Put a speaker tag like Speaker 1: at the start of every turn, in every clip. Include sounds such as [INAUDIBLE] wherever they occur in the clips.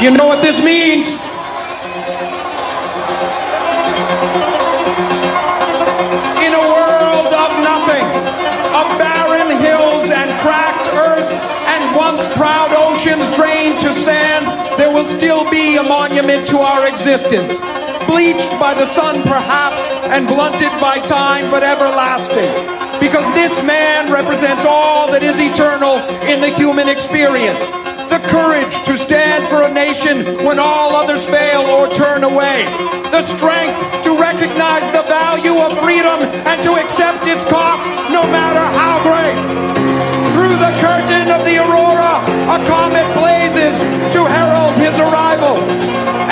Speaker 1: You know what this means? In a world of nothing, of barren hills and cracked earth, and once proud oceans drained to sand, there will still be a monument to our existence. Bleached by the sun, perhaps, and blunted by time, but everlasting. Because this man represents all that is eternal in the human experience the courage to stand for a nation when all others fail or turn away, the strength to recognize the value of freedom and to accept its cost no matter how great. Through the curtain of the aurora, a comet blazes to herald his arrival,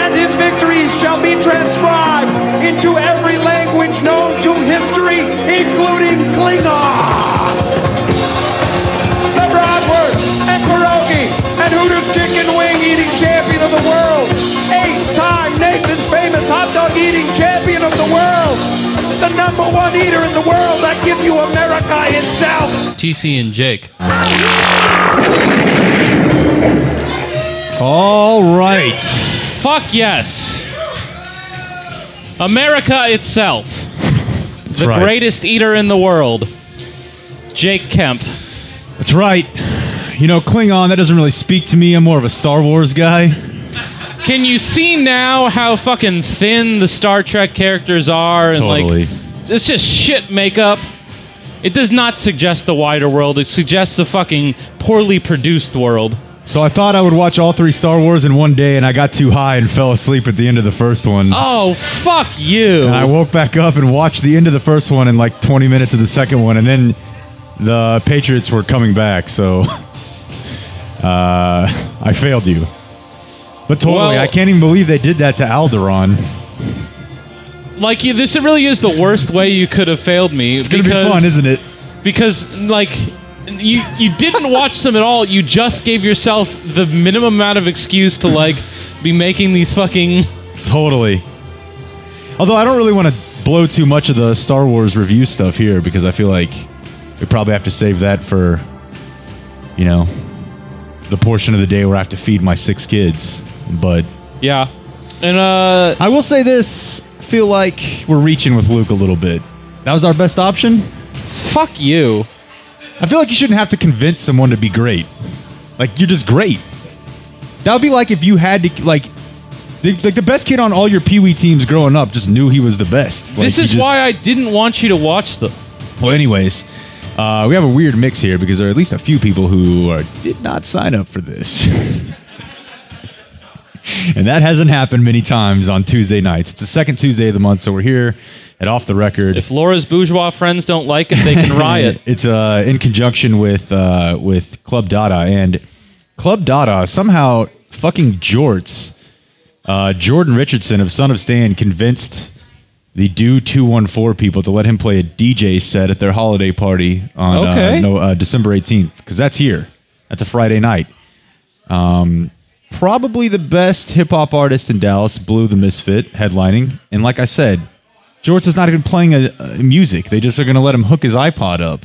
Speaker 1: and his victories shall be transcribed into every language known to history, including Klingon. The Bradward and pierogi and Hooters chicken wing eating champion of the world. Eight-time Nathan's famous hot dog eating champion of the world. The number one eater in the world. I give you America itself.
Speaker 2: TC and Jake.
Speaker 3: All right.
Speaker 4: Fuck yes. America itself. the
Speaker 3: right.
Speaker 4: greatest eater in the world. Jake Kemp.
Speaker 3: That's right. You know, Klingon, that doesn't really speak to me. I'm more of a Star Wars guy.
Speaker 4: Can you see now how fucking thin the Star Trek characters are? And
Speaker 3: Totally.
Speaker 4: like, it's just shit makeup. It does not suggest the wider world. It suggests the fucking poorly produced world.
Speaker 3: So I thought I would watch all three Star Wars in one day, and I got too high and fell asleep at the end of the first one.
Speaker 4: Oh, fuck you.
Speaker 3: And I woke back up and watched the end of the first one and like 20 minutes of the second one, and then the Patriots were coming back, so [LAUGHS] uh, I failed you. But totally,
Speaker 4: Well-
Speaker 3: I can't even believe they did that to Alderon.
Speaker 4: like, you, this really is the worst way you could have failed me.
Speaker 3: It's gonna be fun, isn't it?
Speaker 4: because like you you didn't watch them at all. You just gave yourself the minimum amount of excuse to like be making these fucking.
Speaker 3: Totally. Although I don't really want to blow too much of the Star Wars review stuff here because I feel like we probably have to save that for, you know, the portion of the day where I have to feed my six kids. But
Speaker 4: Yeah, and uh,
Speaker 3: I will say this: feel like we're reaching with Luke a little bit. That was our best option.
Speaker 4: fuck you.
Speaker 3: I feel like you shouldn't have to convince someone to be great. Like you're just great. That would be like if you had to like. The, like the best kid on all your Pee Wee teams growing up just knew he was the best. Like,
Speaker 4: this
Speaker 3: he
Speaker 4: is
Speaker 3: just-
Speaker 4: why I didn't want you to watch them.
Speaker 3: Well, anyways, uh, we have a weird mix here because there are at least a few people who are, did not sign up for this. [LAUGHS] and that hasn't happened many times on Tuesday nights. It's the second Tuesday of the month, so we're here at Off the Record.
Speaker 4: If Laura's bourgeois friends don't like it,
Speaker 3: [LAUGHS]
Speaker 4: they can riot.
Speaker 3: It's uh, in conjunction with uh, with Club Dada and Club Dada somehow fucking jorts. Uh, Jordan Richardson of Son of Stan convinced the Do Two One Four people to let him play a DJ set at their holiday party on uh,
Speaker 4: Okay.
Speaker 3: no, uh, December eighteenth because that's here. That's a Friday night. Um, probably the best hip hop artist in Dallas, Blue the Misfit, headlining. And like I said, Jorts is not even playing a, a music. They just are going to let him hook his iPod up.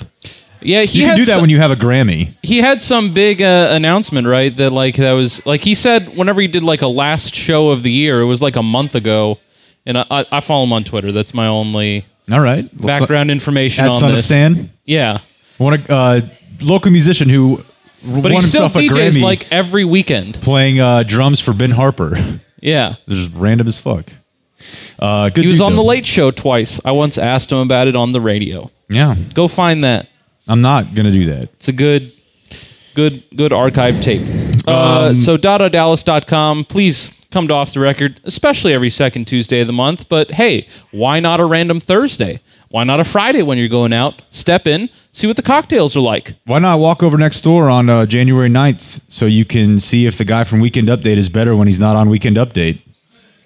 Speaker 4: Yeah, he
Speaker 3: You can
Speaker 4: had
Speaker 3: do that
Speaker 4: some-
Speaker 3: when you have a Grammy.
Speaker 4: he had some big uh, announcement, right? That like that was like he said whenever he did like a last show of the year, it was like a month ago. And I, I, I follow him on Twitter. That's my only
Speaker 3: All right. Well,
Speaker 4: background information
Speaker 3: At
Speaker 4: on
Speaker 3: Son
Speaker 4: this.
Speaker 3: of Stan,
Speaker 4: Yeah,
Speaker 3: one of, uh, local musician who
Speaker 4: but
Speaker 3: won
Speaker 4: he still
Speaker 3: himself a
Speaker 4: DJs
Speaker 3: Grammy
Speaker 4: like every weekend.
Speaker 3: playing uh, drums for Ben Harper.
Speaker 4: Yeah,
Speaker 3: Just random as fuck. Uh, good
Speaker 4: he was
Speaker 3: dude,
Speaker 4: on the
Speaker 3: though.
Speaker 4: Late Show twice. I once asked him about it on the radio.
Speaker 3: Yeah,
Speaker 4: Go find that.
Speaker 3: I'm not gonna do that.
Speaker 4: It's a good, good, good archive tape. Uh,
Speaker 3: Um,
Speaker 4: so datadallas.com. Please come to off the record, especially every second Tuesday of the month. But hey, why not a random Thursday? Why not a Friday when you're going out? Step in, see what the cocktails are like.
Speaker 3: Why not walk over next door on uh, January 9th so you can see if the guy from Weekend Update is better when he's not on Weekend Update?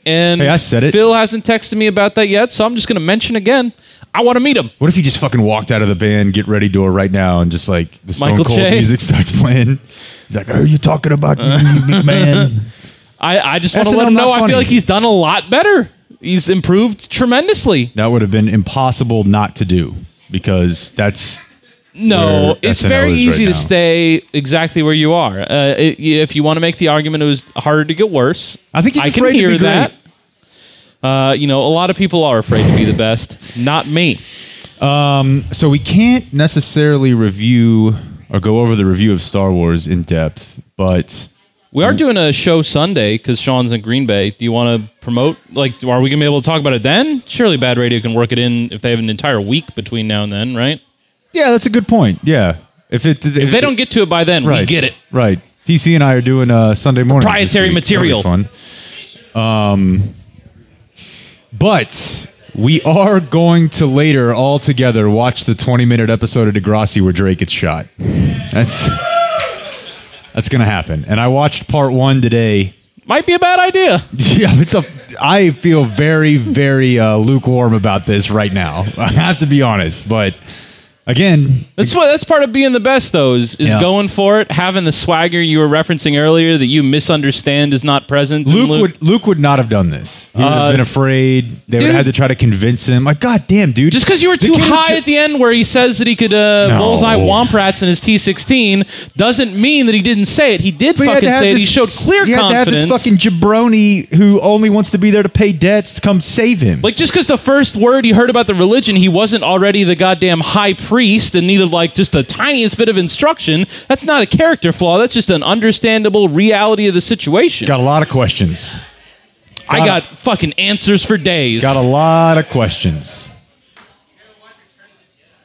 Speaker 4: And
Speaker 3: Hey, I said it.
Speaker 4: Phil hasn't texted me about that yet, so I'm just going to mention again. I want to meet him.
Speaker 3: What if he just fucking walked out of the band, get ready door right now, and just like the Stone
Speaker 4: Michael
Speaker 3: Cold
Speaker 4: Che?
Speaker 3: music [LAUGHS] starts playing? He's like, "Are you talking about me,
Speaker 4: [LAUGHS]
Speaker 3: McMahon?"
Speaker 4: I, I just want to
Speaker 3: SNL
Speaker 4: let him
Speaker 3: not
Speaker 4: know I
Speaker 3: funny.
Speaker 4: feel like he's done a lot better. He's improved tremendously.
Speaker 3: That would have been impossible not to do because that's
Speaker 4: No,
Speaker 3: where
Speaker 4: it's
Speaker 3: SNL
Speaker 4: very
Speaker 3: is
Speaker 4: easy
Speaker 3: right
Speaker 4: to
Speaker 3: now.
Speaker 4: stay exactly where you are. Uh, i if you want to make the argument, it was harder to get worse.
Speaker 3: I think he's
Speaker 4: I can
Speaker 3: afraid to
Speaker 4: hear
Speaker 3: be great.
Speaker 4: that. Uh, you know, a lot of people are afraid to be the best. Not me.
Speaker 3: So we can't necessarily review or go over the review of Star Wars in depth, but
Speaker 4: We
Speaker 3: Mm.
Speaker 4: are doing a show Sunday because Sean's in Green Bay. Do you want to promote? Like, are we gonna be able to talk about it then? Surely, Bad Radio can work it in if they have an entire week between now and then, right?
Speaker 3: yeah, that's a good point. Yeah, if it
Speaker 4: If they don't get to it by then,
Speaker 3: right,
Speaker 4: we get it.
Speaker 3: right. TC and I are doing a Sunday morning
Speaker 4: Proprietary material.
Speaker 3: Fun. Um, but we are going to later all together watch the 20 minute episode of Degrassi where Drake gets shot. That's that's gonna happen. And I watched part one today.
Speaker 4: Might be a bad idea.
Speaker 3: [LAUGHS] Yeah, it's a. I feel very, very uh, lukewarm about this right now. [LAUGHS] I have to be honest, but again,
Speaker 4: That's what that's part of being the best though is, is
Speaker 3: Yeah.
Speaker 4: going for it, having the swagger you were referencing earlier that you misunderstand is not present. in
Speaker 3: Luke, would Luke would not have done this. He would
Speaker 4: Uh,
Speaker 3: have been afraid. They would
Speaker 4: dude.
Speaker 3: have had to try to convince him. Like, God damn, dude!
Speaker 4: just because you were
Speaker 3: The
Speaker 4: too
Speaker 3: kid
Speaker 4: high
Speaker 3: ju-
Speaker 4: at the end where he says that he could uh,
Speaker 3: No.
Speaker 4: bullseye womp rats in his T16 doesn't mean that he didn't say it. He did
Speaker 3: But he had
Speaker 4: fucking
Speaker 3: to have
Speaker 4: say it.
Speaker 3: this-
Speaker 4: He showed clear
Speaker 3: he had to have
Speaker 4: confidence.
Speaker 3: this fucking jabroni who only wants to be there to pay debts to come save him.
Speaker 4: like just because the first word he heard about the religion, he wasn't already the goddamn high priest and needed like just the tiniest bit of instruction. That's not a character flaw. That's just an understandable reality of the situation.
Speaker 3: got a lot of questions.
Speaker 4: I got fucking answers for days.
Speaker 3: Got a lot of questions.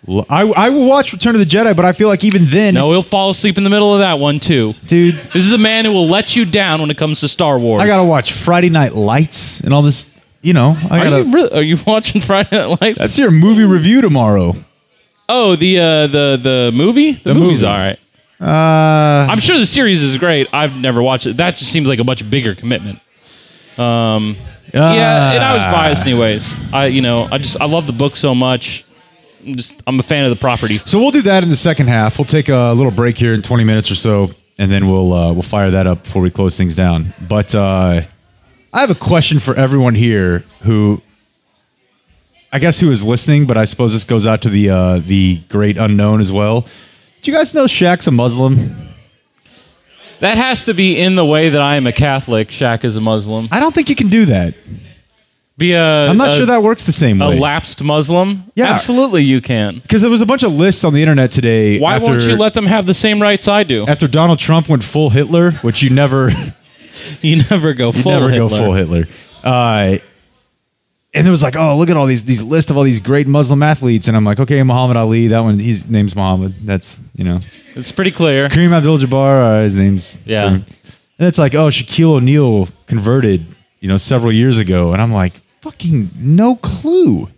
Speaker 3: L- I, I will watch Return of the Jedi, but I feel like even then,
Speaker 4: No, he'll fall asleep in the middle of that one too.
Speaker 3: dude,
Speaker 4: This is a man who will let you down when it comes to Star Wars.
Speaker 3: I gotta watch Friday Night Lights and all this. You know, I
Speaker 4: Are
Speaker 3: gotta.
Speaker 4: you really, are you watching [LAUGHS] Friday Night Lights?
Speaker 3: that's your movie review tomorrow.
Speaker 4: oh, the uh, the the movie. The,
Speaker 3: The
Speaker 4: movie's
Speaker 3: movie.
Speaker 4: all right.
Speaker 3: Uh,
Speaker 4: I'm sure the series is great. I've never watched it. That just seems like a much bigger commitment. yeah, and I
Speaker 3: Ah.
Speaker 4: was
Speaker 3: Uh.
Speaker 4: biased anyways. I you know I just I love the book so much. I'm just I'm a fan of the property.
Speaker 3: So we'll do that in the second half. We'll take a little break here in 20 minutes or so, and then we'll uh, we'll fire that up before we close things down. But uh, I have a question for everyone here who, I guess, who is listening. But I suppose this goes out to the uh, the great unknown as well. Do you guys know Shaq's a Muslim?
Speaker 4: That has to be in the way that I am a Catholic. Shaq is a Muslim. uh,
Speaker 3: I don't think you can do that.
Speaker 4: Be a
Speaker 3: I'm not
Speaker 4: a-
Speaker 3: sure that works the same
Speaker 4: a
Speaker 3: way.
Speaker 4: lapsed Muslim.
Speaker 3: Yeah.
Speaker 4: absolutely, you can.
Speaker 3: Because there was a bunch of lists on the internet today.
Speaker 4: Why
Speaker 3: after,
Speaker 4: won't you let them have the same rights I do?
Speaker 3: after Donald Trump went full Hitler, which you never [LAUGHS]
Speaker 4: [LAUGHS] You never go full
Speaker 3: never
Speaker 4: Hitler.
Speaker 3: go full Hitler. Uh, and it was like, oh, look at all these these list of all these great Muslim athletes, and I'm like, okay, Muhammad Ali, that one, his name's Muhammad. That's you know,
Speaker 4: It's pretty clear.
Speaker 3: Kareem Abdul-Jabbar, uh, his name's
Speaker 4: Yeah.
Speaker 3: Kareem. And it's like, oh, Shaquille O'Neal converted, you know, several years ago, and I'm like, fucking no clue.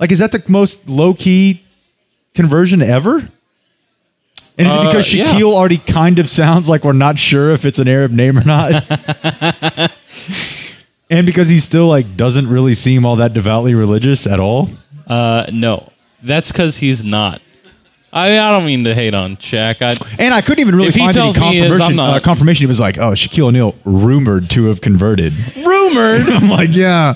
Speaker 3: Like, is that the most low key conversion ever? And is it because
Speaker 4: Uh, yeah.
Speaker 3: Shaquille already kind of sounds like we're not sure if it's an Arab name or
Speaker 4: [LAUGHS]
Speaker 3: not? and because he still like doesn't really seem all that devoutly religious at all.
Speaker 4: Uh, no, that's because he's not. I mean, I don't mean to hate on Shaq. I,
Speaker 3: And I couldn't even really
Speaker 4: If he
Speaker 3: find any
Speaker 4: tells me he is, I'm
Speaker 3: confirmation.
Speaker 4: not.
Speaker 3: uh, confirmation. It was like, oh, Shaquille O'Neal rumored to have converted.
Speaker 4: rumored
Speaker 3: [LAUGHS] I'm like, yeah,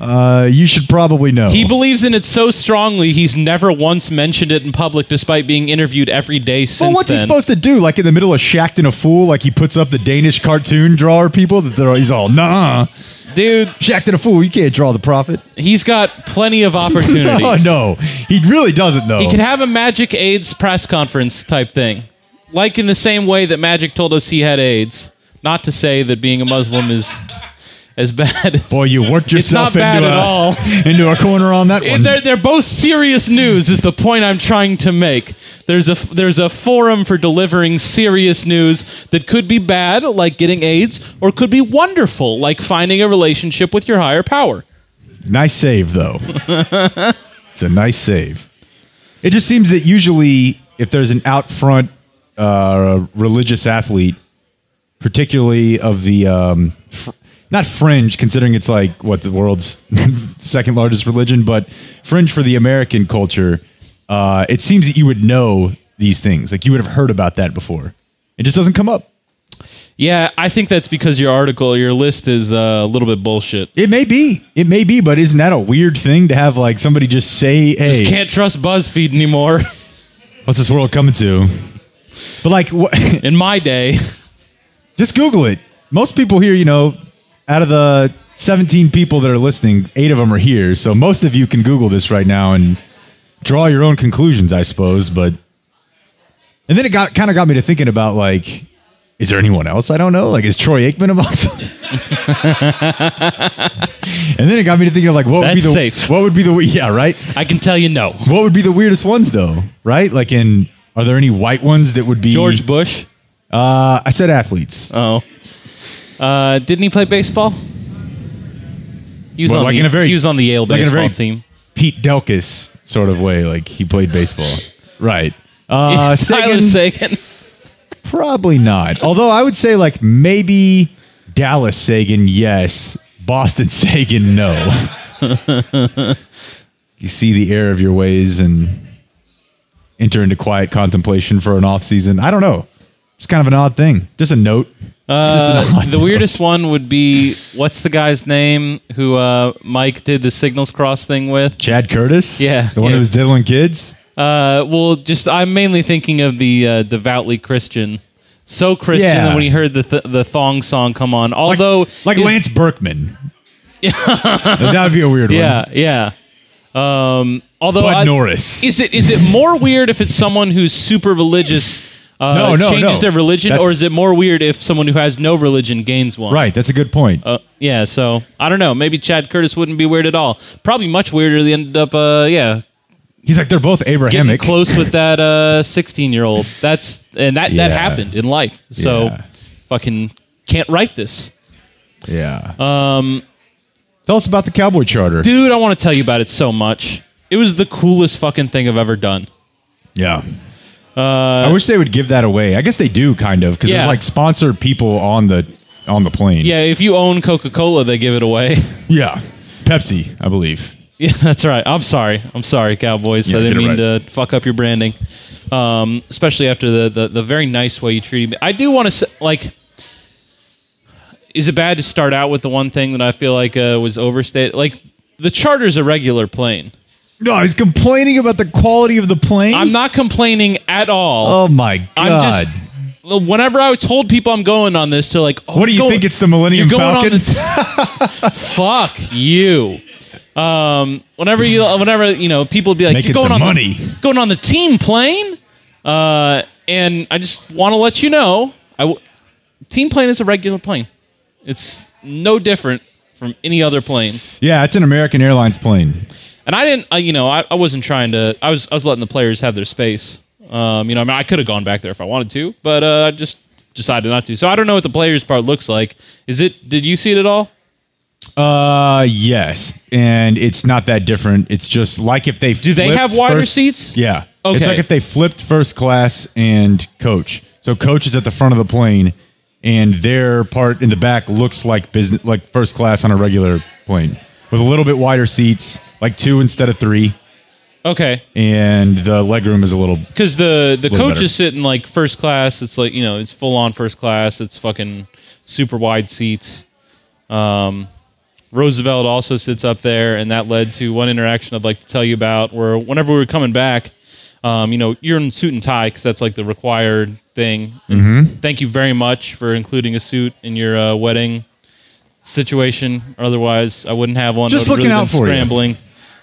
Speaker 3: uh, you should probably know.
Speaker 4: [LAUGHS] he believes in it so strongly he's never once mentioned it in public, despite being interviewed every day since
Speaker 3: well, what's
Speaker 4: then.
Speaker 3: he supposed to do? Like in the middle of Shacked and a Fool, like he puts up the Danish cartoon drawer people that they're, he's all, nah,
Speaker 4: Dude,
Speaker 3: Shacked and a Fool, you can't draw the prophet.
Speaker 4: he's got plenty
Speaker 3: [LAUGHS]
Speaker 4: of opportunities.
Speaker 3: Oh, no, he really doesn't though.
Speaker 4: He could have a Magic AIDS press conference type thing, like in the same way that Magic told us he had AIDS. Not to say that being a Muslim is as bad as
Speaker 3: Boy, you worked
Speaker 4: It's
Speaker 3: yourself
Speaker 4: not bad
Speaker 3: into,
Speaker 4: at
Speaker 3: a,
Speaker 4: all.
Speaker 3: [LAUGHS] into a corner on that
Speaker 4: It-
Speaker 3: one.
Speaker 4: they're, they're both serious news is the point I'm trying to make. There's a there's a forum for delivering serious news that could be bad, like getting AIDS, or could be wonderful, like finding a relationship with your higher power.
Speaker 3: Nice save, though. it's a nice save. It just seems that usually, if there's an out front uh, religious athlete, particularly of the um, fr- not fringe, considering it's like what the world's [LAUGHS] second largest religion, but fringe for the American culture, uh, it seems that you would know these things. Like you would have heard about that before. It just doesn't come up.
Speaker 4: Yeah, I think that's because your article, your list is uh, a little bit bullshit.
Speaker 3: It may be. It may be, but isn't that a weird thing to have like somebody just say, hey,
Speaker 4: Just can't trust BuzzFeed anymore. [LAUGHS]
Speaker 3: What's this world coming to? But like, what,
Speaker 4: In my day,
Speaker 3: [LAUGHS] just Google it. Most people here, you know, out of the 17 people that are listening, eight of them are here. So most of you can Google this right now and draw your own conclusions, I suppose. But and then it got kind of got me to thinking about like, is there anyone else I don't know? Like, is Troy Aikman amongst? them? [LAUGHS] and then it got me to thinking of like, what would be
Speaker 4: That's
Speaker 3: the
Speaker 4: safe.
Speaker 3: what would be the yeah right?
Speaker 4: I can tell you no.
Speaker 3: What would be the weirdest ones though? Right? Like in are there any white ones that would be
Speaker 4: George Bush.
Speaker 3: Uh, I said athletes.
Speaker 4: Oh, uh, didn't he play baseball? He was
Speaker 3: Well,
Speaker 4: on
Speaker 3: like
Speaker 4: the,
Speaker 3: in a very-
Speaker 4: he was on the Yale
Speaker 3: like in a
Speaker 4: baseball
Speaker 3: very-
Speaker 4: team.
Speaker 3: Pete Delkus sort of way, like he played baseball. Right. Uh,
Speaker 4: [LAUGHS] Tyler
Speaker 3: Sagan, [LAUGHS]
Speaker 4: Sagan.
Speaker 3: probably not. Although I would say like maybe Dallas Sagan, yes. Boston [LAUGHS] Sagan, no. you see the error of your ways and enter into quiet contemplation for an off season. I don't know. It's kind of an odd thing. Just a note.
Speaker 4: Uh,
Speaker 3: Just an odd
Speaker 4: the
Speaker 3: note.
Speaker 4: weirdest one would be what's the guy's name who uh, Mike did the signals cross thing with?
Speaker 3: Chad Curtis.
Speaker 4: Yeah,
Speaker 3: The one
Speaker 4: yeah.
Speaker 3: who was diddling kids.
Speaker 4: Uh, well, just I'm mainly thinking of the uh, devoutly Christian, so Christian
Speaker 3: Yeah.
Speaker 4: that when he heard the th- the thong song come on,
Speaker 3: Like-
Speaker 4: although
Speaker 3: like,
Speaker 4: his-
Speaker 3: Lance
Speaker 4: [LAUGHS]
Speaker 3: Berkman. that would be a weird one.
Speaker 4: yeah, yeah. Um, although
Speaker 3: Bud
Speaker 4: I-
Speaker 3: Norris.
Speaker 4: Is it is it more weird if it's someone who's super religious uh,
Speaker 3: No, no,
Speaker 4: changes
Speaker 3: no.
Speaker 4: their religion,
Speaker 3: That's-
Speaker 4: or is it more weird if someone who has no religion gains one?
Speaker 3: Right, that's a good point.
Speaker 4: Uh, yeah. So I don't know. Maybe Chad Curtis wouldn't be weird at all. Probably much weirder. They ended up, uh, yeah,
Speaker 3: He's like they're both
Speaker 4: getting
Speaker 3: Abrahamic.
Speaker 4: close with that uh, sixteen-year-old. That's and that
Speaker 3: Yeah.
Speaker 4: that happened in life. So
Speaker 3: Yeah.
Speaker 4: fucking can't write this.
Speaker 3: Yeah. Um, Tell us about the Cowboy Charter.
Speaker 4: Dude, I want to tell you about it so much. It was the coolest fucking thing I've ever done.
Speaker 3: yeah. I wish they would give that away. I guess they do, kind of, because
Speaker 4: uh, Yeah.
Speaker 3: there's like sponsored people on the on the plane.
Speaker 4: Yeah, if you own Coca Cola, they give it away. [LAUGHS]
Speaker 3: Yeah. Pepsi, I believe.
Speaker 4: Yeah, that's right. I'm sorry. I'm sorry, Cowboys.
Speaker 3: Yeah,
Speaker 4: I didn't mean
Speaker 3: get it
Speaker 4: to fuck up your branding, um, especially after the, the the very nice way you treated me. I do want to say, like, is it bad to start out with the one thing that I feel like uh, was overstated? Like, the charter's a regular plane.
Speaker 3: No, he's complaining about the quality of the plane.
Speaker 4: I'm not complaining at all.
Speaker 3: Oh my god.
Speaker 4: I'm just. Whenever I told people I'm going on this, to like, oh,
Speaker 3: what do you
Speaker 4: going-
Speaker 3: think? It's the Millennium
Speaker 4: you're going on
Speaker 3: Falcon.
Speaker 4: the [LAUGHS] fuck you. Um, whenever you, whenever you know, people be like,
Speaker 3: Making
Speaker 4: "You're going
Speaker 3: some
Speaker 4: on the-
Speaker 3: money."
Speaker 4: going on the team plane," uh, and I just want to let you know, I w- team plane is a regular plane. It's no different from any other plane.
Speaker 3: yeah, it's an American Airlines plane.
Speaker 4: And I didn't, uh, you know, I, I wasn't trying to. I was, I was letting the players have their space. Um, you know, I mean, I could have gone back there if I wanted to, but uh, I just decided not to. So I don't know what the players part looks like. Is it? Did you see it at all?
Speaker 3: Uh, yes, and it's not that different. It's just like if they
Speaker 4: Do they
Speaker 3: flipped
Speaker 4: have wider
Speaker 3: first-
Speaker 4: seats?
Speaker 3: Yeah, it's
Speaker 4: Okay.
Speaker 3: like if they flipped first class and coach. So coach is at the front of the plane, and their part in the back looks like business, like first class on a regular plane with a little bit wider seats, like two instead of three,
Speaker 4: Okay.
Speaker 3: and the legroom is a little
Speaker 4: because the the
Speaker 3: Little
Speaker 4: coach
Speaker 3: better.
Speaker 4: is sitting like first class. It's like you know, it's full on first class. It's fucking super wide seats. Um, Roosevelt also sits up there, and that led to one interaction I'd like to tell you about. Where whenever we were coming back, um, you know, you're in suit and tie because that's like the required thing.
Speaker 3: Mm-hmm.
Speaker 4: And Thank you very much for including a suit in your uh, wedding situation. Otherwise, I wouldn't have one.
Speaker 3: Just
Speaker 4: I would've
Speaker 3: looking
Speaker 4: really
Speaker 3: out
Speaker 4: been
Speaker 3: for you.
Speaker 4: scrambling.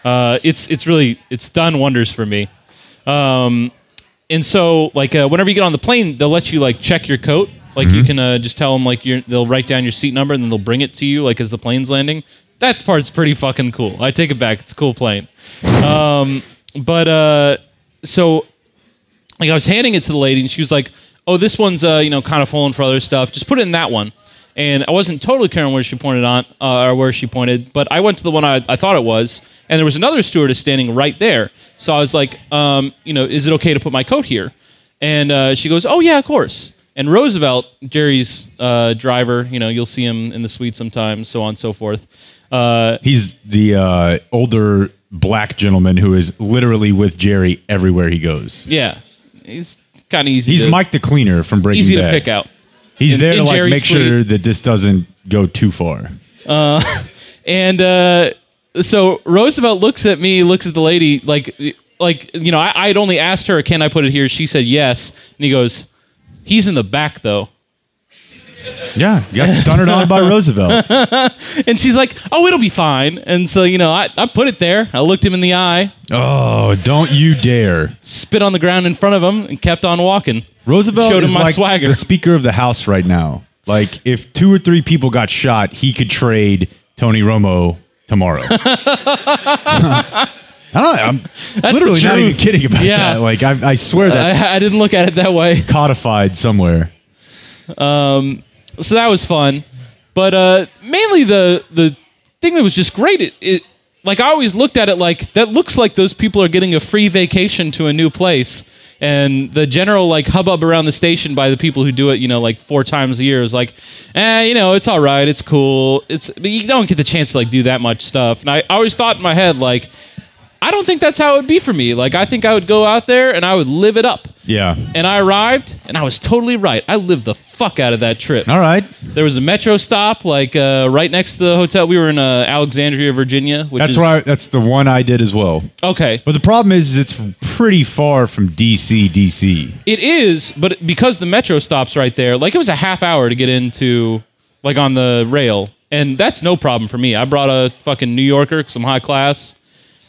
Speaker 4: Uh, it's it's really it's done wonders for me. Um, and so like uh, whenever you get on the plane, they'll let you like check your coat. Like
Speaker 3: Mm-hmm.
Speaker 4: you can uh, just tell them like you're, they'll write down your seat number and then they'll bring it to you like as the plane's landing. That part's pretty fucking cool. I take it back. It's a cool plane. Um, but uh, so like I was handing it to the lady and she was like, "Oh, this one's uh, you know kind of falling for other stuff. Just put it in that one." And I wasn't totally caring where she pointed on uh, or where she pointed, but I went to the one I, I thought it was, and there was another stewardess standing right there. So I was like, um, "You know, is it okay to put my coat here?" And uh, she goes, "Oh yeah, of course." And Roosevelt, Jerry's uh, driver, you know, you'll see him in the suite sometimes, so on and so forth. Uh,
Speaker 3: He's the uh, older black gentleman who is literally with Jerry everywhere he goes.
Speaker 4: yeah, he's kind of easy.
Speaker 3: He's
Speaker 4: to,
Speaker 3: Mike the cleaner from Breaking
Speaker 4: easy to
Speaker 3: Bad.
Speaker 4: pick out.
Speaker 3: He's
Speaker 4: in-
Speaker 3: there to
Speaker 4: in
Speaker 3: like
Speaker 4: Jerry's
Speaker 3: make sure that this doesn't go too far.
Speaker 4: And uh, so Roosevelt looks at me, looks at the lady, like like you know, I, I had only asked her, "Can I put it here?" She said yes, and he goes, "He's in the back though,"
Speaker 3: Yeah, got stunted on by Roosevelt.
Speaker 4: and she's like, "Oh, it'll be fine." And so you know, I, I put it there. I looked him in the eye,
Speaker 3: Oh, don't you dare!
Speaker 4: spit on the ground in front of him, and kept on walking.
Speaker 3: Roosevelt
Speaker 4: Showed him
Speaker 3: is
Speaker 4: my
Speaker 3: like
Speaker 4: swagger.
Speaker 3: the Speaker of the House right now. Like, if two or three people got shot, he could trade Tony Romo tomorrow. [LAUGHS] I don't, I'm literally not
Speaker 4: truth.
Speaker 3: even kidding about
Speaker 4: Yeah.
Speaker 3: that. Like, I, I swear that's
Speaker 4: I, I didn't look at it that way.
Speaker 3: codified somewhere.
Speaker 4: so that was fun. But uh, mainly the the thing that was just great. It, it like I always looked at it like that looks like those people are getting a free vacation to a new place. And the general like hubbub around the station by the people who do it, you know, like four times a year is like, eh, you know, it's all right, it's cool, it's but you don't get the chance to like do that much stuff. And I, I always thought in my head like, I don't think that's how it would be for me. Like I think I would go out there and I would live it up.
Speaker 3: Yeah.
Speaker 4: And I arrived and I was totally right. I lived the fuck out of that trip.
Speaker 3: All right.
Speaker 4: There was a metro stop, like uh, right next to the hotel. We were in uh, Alexandria, Virginia. Which
Speaker 3: That's
Speaker 4: is,
Speaker 3: why. That's the one I did as well.
Speaker 4: Okay,
Speaker 3: But the problem is, is it's pretty far from DC. DC.
Speaker 4: it is, but because the metro stops right there, like it was a half hour to get into, like on the rail, and that's no problem for me. I brought a fucking New Yorker, some high class.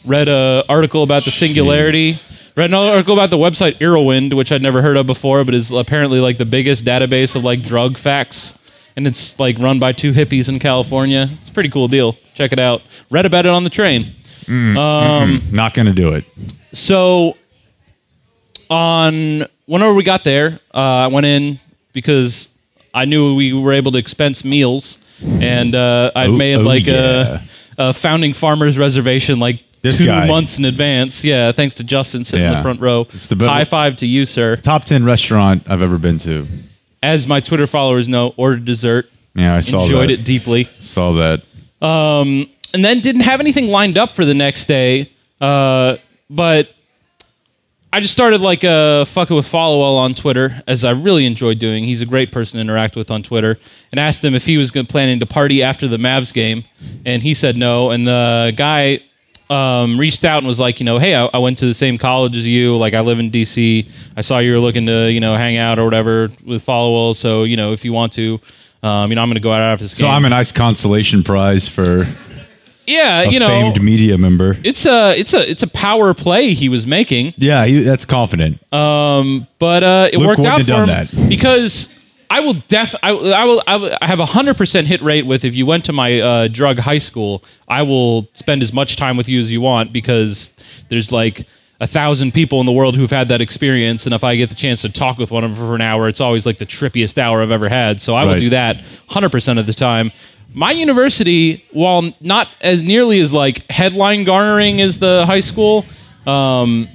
Speaker 4: Read a article about the singularity. Read an article about the website Irwind, which I'd never heard of before, but is apparently like the biggest database of like drug facts. And it's like run by two hippies in California. It's a pretty cool deal. Check it out. Read about it on the train.
Speaker 3: Not gonna do it.
Speaker 4: So, on whenever we got there, uh, I went in because I knew we were able to expense meals, and uh, I
Speaker 3: Oh-
Speaker 4: made
Speaker 3: oh,
Speaker 4: like
Speaker 3: yeah.
Speaker 4: a, a founding farmers reservation like
Speaker 3: This
Speaker 4: two
Speaker 3: guy.
Speaker 4: months in advance. Yeah, thanks to Justin sitting in
Speaker 3: Yeah.
Speaker 4: the front row.
Speaker 3: It's the best-
Speaker 4: High five to you, sir.
Speaker 3: Top ten restaurant I've ever been to.
Speaker 4: As my Twitter followers know, ordered dessert,
Speaker 3: Yeah, I saw
Speaker 4: enjoyed
Speaker 3: that.
Speaker 4: it deeply.
Speaker 3: Saw that.
Speaker 4: and then didn't have anything lined up for the next day. Uh, but I just started like uh, fucking with Followell on Twitter, as I really enjoy doing. He's a great person to interact with on Twitter, and asked him if he was gonna, planning to party after the Mavs game, and he said no. And the guy um, reached out and was like, you know, hey, I, I went to the same college as you. Like, I live in D.C. I saw you were looking to, you know, hang out or whatever with Followell. So, you know, if you want to, um, you know, I'm going to go out after this
Speaker 3: So
Speaker 4: game.
Speaker 3: I'm a nice consolation prize for
Speaker 4: yeah,
Speaker 3: a
Speaker 4: you know,
Speaker 3: famed media member.
Speaker 4: it's a it's a it's a power play he was making,
Speaker 3: Yeah, he, that's confident.
Speaker 4: Uh, but uh, it
Speaker 3: Luke
Speaker 4: worked
Speaker 3: wouldn't
Speaker 4: out
Speaker 3: have
Speaker 4: for
Speaker 3: done
Speaker 4: him
Speaker 3: that.
Speaker 4: because I will def I, I will I, will- I have a hundred percent hit rate with if you went to my uh, drug high school, I will spend as much time with you as you want because there's like a thousand people in the world who've had that experience, and if I get the chance to talk with one of them for an hour, it's always like the trippiest hour I've ever had. So I will
Speaker 3: Right.
Speaker 4: do that hundred percent of the time. My university, while not as nearly as like headline garnering as the high school, um,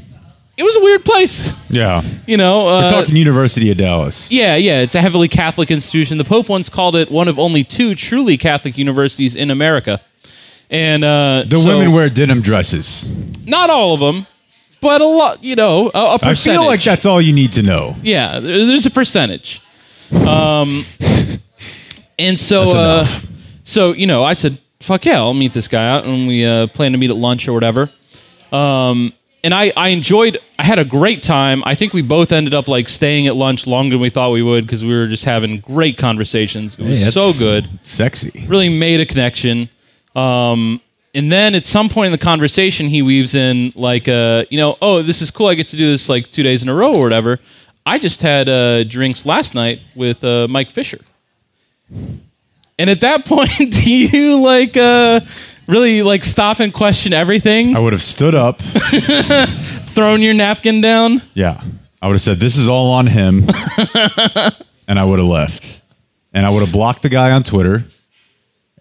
Speaker 4: it was a weird place. [LAUGHS]
Speaker 3: yeah.
Speaker 4: You know, uh,
Speaker 3: We're talking University of Dallas.
Speaker 4: yeah, yeah, it's a heavily Catholic institution. The Pope once called it one of only two truly Catholic universities in America. And uh,
Speaker 3: The
Speaker 4: so-
Speaker 3: women wear denim dresses.
Speaker 4: not all of them, but a lot. You know, a, a
Speaker 3: I
Speaker 4: percentage.
Speaker 3: feel like that's all you need to know.
Speaker 4: Yeah, there- there's a percentage. Um, and so,
Speaker 3: That's
Speaker 4: uh,
Speaker 3: enough.
Speaker 4: so you know, I said, "Fuck yeah, I'll meet this guy out," and we uh, plan to meet at lunch or whatever. Um, and I, I enjoyed. I had a great time. I think we both ended up like staying at lunch longer than we thought we would because we were just having great conversations. It was
Speaker 3: Hey, that's
Speaker 4: so good
Speaker 3: Sexy.
Speaker 4: really made a connection. Um, and then at some point in the conversation, he weaves in like, uh, you know, oh, this is cool. I get to do this like two days in a row or whatever. I just had uh, drinks last night with uh, Mike Fisher. And at that [LAUGHS] point, do you like uh, really like stop and question everything?
Speaker 3: I would have stood up.
Speaker 4: Thrown your napkin down?
Speaker 3: Yeah. I would have said, this is all on
Speaker 4: [LAUGHS]
Speaker 3: him. and I would have left. And I would have blocked the guy on Twitter.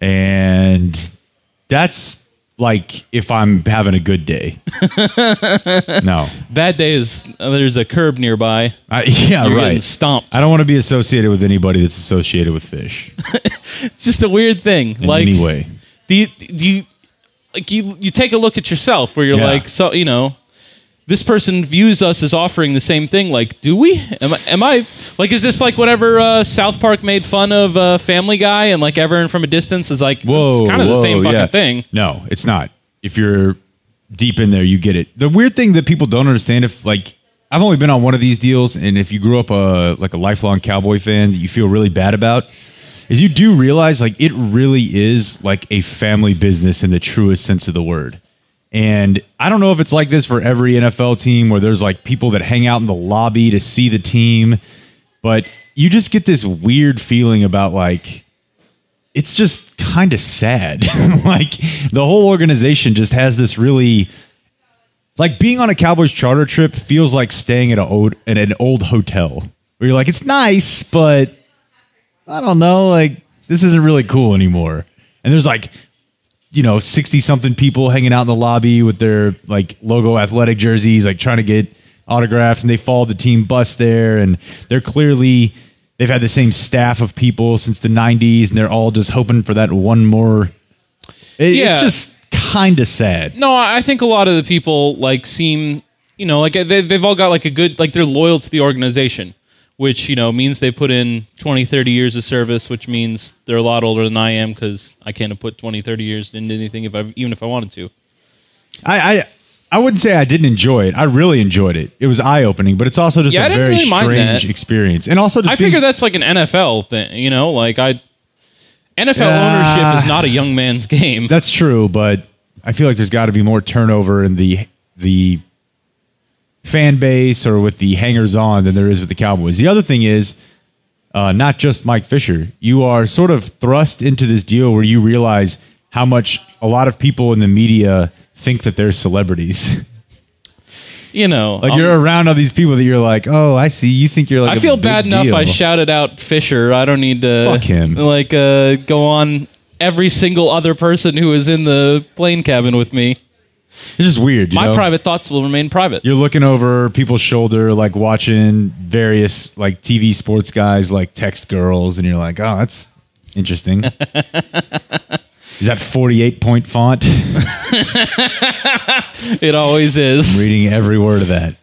Speaker 3: And that's like if I'm having a good
Speaker 4: [LAUGHS]
Speaker 3: day. no.
Speaker 4: Bad day is uh, there's a curb nearby.
Speaker 3: I, yeah,
Speaker 4: You're getting
Speaker 3: right.
Speaker 4: stomped.
Speaker 3: I don't want to be associated with anybody that's associated with fish
Speaker 4: It's just a weird thing.
Speaker 3: in
Speaker 4: like
Speaker 3: any way.
Speaker 4: do you, do you like you you take a look at yourself where you're
Speaker 3: Yeah.
Speaker 4: like so you know this person views us as offering the same thing like do we am i, am I like is this like whenever uh, south park made fun of uh, family guy and like everyone from a distance is like
Speaker 3: Whoa,
Speaker 4: it's kind of the
Speaker 3: whoa,
Speaker 4: same fucking
Speaker 3: yeah.
Speaker 4: thing
Speaker 3: No, it's not. If you're deep in there, you get it. The weird thing that people don't understand if like I've only been on one of these deals, and if you grew up a like a lifelong cowboy fan that you feel really bad about, is you do realize like it really is like a family business in the truest sense of the word. And I don't know if it's like this for every NFL team where there's like people that hang out in the lobby to see the team, but you just get this weird feeling about like it's just kind of sad. [LAUGHS] like the whole organization just has this really like being on a Cowboys charter trip feels like staying at a old at an old hotel where you're like it's nice, but I don't know, like this isn't really cool anymore. And there's like you know 60 something people hanging out in the lobby with their like logo athletic jerseys like trying to get autographs and they follow the team bus there and they're clearly they've had the same staff of people since the 90s and they're all just hoping for that one more it- it's
Speaker 4: Yeah.
Speaker 3: just kind of sad
Speaker 4: No, I I think a lot of the people like seem, you know, like they, they've all got like a good, like they're loyal to the organization, which, you know, means they put in 20, 30 years of service, which means they're a lot older than I am because I can't have put 20, 30 years into anything if I, even if I wanted to.
Speaker 3: I, I I wouldn't say I didn't enjoy it. I really enjoyed it. It was eye opening, but it's also just
Speaker 4: Yeah, I
Speaker 3: a
Speaker 4: didn't
Speaker 3: very
Speaker 4: really mind
Speaker 3: strange
Speaker 4: that.
Speaker 3: experience. And also, just
Speaker 4: I
Speaker 3: being-
Speaker 4: figure that's like an NFL thing, you know, like I, NFL
Speaker 3: Yeah.
Speaker 4: ownership is not a young man's [LAUGHS] game.
Speaker 3: that's true. But I feel like there's got to be more turnover in the the fan base or with the hangers on than there is with the Cowboys. The other thing is. Uh, not just Mike Fisher. You are sort of thrust into this deal where you realize how much a lot of people in the media think that they're celebrities. [LAUGHS]
Speaker 4: You know,
Speaker 3: like
Speaker 4: um,
Speaker 3: you're around all these people that you're like, oh, I see. You think you're like.
Speaker 4: I
Speaker 3: a
Speaker 4: feel
Speaker 3: big
Speaker 4: bad enough. I
Speaker 3: deal."
Speaker 4: shouted out Fisher. I don't need to
Speaker 3: Fuck him.
Speaker 4: Like uh, go on every single other person who is in the plane cabin with me.
Speaker 3: It's just weird. you
Speaker 4: My
Speaker 3: know?
Speaker 4: private thoughts will remain private.
Speaker 3: You're looking over people's shoulder, like watching various like TV sports guys like text girls, and you're like, oh, that's interesting. [LAUGHS] Is that 48 point font? [LAUGHS]
Speaker 4: It always is.
Speaker 3: Reading every word of that.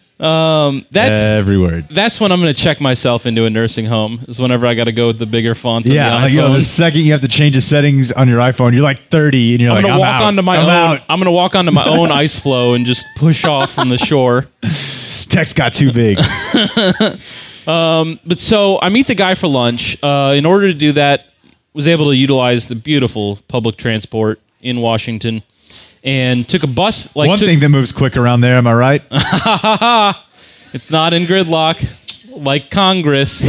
Speaker 4: That's
Speaker 3: every word.
Speaker 4: that's when I'm going to check myself into a nursing home. Is whenever I got to go with the bigger font. on
Speaker 3: Yeah,
Speaker 4: the
Speaker 3: like, yo,
Speaker 4: iPhone.
Speaker 3: the second you have to change the settings on your iPhone, you're like 30, and you're
Speaker 4: I'm
Speaker 3: like,
Speaker 4: gonna
Speaker 3: I'm
Speaker 4: walk
Speaker 3: out.
Speaker 4: onto my
Speaker 3: I'm
Speaker 4: own.
Speaker 3: out.
Speaker 4: I'm gonna walk onto my own ice flow and just push off from the shore.
Speaker 3: Text got too
Speaker 4: [LAUGHS]
Speaker 3: big.
Speaker 4: But so I meet the guy for lunch. Uh, in order to do that, was able to utilize the beautiful public transport in Washington, and took a bus. Like
Speaker 3: One
Speaker 4: took-
Speaker 3: thing that moves quick around there, am I right?
Speaker 4: Uh-huh. it's not in gridlock, like Congress.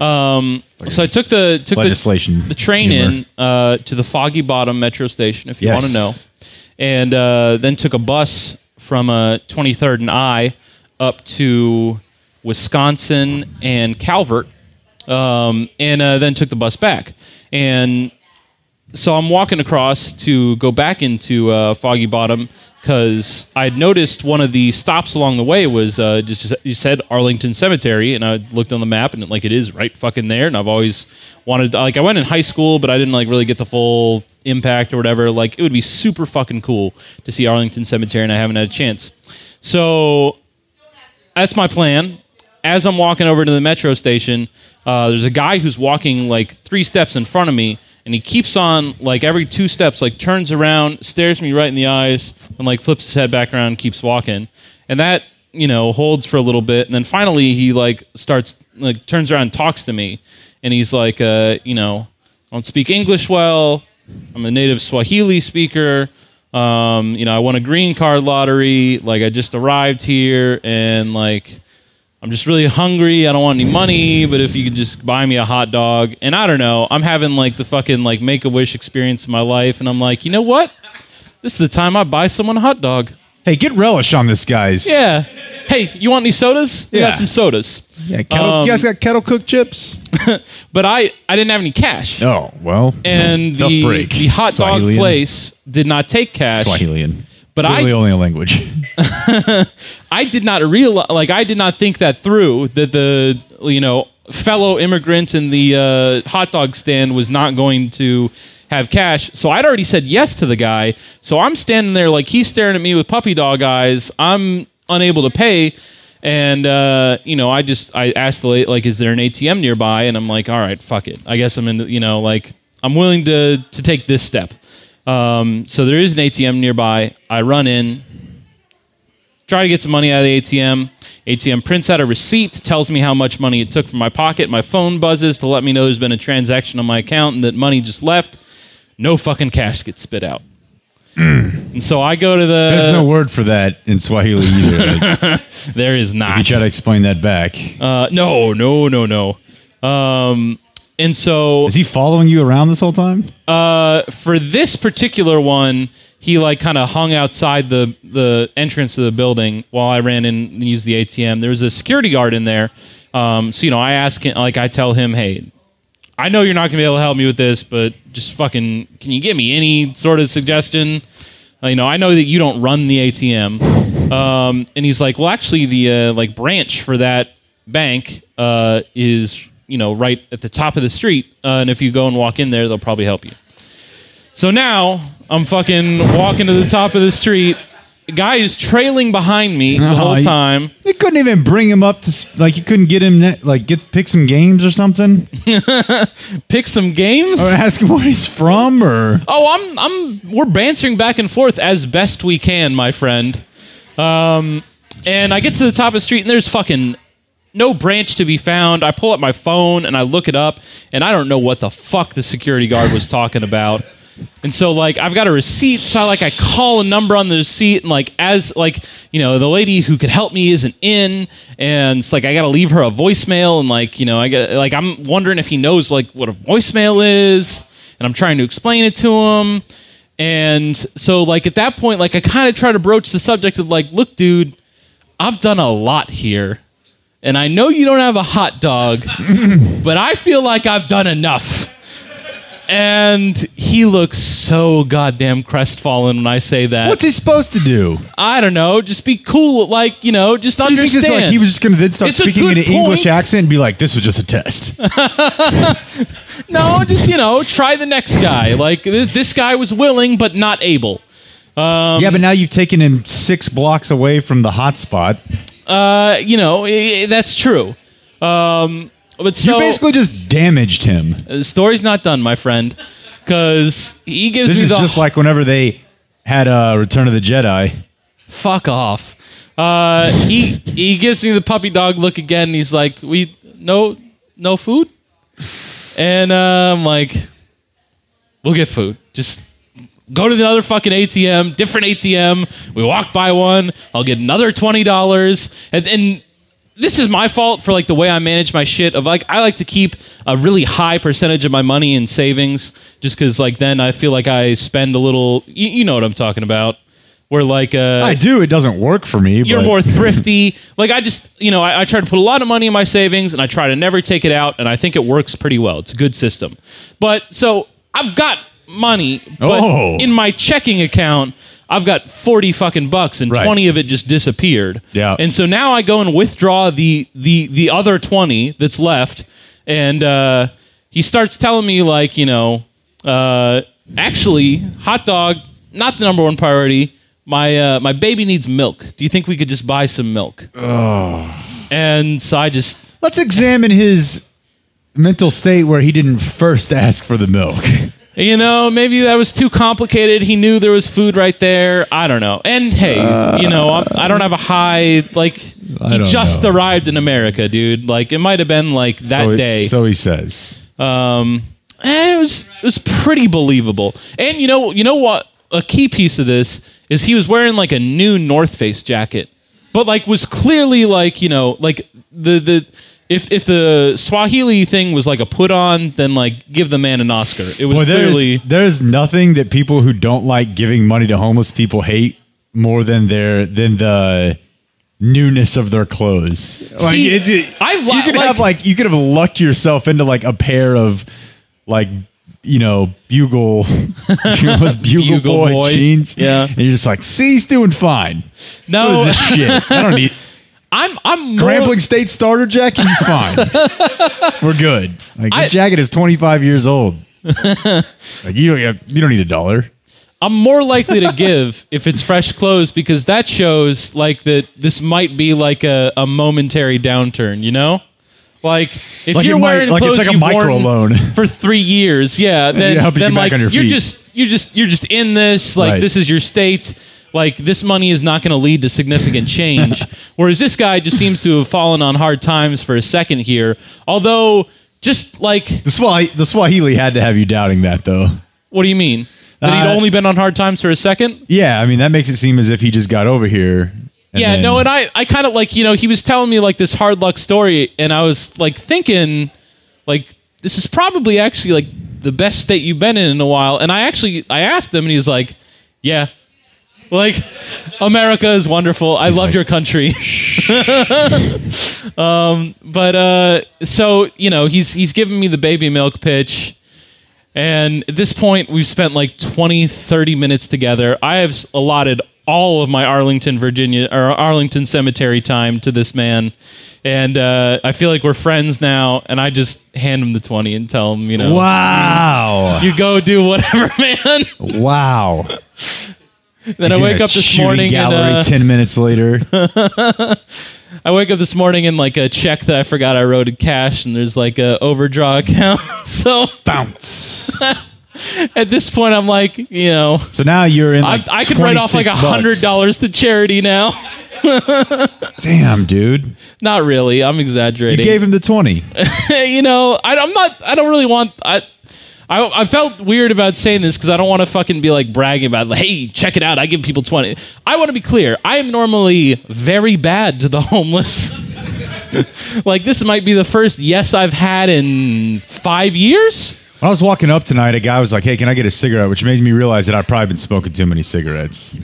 Speaker 4: Um, so I took the took
Speaker 3: Legislation
Speaker 4: the, the train
Speaker 3: humor.
Speaker 4: in uh, to the Foggy Bottom Metro Station, if you
Speaker 3: Yes.
Speaker 4: want to know, and uh, then took a bus from uh, 23rd and I up to Wisconsin and Calvert, um, and uh, then took the bus back. And so I'm walking across to go back into uh, Foggy Bottom because I'd noticed one of the stops along the way was uh, just you said Arlington Cemetery, and I looked on the map and like it is right fucking there. And I've always wanted like I went in high school, but I didn't like really get the full impact or whatever. Like it would be super fucking cool to see Arlington Cemetery, and I haven't had a chance. So that's my plan. As I'm walking over to the metro station, uh, there's a guy who's walking like three steps in front of me, and he keeps on like every two steps, like turns around, stares me right in the eyes, and like flips his head back around, and keeps walking, and that you know holds for a little bit, and then finally he like starts like turns around, and talks to me, and he's like, uh, you know, I don't speak English well. I'm a native Swahili speaker. Um, you know, I won a green card lottery. Like, I just arrived here, and like, I'm just really hungry. I don't want any money, but if you could just buy me a hot dog, and I don't know, I'm having like the fucking like make a wish experience of my life, and I'm like, you know what? This is the time I buy someone a hot dog.
Speaker 3: hey, get relish on this, guys.
Speaker 4: Yeah. Hey, you want any sodas? We
Speaker 3: Yeah.
Speaker 4: got some sodas.
Speaker 3: yeah kettle, you
Speaker 4: Um,
Speaker 3: guys got kettle cooked chips?
Speaker 4: But I I didn't have any cash.
Speaker 3: Oh, well.
Speaker 4: And
Speaker 3: tough
Speaker 4: the,
Speaker 3: break.
Speaker 4: the hot dog
Speaker 3: Swahilian.
Speaker 4: place did not take cash.
Speaker 3: Swahilian.
Speaker 4: But I-
Speaker 3: Clearly only a
Speaker 4: [LAUGHS]
Speaker 3: language.
Speaker 4: I did not realize, like, I did not think that through. That the you know fellow immigrant in the uh, hot dog stand was not going to have cash. So I'd already said yes to the guy. So I'm standing there like he's staring at me with puppy dog eyes. I'm unable to pay, and uh, you know I just I asked the la- like, is there an ATM nearby? And I'm like, all right, fuck it. I guess I'm in. the- You know, like I'm willing to to take this step. Um, so there is an ATM nearby. I run in Try to get some money out of the ATM. ATM prints out a receipt, tells me how much money it took from my pocket. My phone buzzes to let me know there's been a transaction on my account and that money just left. No fucking cash gets spit out. And so I go to the.
Speaker 3: Mm. There's no word for that in Swahili
Speaker 4: [LAUGHS]
Speaker 3: either.
Speaker 4: there is not.
Speaker 3: you try to explain that back.
Speaker 4: Uh, no, no, no, no. Um, and so
Speaker 3: Is he following you around this whole time?
Speaker 4: uh, for this particular one, he like kind of hung outside the the entrance of the building while I ran in and used the ATM. There was a security guard in there, um, so you know I ask him, like I tell him, hey, I know you're not gonna be able to help me with this, but just fucking, can you give me any sort of suggestion? Uh, you know, I know that you don't run the ATM, um, and he's like, well, actually, the uh, like branch for that bank uh, is you know right at the top of the street, uh, and if you go and walk in there, they'll probably help you. So now I'm fucking walking to the top of the street. The guy is trailing behind me
Speaker 3: [LAUGHS]
Speaker 4: the
Speaker 3: Oh,
Speaker 4: whole
Speaker 3: you-
Speaker 4: time.
Speaker 3: They couldn't even bring him up to s- like you couldn't get him ne- like get pick some games or something
Speaker 4: Pick some games. [LAUGHS]
Speaker 3: or ask him where he's from or
Speaker 4: Oh, I'm I'm we're bantering back and forth as best we can, my friend. Um, and I get to the top of the street and there's fucking no branch to be found. I pull up my phone and I look it up and I don't know what the fuck the security guard was talking about. And so like I've got a receipt, so I like I call a number on the receipt and like as like, you know, the lady who could help me isn't in and it's like I gotta leave her a voicemail and like, you know, I got like I'm wondering if he knows like what a voicemail is and I'm trying to explain it to him. And so like at that point, like I kind of try to broach the subject of like, look, dude, I've done a lot here. And I know you don't have a hot dog, [LAUGHS] but I feel like I've done enough. And he looks so goddamn crestfallen when I say that.
Speaker 3: what's he supposed to do?
Speaker 4: I don't know. Just be cool, like you know. Just
Speaker 3: Do you think
Speaker 4: understand.
Speaker 3: it's like he was just going to then start
Speaker 4: It's a
Speaker 3: speaking in
Speaker 4: good
Speaker 3: an English
Speaker 4: point.
Speaker 3: accent and be like, "This was just a test."
Speaker 4: no, just you know, try the next guy. Like th- this guy was willing but not able. Um,
Speaker 3: yeah, but now you've taken him six blocks away from the hot spot.
Speaker 4: Uh, you know, i i that's true. Um, but so
Speaker 3: You basically just damaged him.
Speaker 4: the story's not done, my friend, because he gives
Speaker 3: This
Speaker 4: me
Speaker 3: is
Speaker 4: the
Speaker 3: just like whenever they had uh, Return of the Jedi.
Speaker 4: fuck off. Uh, he he gives me the puppy dog look again. And he's like, we no no food, and uh, I'm like, we'll get food. Just go to the other fucking ATM, different ATM. We walk by one. I'll get another twenty dollars, and and this is my fault for like the way I manage my shit. Of like, I like to keep a really high percentage of my money in savings, just because like then I feel like I spend a little. You, you know what I'm talking about? Where like uh,
Speaker 3: I do. It doesn't work for me.
Speaker 4: you're
Speaker 3: but
Speaker 4: more thrifty. [LAUGHS] Like I just, you know, I, I try to put a lot of money in my savings, and I try to never take it out, and I think it works pretty well. It's a good system. But so I've got money, but
Speaker 3: Oh.
Speaker 4: in my checking account, I've got forty fucking bucks, and
Speaker 3: Right.
Speaker 4: twenty of it just disappeared.
Speaker 3: Yeah.
Speaker 4: and so now I go and withdraw the the the other twenty that's left, and uh, he starts telling me like, you know, uh, actually, hot dog not the number one priority. My uh, my baby needs milk. Do you think we could just buy some milk? And so I just
Speaker 3: Let's examine his mental state where he didn't first [LAUGHS] ask for the milk.
Speaker 4: you know, maybe that was too complicated. He knew there was food right there. I don't know. And hey, you know, I'm, I don't have a high like.
Speaker 3: I
Speaker 4: He
Speaker 3: don't
Speaker 4: just
Speaker 3: know.
Speaker 4: arrived in America, dude. Like it might have been like that
Speaker 3: so he-
Speaker 4: day.
Speaker 3: so he says.
Speaker 4: um, eh, it was it was pretty believable. And you know, you know what? A key piece of this is he was wearing like a new North Face jacket, but like was clearly like you know like the the. If, if the Swahili thing was like a put on, then like give the man an Oscar. It was
Speaker 3: Well, there's,
Speaker 4: clearly
Speaker 3: there's nothing that people who don't like giving money to homeless people hate more than their than the newness of their clothes. Like,
Speaker 4: See,
Speaker 3: it- it-
Speaker 4: I li-
Speaker 3: you could
Speaker 4: like-
Speaker 3: have like you could have lucked yourself into like a pair of like you know bugle [LAUGHS] bugle, bugle
Speaker 4: Bugle
Speaker 3: boy,
Speaker 4: boy.
Speaker 3: jeans.
Speaker 4: Yeah.
Speaker 3: and you're just like, see, he's doing fine. What is
Speaker 4: no.
Speaker 3: this shit? I don't need
Speaker 4: I'm I'm more,
Speaker 3: Grambling State starter jacket. He's
Speaker 4: [LAUGHS]
Speaker 3: fine. We're good. Like
Speaker 4: I-
Speaker 3: that jacket is 25 years
Speaker 4: [LAUGHS]
Speaker 3: old. like you don't have, you don't need a dollar.
Speaker 4: I'm more likely to give [LAUGHS] if it's fresh clothes because that shows like that this might be like a, a momentary downturn, you know? Like if
Speaker 3: Like it
Speaker 4: you're
Speaker 3: might-
Speaker 4: wearing
Speaker 3: like it's
Speaker 4: clothes
Speaker 3: like a
Speaker 4: you've worn
Speaker 3: microloan.
Speaker 4: [LAUGHS] for three years, yeah, then
Speaker 3: helping you
Speaker 4: then
Speaker 3: back
Speaker 4: like
Speaker 3: on your
Speaker 4: you're
Speaker 3: feet.
Speaker 4: just you're just you're just in this like
Speaker 3: Right.
Speaker 4: this is your state. Like this money is not going to lead to significant
Speaker 3: [LAUGHS]
Speaker 4: change. Whereas this guy just seems to have fallen on hard times for a second here. Although, just like,
Speaker 3: The, Swah- the Swahili had to have you doubting that, though.
Speaker 4: what do you mean? That he'd
Speaker 3: Uh,
Speaker 4: only been on hard times for a second?
Speaker 3: Yeah, I mean, that makes it seem as if he just got over here. and
Speaker 4: yeah
Speaker 3: then-
Speaker 4: no and i i kind of like you know he was telling me like this hard luck story and i was like thinking like this is probably actually like the best state you've been in in a while and i actually i asked him and he was like yeah like [LAUGHS] america is wonderful i love
Speaker 3: like-
Speaker 4: your
Speaker 3: [LAUGHS]
Speaker 4: country um but uh so you know he's he's giving me the baby milk pitch and at this point, we've spent like 20, 30 minutes together. I have s- allotted all of my Arlington, Virginia, or Arlington Cemetery time to this man. And uh, I feel like we're friends now. And I just hand him the 20 and tell him, you know,
Speaker 3: Wow.
Speaker 4: you go do whatever, [LAUGHS] man.
Speaker 3: Wow.
Speaker 4: then I
Speaker 3: He's in
Speaker 4: wake
Speaker 3: a
Speaker 4: up this
Speaker 3: shooting
Speaker 4: morning and.
Speaker 3: gallery
Speaker 4: Uh,
Speaker 3: 10 minutes
Speaker 4: [LAUGHS]
Speaker 3: later.
Speaker 4: I wake up this morning and like a check that I forgot I wrote in cash, and there's like a overdraw [LAUGHS] account. so
Speaker 3: Bounce.
Speaker 4: at this point, I'm like, you know,
Speaker 3: So now you're in. Like
Speaker 4: I, I could write off like a
Speaker 3: 26
Speaker 4: hundred
Speaker 3: bucks.
Speaker 4: dollars to charity now. [LAUGHS]
Speaker 3: Damn, dude.
Speaker 4: Not really. I'm
Speaker 3: You
Speaker 4: exaggerating.
Speaker 3: gave him the 20.
Speaker 4: [LAUGHS] you know, I, I'm not. I don't really want. I, I, I felt weird about saying this because I don't want to fucking be like bragging about. Like, hey, check it out. I give people twenty. I want to be clear. I am normally very bad to the [LAUGHS] homeless. like this might be the first yes I've had in five years.
Speaker 3: When I was walking up tonight, a guy was like, hey, can I get a cigarette? Which made me realize that I've probably been smoking too many cigarettes.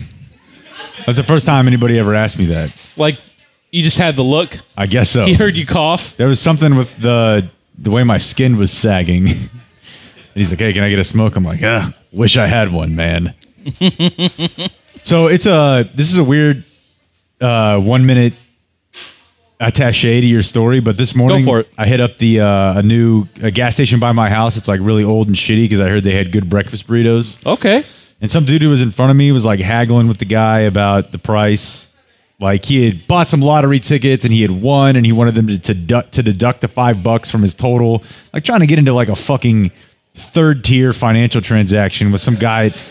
Speaker 3: That's the first time anybody ever asked me that.
Speaker 4: Like you just had the look.
Speaker 3: I guess
Speaker 4: [LAUGHS]
Speaker 3: so.
Speaker 4: He heard you cough.
Speaker 3: There was something with the the way my skin was sagging. [LAUGHS] and he's like, "Hey, can I get a smoke?" I'm like, "Ah, wish I had one, man."
Speaker 4: [LAUGHS]
Speaker 3: so it's a this is a weird uh, one minute attaché to your story, but this morning
Speaker 4: for it.
Speaker 3: I hit up the uh, a new a gas station by my house. It's like really old and shitty because I heard they had good breakfast burritos.
Speaker 4: Okay.
Speaker 3: And some dude who was in front of me was like haggling with the guy about the price. Like he had bought some lottery tickets and he had won, and he wanted them to to, du- to deduct the five bucks from his total. Like trying to get into like a fucking third tier financial transaction with some guy at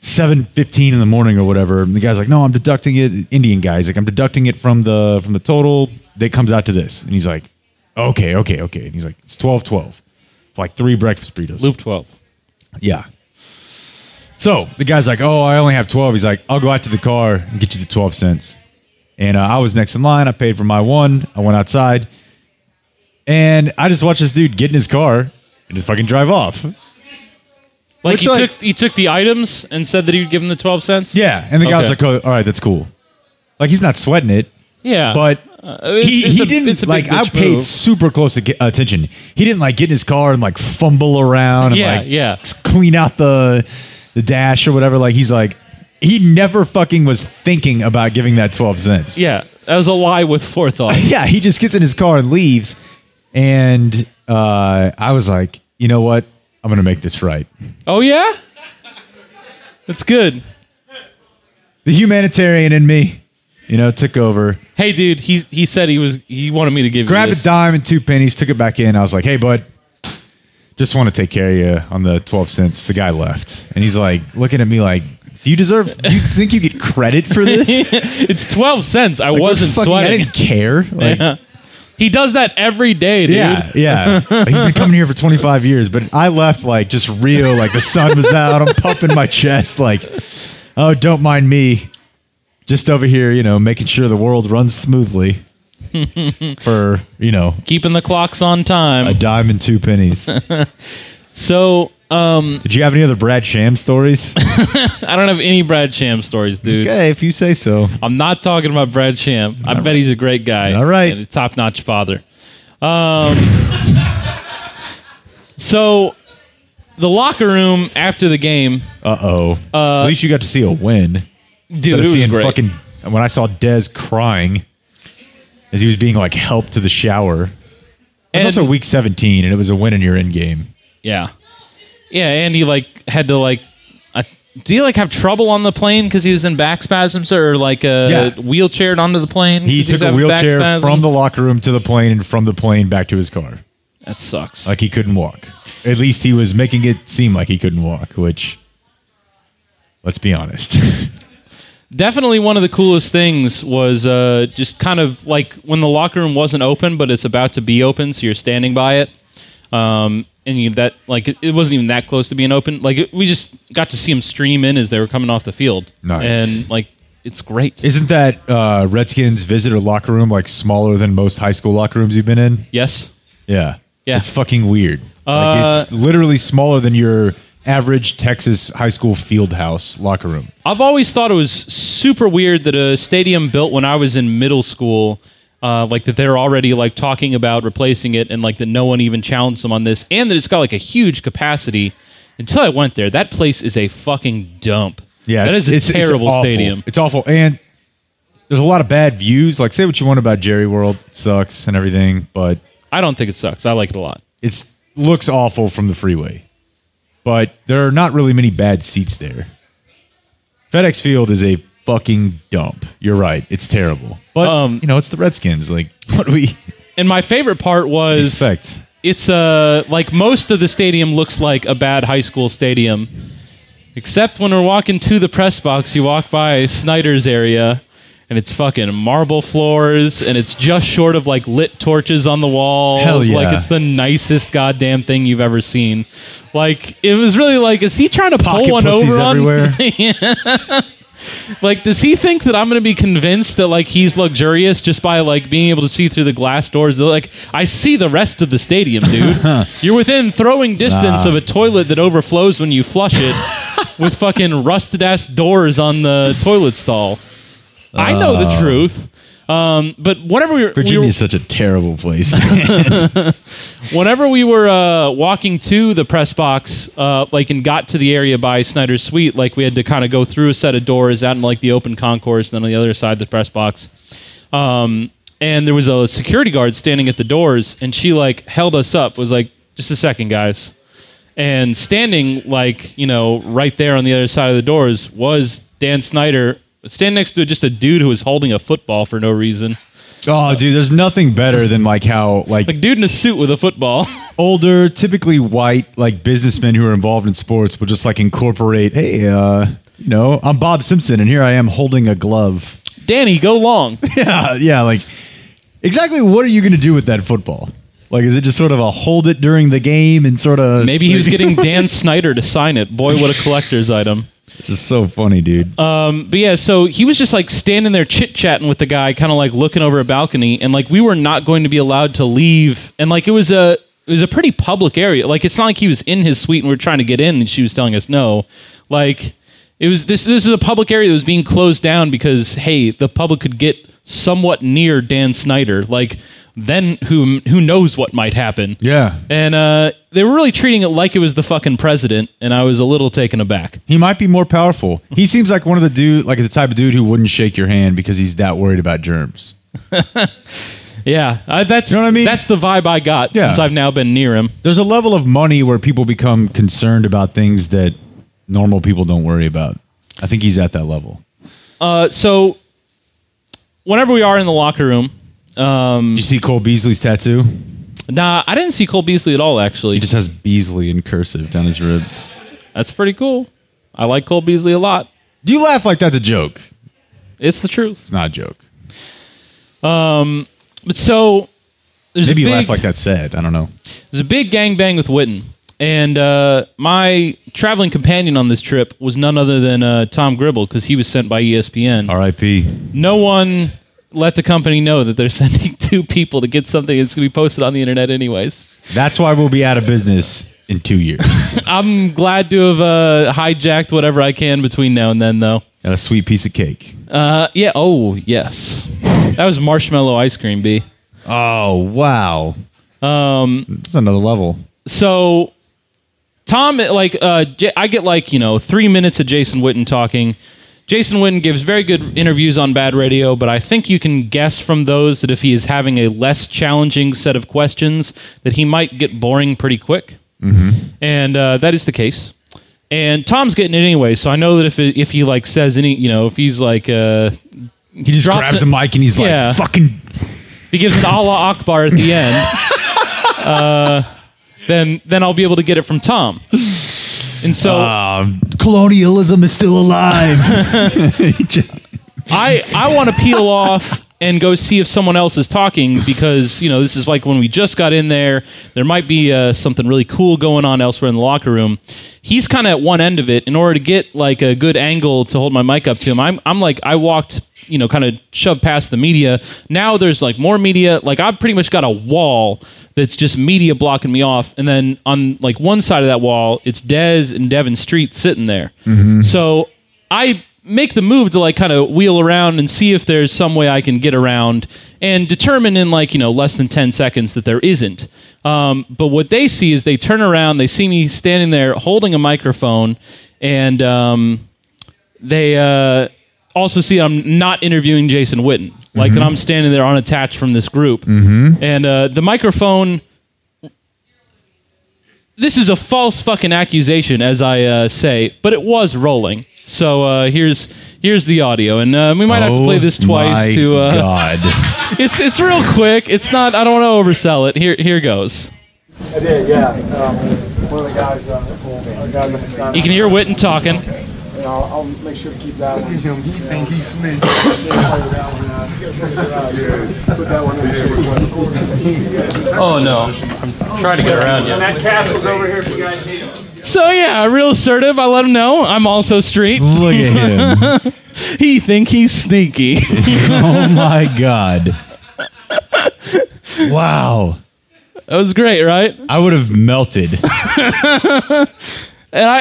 Speaker 3: seven fifteen in the morning or whatever. And the guy's like, "No, I'm deducting it." Indian guy. He's like, "I'm deducting it from the from the total that comes out to this." And he's like, "Okay, okay, okay." And he's like, "It's twelve twelve, like three breakfast burritos."
Speaker 4: Loop twelve.
Speaker 3: Yeah. So the guy's like, "Oh, I only have 12." He's like, "I'll go out to the car and get you the 12 cents." And uh, I was next in line. I paid for my one. I went outside, and I just watched this dude get in his car and just fucking drive off.
Speaker 4: Like
Speaker 3: Which,
Speaker 4: he
Speaker 3: like-
Speaker 4: took he took the items and said that he would give him the twelve cents.
Speaker 3: Yeah, and the guy was
Speaker 4: Okay.
Speaker 3: like, oh, "All right, that's cool." Like he's not sweating it,
Speaker 4: Yeah.
Speaker 3: but
Speaker 4: it's-
Speaker 3: he, he
Speaker 4: it's a- it's a
Speaker 3: didn't
Speaker 4: big
Speaker 3: like. I
Speaker 4: bitch
Speaker 3: paid
Speaker 4: move.
Speaker 3: super close to get- attention. He didn't like get in his car and like fumble around. And,
Speaker 4: Yeah,
Speaker 3: like,
Speaker 4: yeah.
Speaker 3: Clean out the the dash or whatever. Like he's like he never fucking was thinking about giving that twelve cents.
Speaker 4: yeah, that was a lie with
Speaker 3: [LAUGHS]
Speaker 4: forethought.
Speaker 3: Yeah, he just gets in his car and leaves. And uh, I was like, you know what? I'm gonna make this right.
Speaker 4: Oh yeah, that's good.
Speaker 3: The humanitarian in me, you know, took over.
Speaker 4: Hey, dude, he he said he was he wanted me to give
Speaker 3: grabbed
Speaker 4: you
Speaker 3: a
Speaker 4: this.
Speaker 3: dime and two pennies, took it back in. I was like, "Hey, bud, just want to take care of you on the twelve cents." The guy left, and he's like looking at me like, "Do you deserve? Do you think you get credit for
Speaker 4: [LAUGHS]
Speaker 3: this?" Like,
Speaker 4: it's twelve cents. I
Speaker 3: we're
Speaker 4: wasn't
Speaker 3: fucking- I
Speaker 4: sweating.
Speaker 3: didn't care. Like,
Speaker 4: Yeah. He does that every day, dude.
Speaker 3: yeah, yeah. Like, he's been coming here for twenty five years, but I left like just real. Like the sun was out. I'm pumping my chest. Like, oh, don't mind me. Just over here, you know, making sure the world runs smoothly
Speaker 4: [LAUGHS]
Speaker 3: for, you know,
Speaker 4: Keeping the clocks on
Speaker 3: a
Speaker 4: time.
Speaker 3: dime and two pennies.
Speaker 4: So um,
Speaker 3: Did you have any other Brad Sham stories?
Speaker 4: I don't have any Brad Sham stories,
Speaker 3: [LAUGHS]
Speaker 4: dude.
Speaker 3: okay, if you say so.
Speaker 4: I'm not talking about Brad Sham. I bet he's a great guy.
Speaker 3: All right.
Speaker 4: And a top notch father. Um, [LAUGHS] so the locker room after the game,
Speaker 3: Uh-oh. At least you got to see a win.
Speaker 4: Uh, dude,
Speaker 3: Instead of
Speaker 4: it was
Speaker 3: seeing
Speaker 4: great.
Speaker 3: fucking when I saw Dez crying as he was being like helped to the shower. It
Speaker 4: And-
Speaker 3: was also week 17 and it was a win in your end game.
Speaker 4: Yeah, yeah, and he like had to like. I do you like have trouble on the plane because he was in back spasms or like uh,
Speaker 3: Yeah.
Speaker 4: wheelchaired onto the plane?
Speaker 3: He
Speaker 4: 'cause was
Speaker 3: took a
Speaker 4: having back
Speaker 3: wheelchair from
Speaker 4: spasms?
Speaker 3: the locker room to the plane and from the plane back to his car.
Speaker 4: That sucks.
Speaker 3: Like he couldn't walk. At least he was making it seem like he couldn't walk, which let's be honest. [LAUGHS]
Speaker 4: Definitely one of the coolest things was uh, just kind of like when the locker room wasn't open, but it's about to be open, so you're standing by it. Um, and you, that like it, it wasn't even that close to being open. Like it, we just got to see them stream in as they were coming off the field.
Speaker 3: Nice.
Speaker 4: And like it's great.
Speaker 3: Isn't that uh, Redskins visitor locker room like smaller than most high school locker rooms you've been in?
Speaker 4: yes.
Speaker 3: Yeah.
Speaker 4: Yeah. Uh,
Speaker 3: It's fucking weird. like it's literally smaller than your average Texas high school field house locker room.
Speaker 4: I've always thought it was super weird that a stadium built when I was in middle school, uh, like that they're already like talking about replacing it, and like that no one even challenged them on this, and that it's got like a huge capacity. Until I went there, that place is a fucking dump.
Speaker 3: Yeah,
Speaker 4: that is a terrible
Speaker 3: awful.
Speaker 4: stadium.
Speaker 3: It's awful, and there's a lot of bad views. Like, say what you want about Jerry World, it sucks and everything, but
Speaker 4: I don't think it sucks. I like it a lot.
Speaker 3: it looks awful from the freeway. But there are not really many bad seats there. FedEx Field is a fucking dump. You're right; it's terrible. But
Speaker 4: Um,
Speaker 3: you know, it's the Redskins. Like, [LAUGHS] what do we
Speaker 4: And my favorite part was
Speaker 3: expect?
Speaker 4: it's uh like most of the stadium looks like a bad high school stadium except when we're walking to the press box you walk by snyder's area and it's fucking marble floors and it's just short of like lit torches on the walls
Speaker 3: Hell yeah.
Speaker 4: like it's the nicest goddamn thing you've ever seen like it was really like is he trying to
Speaker 3: Pocket
Speaker 4: pull one
Speaker 3: pussies
Speaker 4: over on [LAUGHS]
Speaker 3: everywhere.
Speaker 4: like, does he think that I'm going to be convinced that like he's luxurious just by like being able to see through the glass doors? They're like, I see the rest of the stadium, dude. You're within throwing distance of a toilet that overflows when you flush it, with fucking rusted ass doors on the toilet stall. I know the truth. Um, but whenever we were, we were-
Speaker 3: Virginia's such a terrible
Speaker 4: [LAUGHS]
Speaker 3: place.
Speaker 4: whenever we were uh, walking to the press box, uh, like and got to the area by Snyder's suite, like we had to kind of go through a set of doors out in like the open concourse, and then on the other side the press box. Um, and there was a security guard standing at the doors, and she like held us up, was like, "Just a second, guys." And standing like you know right there on the other side of the doors was Dan Snyder. Standing next to just a dude who was holding a football for no reason,
Speaker 3: oh, dude, there's nothing better than like how like
Speaker 4: like dude in a suit with a football. [LAUGHS]
Speaker 3: older, typically white, like businessmen who are involved in sports will just like incorporate, hey, uh, you know, I'm Bob Simpson and here I am holding a
Speaker 4: [LAUGHS]
Speaker 3: glove.
Speaker 4: Danny, go long.
Speaker 3: Yeah, yeah, like exactly what are you going to do with that football? Like, is it just sort of a hold it during the game and sort of
Speaker 4: Maybe he was getting Dan Snyder to sign it. Boy, what a collector's item.
Speaker 3: [LAUGHS] just so funny,
Speaker 4: Uh,
Speaker 3: dude.
Speaker 4: But yeah, so he was just like standing there chit chatting with the guy, kind of like looking over a balcony, and like we were not going to be allowed to leave. And like it was a it was a pretty public area. Like it's not like he was in his suite and we were trying to get in and she was telling us no. Like it was this this is a public area that was being closed down because hey, the public could get somewhat near Dan Snyder. Like then who who knows what might happen.
Speaker 3: yeah,
Speaker 4: And uh, they were really treating it like it was the fucking president, and I was a little taken aback.
Speaker 3: he might be more powerful. He seems like one of the dude, like the type of dude who wouldn't shake your hand because he's that worried about germs.
Speaker 4: Yeah, I, that's
Speaker 3: You know what I mean?
Speaker 4: That's the vibe I got
Speaker 3: Yeah.
Speaker 4: since I've now been near him.
Speaker 3: There's a level of money where people become concerned about things that normal people don't worry about. I think he's at that level.
Speaker 4: Uh, so, whenever we are in the locker room,
Speaker 3: Did you see Cole Beasley's tattoo?
Speaker 4: nah, I didn't see Cole Beasley at all. Actually,
Speaker 3: He just has Beasley in cursive down his ribs.
Speaker 4: that's pretty cool. I like Cole Beasley a lot.
Speaker 3: Do you laugh like that's a joke?
Speaker 4: It's the truth.
Speaker 3: It's not a joke.
Speaker 4: But so there's
Speaker 3: Maybe
Speaker 4: a
Speaker 3: you
Speaker 4: big,
Speaker 3: laugh like that's sad. I don't know.
Speaker 4: There's a big gangbang with Witten. And uh, my traveling companion on this trip was none other than uh, Tom Gribble because he was sent by E ESPN.
Speaker 3: R.I.P.
Speaker 4: no one let the company know that they're [LAUGHS] sending two people to get something that's going to be posted on the internet anyways.
Speaker 3: That's why we'll be out of business in two years. [LAUGHS]
Speaker 4: I'm glad to have uh, hijacked whatever I can between now and then, though.
Speaker 3: Got a sweet piece of cake.
Speaker 4: Uh, yeah. Oh, yes. That was marshmallow ice cream, B.
Speaker 3: Oh wow. Um, that's another level.
Speaker 4: so Tom, like, uh, J- I get like you know three minutes of Jason Witten talking. Jason Witten gives very good interviews on Bad Radio, but I think you can guess from those that if he is having a less challenging set of questions, that he might get boring pretty quick, and uh, that is the case. And Tom's getting it anyway, so I know that if it, if he like says any, you know, if he's like uh,
Speaker 3: He just
Speaker 4: Drops
Speaker 3: grabs
Speaker 4: it-
Speaker 3: the mic and he's
Speaker 4: Yeah.
Speaker 3: like, "Fucking
Speaker 4: he gives an Allah Akbar at the end, uh, then then I'll be able to get it from Tom. And so
Speaker 3: Ah. colonialism is still alive. [LAUGHS]
Speaker 4: I I want to peel off and go see if someone else is talking because you know this is like when we just got in there. There might be uh, something really cool going on elsewhere in the locker room. He's kind of at one end of it. In order to get like a good angle to hold my mic up to him, I'm I'm like I walked you know kind of shoved past the media. Now there's like more media. Like I've pretty much got a wall that's just media blocking me off, and then on like one side of that wall, it's Dez and Devin Street sitting there. So I make the move to like kind of wheel around and see if there's some way I can get around and determine in like, you know, less than 10 seconds that there isn't. Um, but what they see is they turn around, they see me standing there holding a microphone, and um, they uh, also see I'm not interviewing Jason Witten. Like
Speaker 3: Mm-hmm.
Speaker 4: that I'm standing there unattached from this group. And uh, the microphone this is a false fucking accusation, as I uh, say, but it was rolling. So uh, here's here's the audio, and uh, we might have to play this twice.
Speaker 3: Oh My
Speaker 4: to uh,
Speaker 3: God,
Speaker 4: [LAUGHS] it's it's real quick. It's not. I don't want to oversell it. Here here goes.
Speaker 2: I did, yeah. Um, one of the guys, uh, a guy with the sign.
Speaker 4: You can hear Witten talking.
Speaker 2: And I'll, I'll make sure to keep that one.
Speaker 5: him. He think he's slick.
Speaker 2: that one uh, [LAUGHS] put that one in
Speaker 4: Oh no! I'm trying to get around you.
Speaker 2: Matt Castle's over here if you guys need him.
Speaker 4: So yeah, real assertive. I let him know I'm also street.
Speaker 3: look at him!
Speaker 4: He think he's sneaky. [LAUGHS]
Speaker 3: Oh my God! Wow,
Speaker 4: that was great, right?
Speaker 3: I would have melted.
Speaker 4: and I,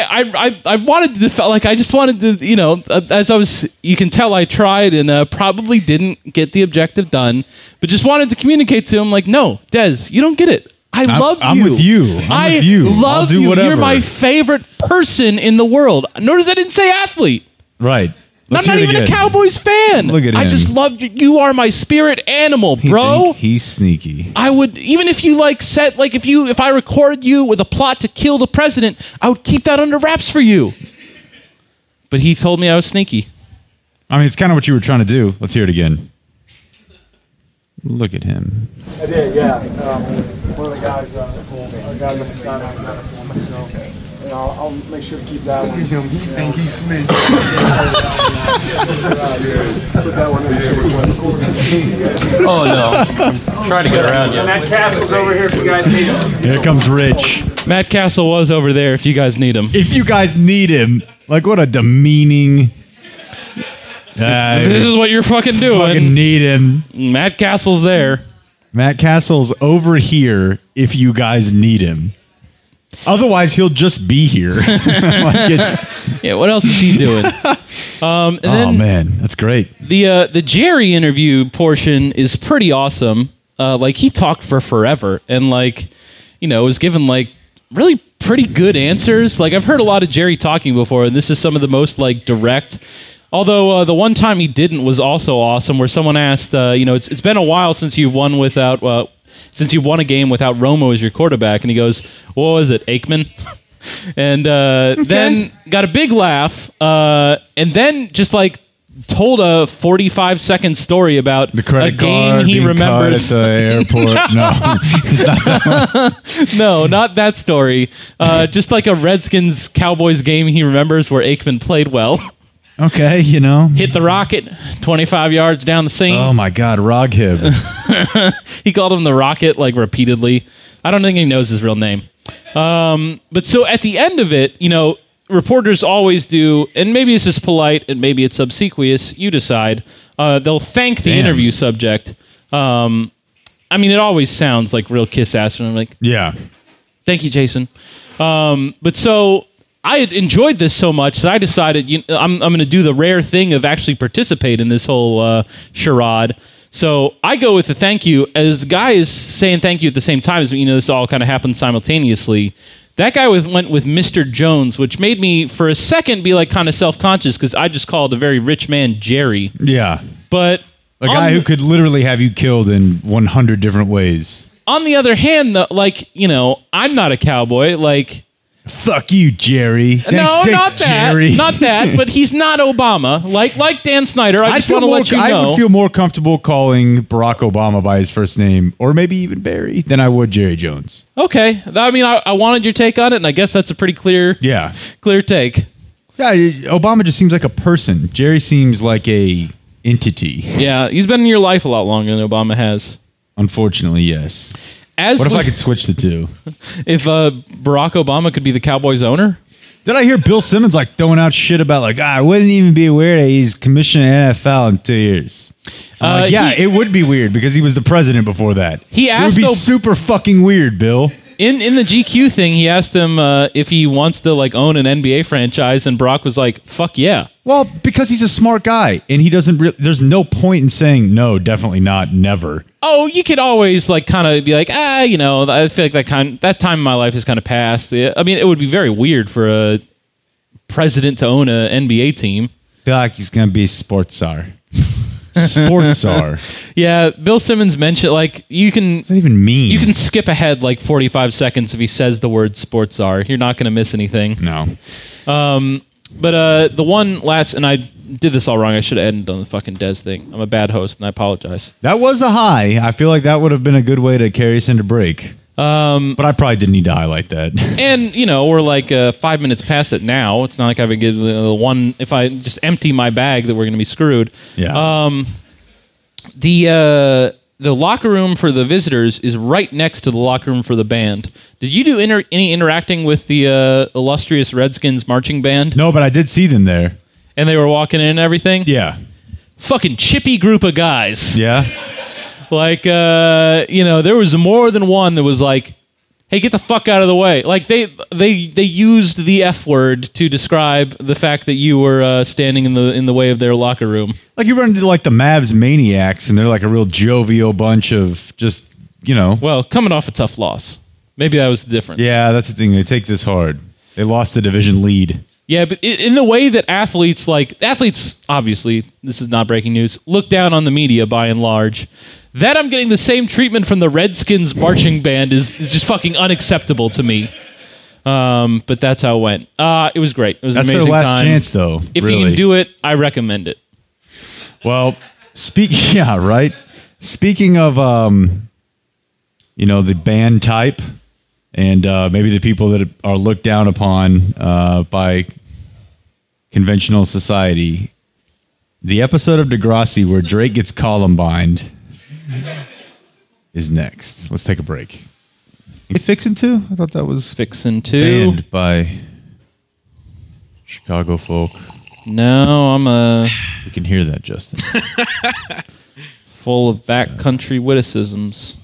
Speaker 4: I, I, I wanted to felt like I just wanted to, you know, uh, as I was, you can tell I tried and uh, probably didn't get the objective done, but just wanted to communicate to him like, no, Dez, you don't get it. I
Speaker 3: I'm-
Speaker 4: love
Speaker 3: I'm
Speaker 4: you.
Speaker 3: with you. I'm
Speaker 4: I
Speaker 3: with you. I'll
Speaker 4: love
Speaker 3: do
Speaker 4: you.
Speaker 3: whatever.
Speaker 4: You're my favorite person in the world. Notice I didn't say athlete.
Speaker 3: Right?
Speaker 4: I'm not
Speaker 3: hear it
Speaker 4: even a
Speaker 3: again.
Speaker 4: Cowboys fan.
Speaker 3: Look at
Speaker 4: I
Speaker 3: him.
Speaker 4: just love you. You are my spirit animal,
Speaker 3: He
Speaker 4: bro.
Speaker 3: think he's sneaky.
Speaker 4: I would even if you like set like if you if I recorded you with a plot to kill the president, I would keep that under wraps for you. But he told me I was sneaky.
Speaker 3: I mean, it's kind of what you were trying to do. Let's hear it again. Look at him.
Speaker 2: I did, yeah. Um, one of the guys, uh, a guy with the sign. So, and I'll, I'll make sure to keep that one.
Speaker 5: Look at him. He think he's slick.
Speaker 2: Put that one in
Speaker 4: Oh no. I'm trying to get around you.
Speaker 2: Matt Castle's over here if you guys need him.
Speaker 3: Here comes Rich.
Speaker 4: Matt Castle was over there if you guys need him.
Speaker 3: If you guys need him, like what a demeaning. Uh,
Speaker 4: This is what you're fucking doing.
Speaker 3: fucking need him.
Speaker 4: Matt Castle's there.
Speaker 3: Matt Castle's over here if you guys need him. Otherwise, he'll just be here.
Speaker 4: [LAUGHS]
Speaker 3: Oh, like it's,
Speaker 4: Yeah, what else is
Speaker 3: [LAUGHS]
Speaker 4: he doing? Um and
Speaker 3: oh
Speaker 4: then
Speaker 3: man, that's great.
Speaker 4: the uh, the Jerry interview portion is pretty awesome. Uh, like he talked for forever, and like you know was given like really pretty good answers. Like I've heard a lot of Jerry talking before, and this is some of the most like direct. Although uh, the one time he didn't was also awesome, where someone asked, uh, you know, it's it's been a while since you've won without uh, since you've won a game without Romo as your quarterback, and he goes, "What was it, Aikman?" [LAUGHS] and uh, then got a big laugh, uh, and then just like told a 45 second story about
Speaker 3: The credit
Speaker 4: a game
Speaker 3: card
Speaker 4: he
Speaker 3: being
Speaker 4: remembers.
Speaker 3: caught at the
Speaker 4: [LAUGHS]
Speaker 3: airport. no,
Speaker 4: no, not that story. Uh, just like a Redskins Cowboys game he remembers where Aikman played well, [LAUGHS]
Speaker 3: okay, you know.
Speaker 4: hit the rocket 25 yards down the seam.
Speaker 3: Oh my God, Roghib.
Speaker 4: he called him the Rocket like repeatedly. I don't think he knows his real name. Um, but so at the end of it, you know, reporters always do, and maybe this is polite and maybe it's obsequious. You decide. Uh, they'll thank the
Speaker 3: Damn.
Speaker 4: interview subject. Um, I mean, it always sounds like real kiss ass, and I'm like,
Speaker 3: Yeah,
Speaker 4: Thank you, Jason. Um, but so I had enjoyed this so much that I decided you, I'm, I'm going to do the rare thing of actually participate in this whole uh, charade. So I go with the thank you as the guy is saying thank you at the same time as you know this all kind of happened simultaneously. That guy with, went with Mr. Jones, which made me for a second be like kind of self conscious because I just called a very rich man Jerry,
Speaker 3: yeah.
Speaker 4: but
Speaker 3: A
Speaker 4: on
Speaker 3: guy who
Speaker 4: the-
Speaker 3: could literally have you killed in 100 different ways.
Speaker 4: on the other hand, though, like you know, I'm not a cowboy. Like
Speaker 3: Fuck you, Jerry. Thanks,
Speaker 4: no,
Speaker 3: thanks,
Speaker 4: not that.
Speaker 3: Jerry.
Speaker 4: Not that. But he's not Obama. Like like Dan Snyder. I
Speaker 3: I'd
Speaker 4: just
Speaker 3: feel
Speaker 4: want to
Speaker 3: more,
Speaker 4: let you
Speaker 3: I
Speaker 4: know.
Speaker 3: would feel more comfortable calling Barack Obama by his first name, or maybe even Barry, than I would Jerry Jones.
Speaker 4: okay. Th- I mean, I, I wanted your take on it, and I guess that's a pretty clear
Speaker 3: Yeah,
Speaker 4: clear take.
Speaker 3: yeah. Obama just seems like a person. Jerry seems like a entity.
Speaker 4: Yeah, he's been in your life a lot longer than Obama has.
Speaker 3: Unfortunately, yes.
Speaker 4: As
Speaker 3: What if
Speaker 4: with-
Speaker 3: I could switch the two?
Speaker 4: [LAUGHS] if uh, Barack Obama could be the Cowboys owner?
Speaker 3: Did I hear Bill Simmons like throwing out shit about like "Ah, I wouldn't even be aware that he's commissioner of NFL in two years? I'm
Speaker 4: Uh,
Speaker 3: like, yeah,
Speaker 4: he-
Speaker 3: it would be weird because he was the president before that.
Speaker 4: He
Speaker 3: it would
Speaker 4: asked
Speaker 3: be
Speaker 4: Ob-
Speaker 3: super fucking weird, Bill.
Speaker 4: In in the GQ thing, he asked him uh, if he wants to like own an NBA franchise, and Barack was like, "Fuck yeah."
Speaker 3: Well, because he's a smart guy and he doesn't. Re- there's no point in saying no, definitely not, never.
Speaker 4: Oh, you could always like kind of be like, ah, you know, I feel like that kind that time in my life has kind of passed. Yeah, I mean, it would be very weird for a president to own an NBA team.
Speaker 3: feel like he's gonna be a sports czar. [LAUGHS] sports czar. What does
Speaker 4: Yeah, Bill Simmons mentioned like you can
Speaker 3: that even mean?
Speaker 4: you can skip ahead like 45 seconds if he says the word sports are. You're not going to miss anything.
Speaker 3: no.
Speaker 4: But uh, the one last, and I did this all wrong. I should have ended on the fucking Des thing. I'm a bad host, and I apologize.
Speaker 3: That was a high. I feel like that would have been a good way to carry us into break. Um, but I probably didn't need to highlight that. [LAUGHS]
Speaker 4: And you know, we're like uh, five minutes past it now. It's not like I've been given the uh, one. If I just empty my bag, that we're going to be screwed.
Speaker 3: yeah. Um,
Speaker 4: The uh, the locker room for the visitors is right next to the locker room for the band. Did you do inter- any interacting with the uh, illustrious Redskins marching band?
Speaker 3: no, but I did see them there.
Speaker 4: And they were walking in and everything.
Speaker 3: Yeah.
Speaker 4: Fucking chippy group of guys.
Speaker 3: Yeah.
Speaker 4: Like, uh, you know, there was more than one that was like, "Hey, get the fuck out of the way!" Like they they they used the f word to describe the fact that you were uh, standing in the in the way of their locker room.
Speaker 3: Like you run into like the Mavs maniacs, and they're like a real jovial bunch of just you know.
Speaker 4: Well, coming off a tough loss, maybe that was the difference.
Speaker 3: Yeah, that's the thing. They take this hard. They lost the division lead.
Speaker 4: yeah, but i- in the way that athletes like athletes, obviously, this is not breaking news. Look down on the media by and large. That I'm getting the same treatment from the Redskins marching band is, is just fucking unacceptable to me. Um, but that's how it went. Uh, it was great. It was
Speaker 3: That's
Speaker 4: an
Speaker 3: their
Speaker 4: amazing
Speaker 3: last
Speaker 4: time.
Speaker 3: chance, though.
Speaker 4: If
Speaker 3: really.
Speaker 4: you can do it, I recommend it.
Speaker 3: Well, speak [LAUGHS] yeah, right. Speaking of um you know, the band type and uh maybe the people that are looked down upon uh by conventional society. The episode of Degrassi where Drake gets Columbined is next. Let's take a break. It's fixing too? I thought that was
Speaker 4: Fixin' two.
Speaker 3: banned by Chicago folk.
Speaker 4: No, I'm uh,
Speaker 3: We can hear that, Justin.
Speaker 4: full of backcountry witticisms.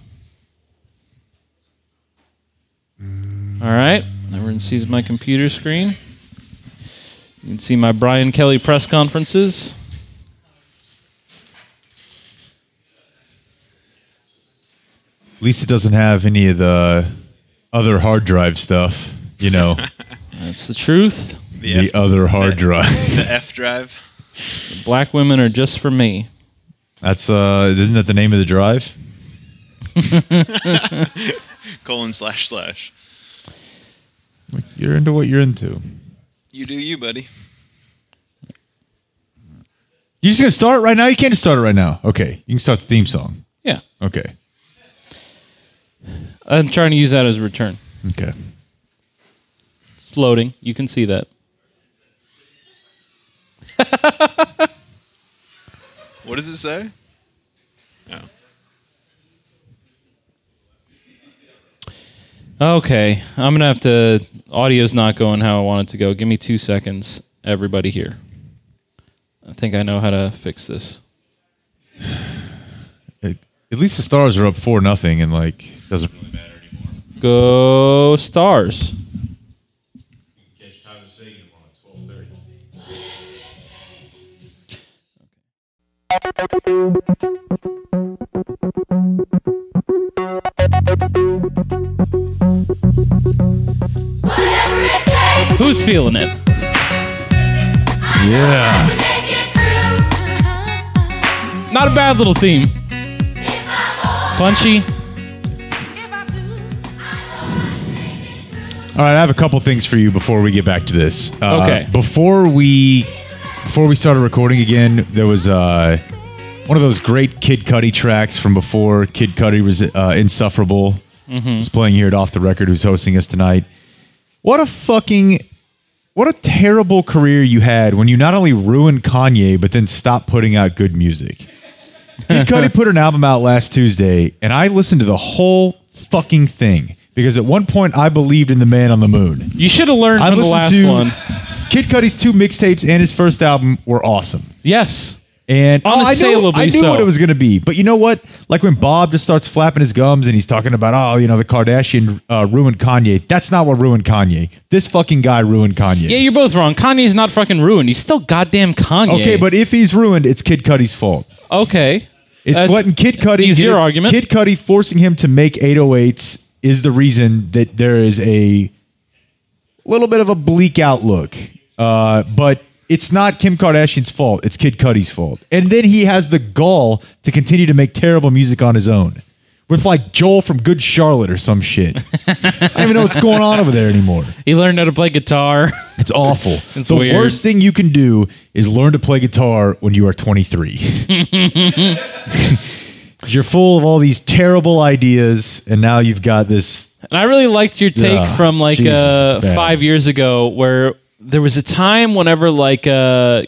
Speaker 4: All right, everyone sees my computer screen. You can see my Brian Kelly press conferences.
Speaker 3: At least it doesn't have any of the other hard drive stuff. You know,
Speaker 4: That's the truth.
Speaker 3: the other hard drive. [LAUGHS]
Speaker 6: The F drive.
Speaker 4: Black women are just for me.
Speaker 3: That's uh, isn't that the name of the drive?
Speaker 6: Colon slash slash.
Speaker 3: You're into what you're into.
Speaker 6: You do you, buddy.
Speaker 3: You're just gonna start right now. You can't just start it right now. Okay, you can start the theme song.
Speaker 4: Yeah,
Speaker 3: Okay,
Speaker 4: I'm trying to use that as a return.
Speaker 3: okay.
Speaker 4: It's loading. You can see that.
Speaker 6: What does it say? Oh.
Speaker 4: Okay, I'm gonna have to. Audio's not going how I want it to go. Give me two seconds, everybody here. I think I know how to fix this.
Speaker 3: At at least the stars are up four nothing, and like doesn't really matter anymore.
Speaker 4: Go Stars. Who's feeling it?
Speaker 3: Yeah,
Speaker 4: Not a bad little theme. It's punchy.
Speaker 3: All right, I have a couple things for you before we get back to this. Uh,
Speaker 4: Okay.
Speaker 3: Before we before we started recording again, there was uh, one of those great Kid Cudi tracks from before Kid Cudi was uh, insufferable. He's playing here at Off the Record, who's hosting us tonight. What a fucking what a terrible career you had when you not only ruined Kanye but then stopped putting out good music. Kid Cudi put an album out last Tuesday, and I listened to the whole fucking thing because at one point I believed in the man on the moon.
Speaker 4: You should have learned
Speaker 3: I
Speaker 4: from the
Speaker 3: listened
Speaker 4: last
Speaker 3: to
Speaker 4: one.
Speaker 3: Kid Cudi's two mixtapes and his first album were awesome.
Speaker 4: Yes.
Speaker 3: And oh, I knew,
Speaker 4: Unassailably
Speaker 3: I knew
Speaker 4: so.
Speaker 3: what it was going to be. But you know what? Like when Bob just starts flapping his gums and he's talking about, oh, you know, the Kardashian uh, ruined Kanye. That's not what ruined Kanye. This fucking guy ruined Kanye.
Speaker 4: Yeah, you're both wrong. Kanye's not fucking ruined. He's still goddamn Kanye.
Speaker 3: okay, but if he's ruined, it's Kid Cudi's fault.
Speaker 4: okay.
Speaker 3: It's
Speaker 4: That's-
Speaker 3: letting Kid Cudi.
Speaker 4: use your argument.
Speaker 3: Kid Cudi forcing him to make 808s is the reason that there is a little bit of a bleak outlook. Uh, but it's not Kim Kardashian's fault. It's Kid Cudi's fault. And then he has the gall to continue to make terrible music on his own with like Joel from Good Charlotte or some shit. [LAUGHS] I don't even know what's going on over there anymore.
Speaker 4: He learned how to play guitar. [LAUGHS]
Speaker 3: It's awful.
Speaker 4: It's
Speaker 3: the
Speaker 4: weird.
Speaker 3: worst thing you can do is learn to play guitar when you are 23. 'Cause [LAUGHS] You're full of all these terrible ideas, and now you've got this.
Speaker 4: And I really liked your take
Speaker 3: Yeah.
Speaker 4: from like
Speaker 3: Jesus,
Speaker 4: uh,
Speaker 3: it's bad.
Speaker 4: five years ago, where there was a time whenever like uh,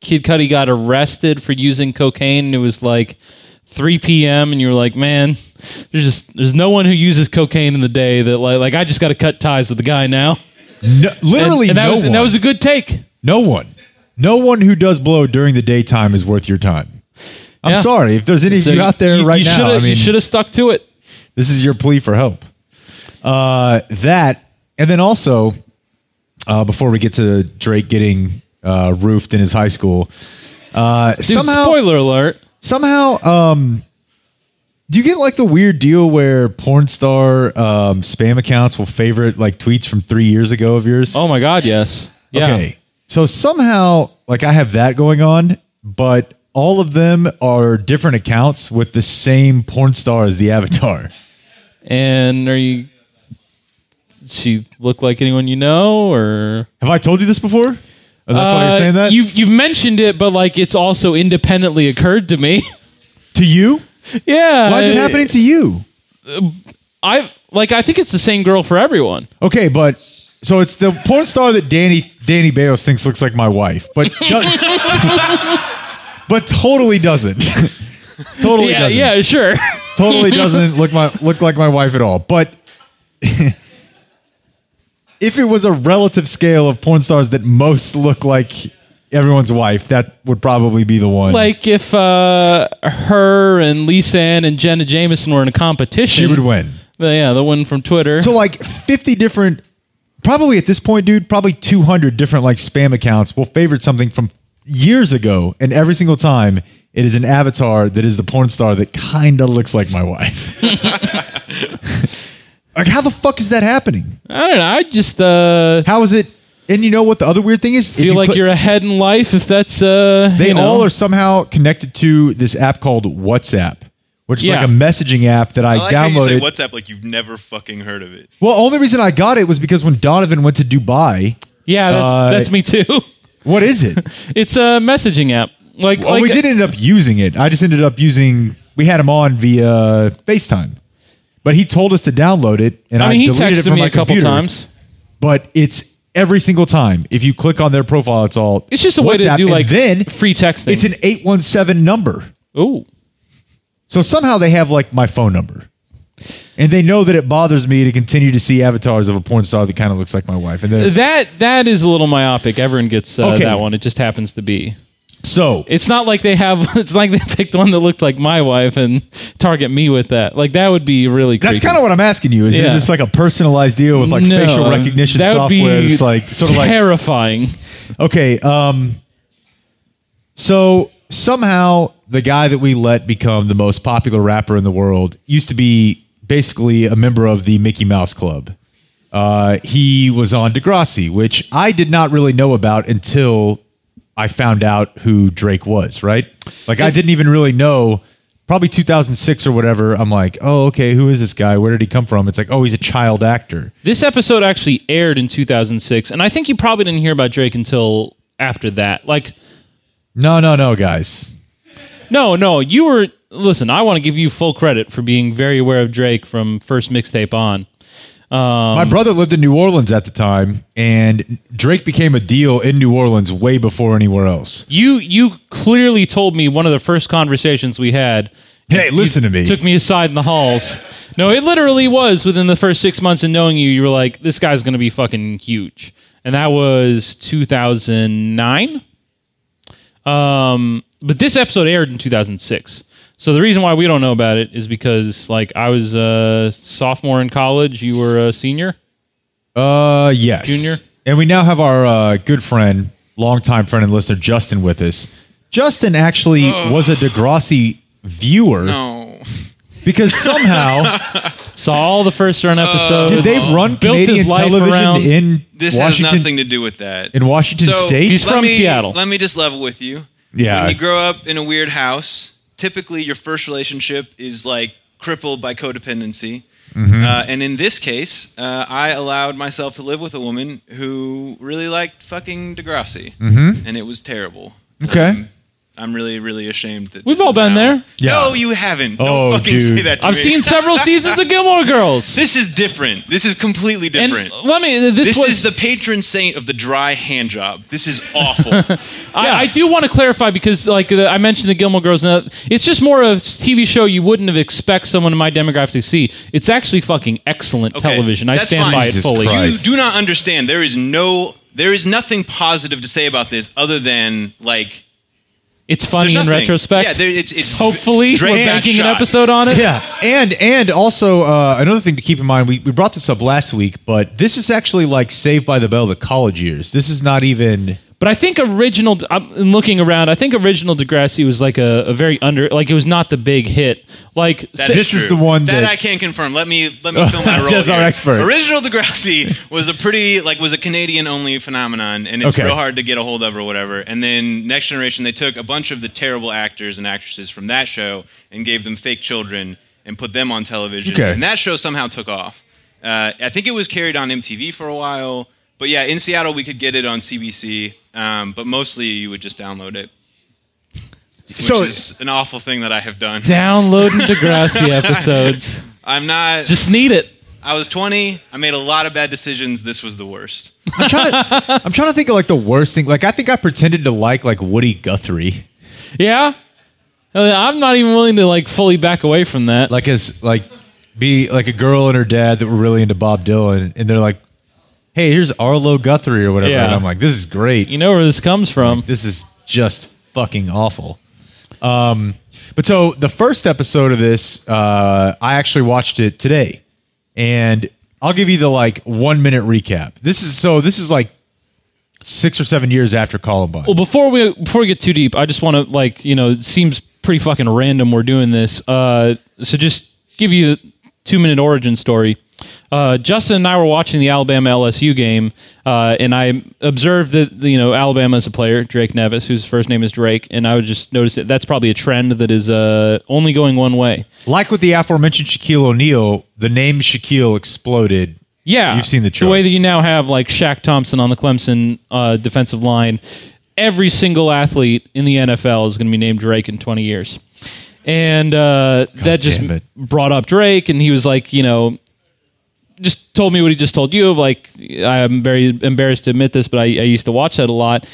Speaker 4: Kid Cudi got arrested for using cocaine, and it was like 3 p.m. and you were like, man, there's just there's no one who uses cocaine in the day that like like I just got to cut ties with the guy now.
Speaker 3: No,
Speaker 4: And-
Speaker 3: literally,
Speaker 4: and, that
Speaker 3: no,
Speaker 4: was
Speaker 3: one,
Speaker 4: and that was a good take.
Speaker 3: no one. No one who does blow during the daytime is worth your time. I'm
Speaker 4: Yeah.
Speaker 3: sorry if there's any of
Speaker 4: So
Speaker 3: you out there
Speaker 4: you-
Speaker 3: right
Speaker 4: you
Speaker 3: now.
Speaker 4: shoulda-
Speaker 3: I
Speaker 4: you
Speaker 3: mean,
Speaker 4: should have stuck to it.
Speaker 3: this is your plea for help. Uh, that, and then also, uh, before we get to Drake getting uh, roofed in his high school, uh,
Speaker 4: Dude,
Speaker 3: somehow
Speaker 4: spoiler alert.
Speaker 3: somehow um do you get like the weird deal where porn star um, spam accounts will favorite like tweets from three years ago of yours
Speaker 4: Oh my god, yes. Yeah.
Speaker 3: okay so somehow like i have that going on but all of them are different accounts with the same porn star as the avatar
Speaker 4: And are you? Does she look like anyone you know, or
Speaker 3: have i told you this before Oh, that's why you're saying that
Speaker 4: Uh, You've you've mentioned it, but like it's also independently occurred to me. [LAUGHS]
Speaker 3: to you
Speaker 4: yeah.
Speaker 3: why is it happening to you
Speaker 4: I like I think it's the same girl for everyone.
Speaker 3: Okay, but so it's the porn star that Danny Danny Bales thinks looks like my wife,
Speaker 4: [LAUGHS]
Speaker 3: but does, but totally doesn't. [LAUGHS] totally
Speaker 4: yeah.
Speaker 3: Oh, doesn't.
Speaker 4: Yeah. Sure. [LAUGHS]
Speaker 3: Totally doesn't look my look like my wife at all. But [LAUGHS] if it was a relative scale of porn stars that most look like everyone's wife, that would probably be the one.
Speaker 4: like if uh, her and Lisa Ann and Jenna Jameson were in a competition,
Speaker 3: she would win.
Speaker 4: The, yeah, the one from Twitter. [LAUGHS]
Speaker 3: So like 50 different probably at this point dude, probably 200 different like spam accounts will favorite something from years ago and every single time it is an avatar that is the porn star that kind of looks like my wife. [LAUGHS] like how the fuck is that happening?
Speaker 4: I don't know. I just uh,
Speaker 3: How is it and you know what the other weird thing is? If
Speaker 4: feel
Speaker 3: you
Speaker 4: like
Speaker 3: click-
Speaker 4: you're ahead in life if that's uh,
Speaker 3: they
Speaker 4: you know.
Speaker 3: all are somehow connected to this app called WhatsApp, which is
Speaker 4: Yeah.
Speaker 3: like a messaging app that I,
Speaker 6: I like how
Speaker 3: downloaded.
Speaker 6: you say WhatsApp like you've never fucking heard of it.
Speaker 3: well, only reason I got it was because when Donovan went to Dubai,
Speaker 4: Yeah, that's
Speaker 3: Uh,
Speaker 4: that's me too. [LAUGHS]
Speaker 3: what is it?
Speaker 4: It's a messaging app. Like,
Speaker 3: Well,
Speaker 4: like
Speaker 3: we did end up using it. I just ended up using. We had him on via FaceTime, but he told us to download it, and I,
Speaker 4: I mean, he
Speaker 3: deleted it
Speaker 4: texted
Speaker 3: from
Speaker 4: me
Speaker 3: my
Speaker 4: a couple
Speaker 3: computer,
Speaker 4: times.
Speaker 3: But it's every single time. If you click on their profile, it's all.
Speaker 4: It's just a way to
Speaker 3: WhatsApp,
Speaker 4: do
Speaker 3: and
Speaker 4: like
Speaker 3: then
Speaker 4: free texting.
Speaker 3: it's an eight one seven number.
Speaker 4: Ooh.
Speaker 3: So somehow they have like my phone number, and they know that it bothers me to continue to see avatars of a porn star that kind of looks like my wife. And they're,
Speaker 4: That that is a little myopic. Everyone gets uh,
Speaker 3: Okay.
Speaker 4: that one. It just happens to be.
Speaker 3: so
Speaker 4: It's not like they have. [LAUGHS] It's like they picked one that looked like my wife and target me with that. Like that would be really.
Speaker 3: That's
Speaker 4: creepy.
Speaker 3: kind of what I'm asking you. Is,
Speaker 4: Yeah.
Speaker 3: is this like a personalized deal with like
Speaker 4: No,
Speaker 3: facial recognition
Speaker 4: that would be
Speaker 3: software? It's like sort of like
Speaker 4: terrifying.
Speaker 3: Okay. Um, so somehow the guy that we let become the most popular rapper in the world used to be basically a member of the Mickey Mouse Club. Uh, he was on Degrassi, which I did not really know about until I found out who Drake was, right? Like, I didn't even really know probably 2006 or whatever, I'm like, oh, okay, who is this guy? Where did he come from? It's like, oh, he's a child actor.
Speaker 4: This episode actually aired in 2006, and I think you probably didn't hear about Drake until after that. Like,
Speaker 3: No, no, no, guys.
Speaker 4: no, no, you were. Listen, I want to give you full credit for being very aware of Drake from first mixtape on.
Speaker 3: My
Speaker 4: Mm.
Speaker 3: brother lived in New Orleans at the time, and Drake became a deal in New Orleans way before anywhere else.
Speaker 4: You you clearly told me one of the first conversations we had.
Speaker 3: Hey,
Speaker 4: You
Speaker 3: listen to me.
Speaker 4: Took me aside in the halls. No, it literally was within the first six months of knowing you. You were like, "This guy's going to be fucking huge," and that was 2009. Um, but this episode aired in 2006. So the reason why we don't know about it is because like I was a sophomore in college, you were a senior.
Speaker 3: Uh, yes.
Speaker 4: Junior?
Speaker 3: And we now have our uh, good friend, longtime friend and listener, Justin, with us. Justin actually was a Degrassi viewer
Speaker 6: No.
Speaker 3: because somehow
Speaker 4: Saw all the first run
Speaker 6: Uh,
Speaker 4: episodes.
Speaker 3: did they run
Speaker 4: built his
Speaker 3: Canadian
Speaker 4: life
Speaker 3: television
Speaker 4: around-
Speaker 3: in
Speaker 6: This
Speaker 3: Washington
Speaker 6: has nothing to do with that.
Speaker 3: in Washington
Speaker 6: So-
Speaker 3: State?
Speaker 4: He's
Speaker 6: Let
Speaker 4: from
Speaker 6: me-
Speaker 4: Seattle.
Speaker 6: Let me just level with you.
Speaker 3: Yeah.
Speaker 6: When you grow up in a weird house, typically your first relationship is like crippled by codependency.
Speaker 3: Mm-hmm.
Speaker 6: Uh, and in this case, uh, I allowed myself to live with a woman who really liked fucking Degrassi, mm-hmm. and it was terrible.
Speaker 3: Okay.
Speaker 6: Um, I'm really, really ashamed that
Speaker 4: We've
Speaker 6: this
Speaker 4: all
Speaker 6: is
Speaker 4: been
Speaker 6: now-
Speaker 4: there.
Speaker 3: Yeah.
Speaker 6: No, you haven't. Don't
Speaker 3: Oh,
Speaker 6: fucking say
Speaker 3: dude.
Speaker 6: that to
Speaker 4: I've
Speaker 6: me.
Speaker 4: seen several seasons of Gilmore Girls.
Speaker 6: This is different. This is completely
Speaker 4: and
Speaker 6: different.
Speaker 4: let me. This,
Speaker 6: this
Speaker 4: was
Speaker 6: is the patron saint of the dry hand job. This is
Speaker 4: [LAUGHS]
Speaker 6: awful.
Speaker 4: I, I do want to clarify because, like, the, I mentioned the Gilmore Girls. Now, it's just more of a TV show you wouldn't have expect someone in my demographic to see. It's actually fucking excellent
Speaker 6: Okay,
Speaker 4: television. I
Speaker 6: that's
Speaker 4: stand
Speaker 6: fine.
Speaker 4: by it
Speaker 3: Jesus
Speaker 4: fully.
Speaker 3: Christ.
Speaker 6: you do not understand. There is no, there is nothing positive to say about this other than like.
Speaker 4: It's
Speaker 6: There's
Speaker 4: funny in
Speaker 6: nothing.
Speaker 4: retrospect.
Speaker 6: Yeah, there, it's, it's
Speaker 4: Hopefully,
Speaker 6: Drake
Speaker 4: we're
Speaker 6: got
Speaker 4: banking an
Speaker 6: shot.
Speaker 4: episode on it.
Speaker 6: [LAUGHS]
Speaker 3: yeah, and and also uh, another thing to keep in mind, we, we brought this up last week, but this is actually like Saved by the Bell, the college years. This is not even
Speaker 4: But I think original. I'm I'm looking around. I think original Degrassi was like a, a very under. Like it was not the big hit. Like
Speaker 6: That
Speaker 4: say-
Speaker 3: This is the one
Speaker 6: that,
Speaker 3: that-
Speaker 6: I can confirm. Let me
Speaker 3: [LAUGHS]
Speaker 6: let me fill my role.
Speaker 3: Yes, our
Speaker 6: here.
Speaker 3: expert.
Speaker 6: Original Degrassi was a pretty like was a Canadian only phenomenon, and it's
Speaker 3: Okay.
Speaker 6: real hard to get a hold of or whatever. And then Next Generation, they took a bunch of the terrible actors and actresses from that show and gave them fake children and put them on television.
Speaker 3: Okay.
Speaker 6: And that show somehow took off. Uh, I think it was carried on MTV for a while, but yeah, in Seattle we could get it on CBC, um, but mostly you would just download it. Which
Speaker 3: So-
Speaker 6: is an awful thing that I have done.
Speaker 4: [LAUGHS] downloading
Speaker 6: [LAUGHS]
Speaker 4: Degrassi episodes.
Speaker 6: I'm not.
Speaker 4: Just need it.
Speaker 6: I was 20. I made a lot of bad decisions. This was the worst.
Speaker 3: I'm trying to I'm trying to think of like the worst thing. Like I think I pretended to like like Woody Guthrie.
Speaker 4: Yeah. Uh, I'm not even willing to like fully back away from that.
Speaker 3: Like as like be like a girl and her dad that were really into Bob Dylan and they're like, Hey, here's Arlo Guthrie or whatever.
Speaker 4: Yeah.
Speaker 3: And I'm like, This is great.
Speaker 4: you know where this comes from.
Speaker 3: This is just fucking awful. Um but so the first episode of this, uh, I actually watched it today. And I'll give you the like one minute recap. This is so this is like six or seven years after Columbine.
Speaker 4: Well, before we before we get too deep, I just want to like you know, it seems pretty fucking random we're doing this. Uh, so just give you the two minute origin story. Uh, Justin and I were watching the Alabama LSU game, uh, and I observed that you know Alabama is a player, Drake Nevis, whose first name is Drake, and I would just notice that that's probably a trend that is uh, only going one way.
Speaker 3: Like with the aforementioned Shaquille O'Neal, the name Shaquille exploded.
Speaker 4: Yeah,
Speaker 3: You've seen the
Speaker 4: the way
Speaker 3: charts.
Speaker 4: that you now have like Shaq Thompson on the Clemson uh, defensive line. Every single athlete in the NFL is going to be named Drake in 20 years, and uh, that just
Speaker 3: damn it.
Speaker 4: brought up Drake, and he was like, you know, just told me what he just told you of like I'm very embarrassed to admit this, but I, I used to watch that a lot.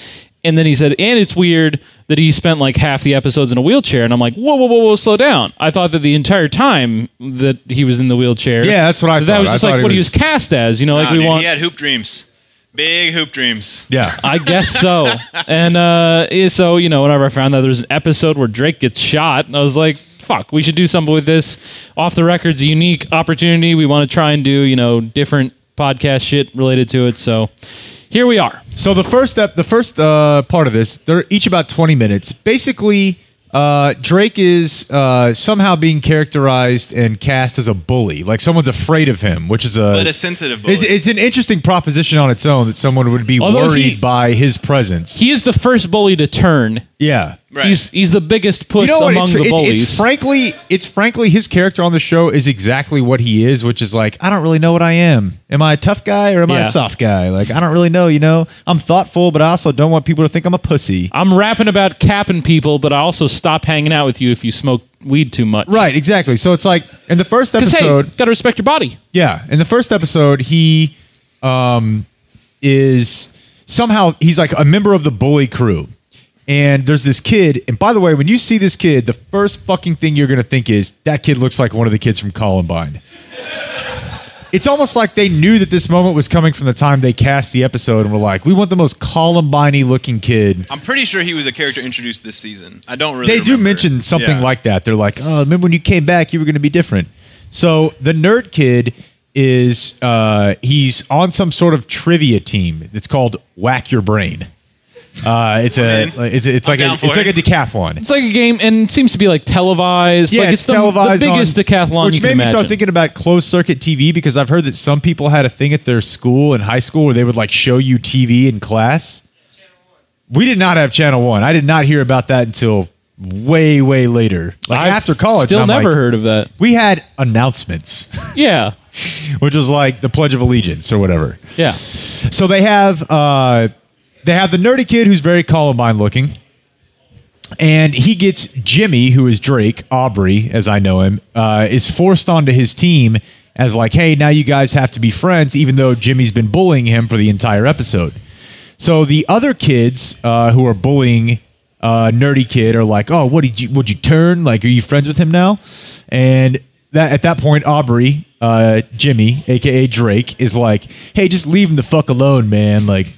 Speaker 4: And then he said, and it's weird that he spent like half the episodes in a wheelchair. And I'm like, whoa, whoa, whoa, whoa, slow down. I thought that the entire time that he was in the wheelchair.
Speaker 3: Yeah, that's what I
Speaker 4: that
Speaker 3: thought.
Speaker 4: was just
Speaker 3: I thought
Speaker 4: like
Speaker 3: he
Speaker 4: what he
Speaker 3: was-
Speaker 4: was cast as. You know, like
Speaker 6: Nah,
Speaker 4: we
Speaker 6: dude,
Speaker 4: want.
Speaker 6: he had hoop dreams. Big hoop dreams.
Speaker 3: Yeah.
Speaker 4: [LAUGHS] I guess so. and uh, yeah, so, you know, whenever I found that there was an episode where Drake gets shot, and I was like, fuck, we should do something with this. Off the record's a unique opportunity. We want to try and do, you know, different podcast shit related to it. So here we are.
Speaker 3: So the first step, the first uh, part of this, they're each about twenty minutes. Basically, uh, Drake is uh, somehow being characterized and cast as a bully, like someone's afraid of him, which is a
Speaker 6: But a sensitive bully.
Speaker 3: It's, it's an interesting proposition on its own that someone would be
Speaker 4: Although
Speaker 3: worried
Speaker 4: he-
Speaker 3: by his presence.
Speaker 4: He is the first bully to turn
Speaker 3: Yeah.
Speaker 6: Right.
Speaker 4: He's he's the biggest puss
Speaker 3: You know what?
Speaker 4: among
Speaker 3: It's,
Speaker 4: the
Speaker 3: it's-
Speaker 4: bullies.
Speaker 3: it's frankly, it's frankly his character on the show is exactly what he is, which is like, I don't really know what I am. Am I a tough guy or am I
Speaker 4: Yeah.
Speaker 3: a soft guy? Like, I don't really know. You know, I'm thoughtful, but I also don't want people to think I'm a pussy.
Speaker 4: I'm rapping about capping people, but I also stop hanging out with you if you smoke weed too much.
Speaker 3: Right. Exactly. So it's like in the first
Speaker 4: Because hey,
Speaker 3: episode,
Speaker 4: gotta respect your body.
Speaker 3: Yeah, in the first episode, he um, is somehow he's like a member of the bully crew, and there's this kid. And by the way, when you see this kid, the first fucking thing you're gonna think is that kid looks like one of the kids from Columbine. It's almost like they knew that this moment was coming from the time they cast the episode and were like, "We want the most Columbine-y looking kid."
Speaker 6: I'm pretty sure he was a character introduced this season. I don't really.
Speaker 3: They do
Speaker 6: remember.
Speaker 3: mention something
Speaker 6: Yeah.
Speaker 3: like that. They're like, "Oh, remember when you came back, you were going to be different." So the nerd kid is uh, he's on some sort of trivia team. It's called Whack Your Brain. Uh, it's a
Speaker 6: in.
Speaker 3: it's it's like a,
Speaker 6: down for
Speaker 3: it's like a
Speaker 6: it.
Speaker 3: decathlon.
Speaker 4: It's like a game, and it seems to be like televised.
Speaker 3: Yeah,
Speaker 4: like,
Speaker 3: it's,
Speaker 4: the,
Speaker 3: televised.
Speaker 4: The biggest
Speaker 3: on,
Speaker 4: decathlon
Speaker 3: which
Speaker 4: you
Speaker 3: made
Speaker 4: can
Speaker 3: me
Speaker 4: imagine.
Speaker 3: start thinking about closed circuit TV because I've heard that some people had a thing at their school in high school where they would like show you TV in class. We did not have Channel One. I did not hear about that until way way later, like
Speaker 4: I've
Speaker 3: after college.
Speaker 4: still
Speaker 3: and I'm
Speaker 4: never
Speaker 3: like,
Speaker 4: heard of that.
Speaker 3: we had announcements, [LAUGHS]
Speaker 4: Yeah,
Speaker 3: which was like the Pledge of Allegiance or whatever.
Speaker 4: yeah.
Speaker 3: So they have uh, they have the nerdy kid who's very Columbine looking, and he gets Jimmy, who is Drake Aubrey, as I know him, uh, is forced onto his team as like, hey, now you guys have to be friends, even though Jimmy's been bullying him for the entire episode. So the other kids uh, who are bullying uh, nerdy kid are like, "Oh, what did you? Would you turn? Like, are you friends with him now?" And that at that point, Aubrey, uh, Jimmy, aka Drake, is like, "Hey, just leave him the fuck alone, man. Like,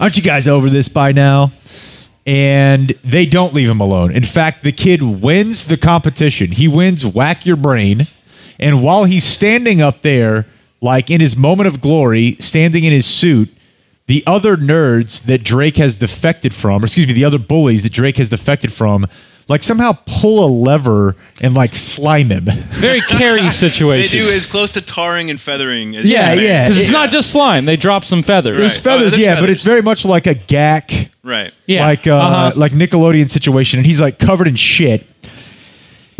Speaker 3: aren't you guys over this by now?" And they don't leave him alone. In fact, the kid wins the competition. He wins Whack Your Brain. And while he's standing up there, like in his moment of glory, standing in his suit, the other nerds that Drake has defected from, or excuse me, the other bullies that Drake has defected from, like somehow pull a lever and like slime him.
Speaker 6: [LAUGHS]
Speaker 4: Very carry
Speaker 6: They
Speaker 4: situation.
Speaker 6: do as close to tarring and feathering as
Speaker 3: Yeah,
Speaker 6: you can.
Speaker 3: yeah.
Speaker 4: 'Cause it's not just slime. They drop some feathers.
Speaker 3: There's
Speaker 6: Right. Oh,
Speaker 3: feathers,
Speaker 6: there's
Speaker 3: yeah, but
Speaker 6: feathers.
Speaker 3: it's very much like a gack
Speaker 6: Right.
Speaker 4: Yeah.
Speaker 3: like uh,
Speaker 4: Uh-huh.
Speaker 3: like Nickelodeon situation, and he's like covered in shit.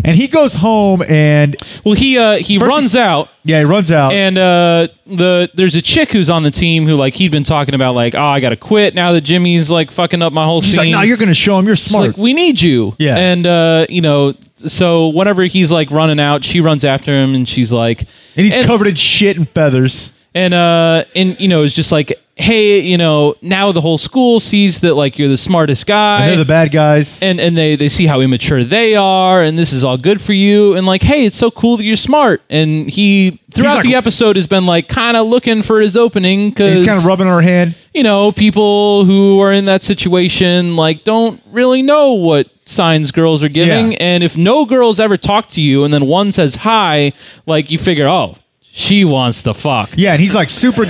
Speaker 3: And he goes home and
Speaker 4: Well, he uh, he
Speaker 3: First-
Speaker 4: runs out,
Speaker 3: yeah, he runs out.
Speaker 4: and uh, the there's a chick who's on the team who like he'd been talking about like, oh, I gotta quit now that Jimmy's like fucking up my whole
Speaker 3: she's
Speaker 4: scene.
Speaker 3: like, "No, you're gonna show him. You're
Speaker 4: She's
Speaker 3: smart."
Speaker 4: like, we need you.
Speaker 3: Yeah.
Speaker 4: And, uh, you know, so whenever he's like running out, she runs after him and she's like,
Speaker 3: and he's covered in shit and feathers.
Speaker 4: and, uh, and, you know, it's just like, hey, you know, now the whole school sees that like you're the smartest guy.
Speaker 3: And they're the bad guys.
Speaker 4: and, and they, they see how immature they are, and this is all good for you. And like, hey, it's so cool that you're smart. And he throughout
Speaker 3: like-
Speaker 4: the episode has been like kind of looking for his opening
Speaker 3: And
Speaker 4: because
Speaker 3: he's kind of rubbing her hand.
Speaker 4: you know, people who are in that situation like don't really know what signs girls are giving.
Speaker 3: Yeah.
Speaker 4: And if no girls ever talk to you and then one says hi, like you figure, oh, she wants to fuck.
Speaker 3: Yeah, and he's like super.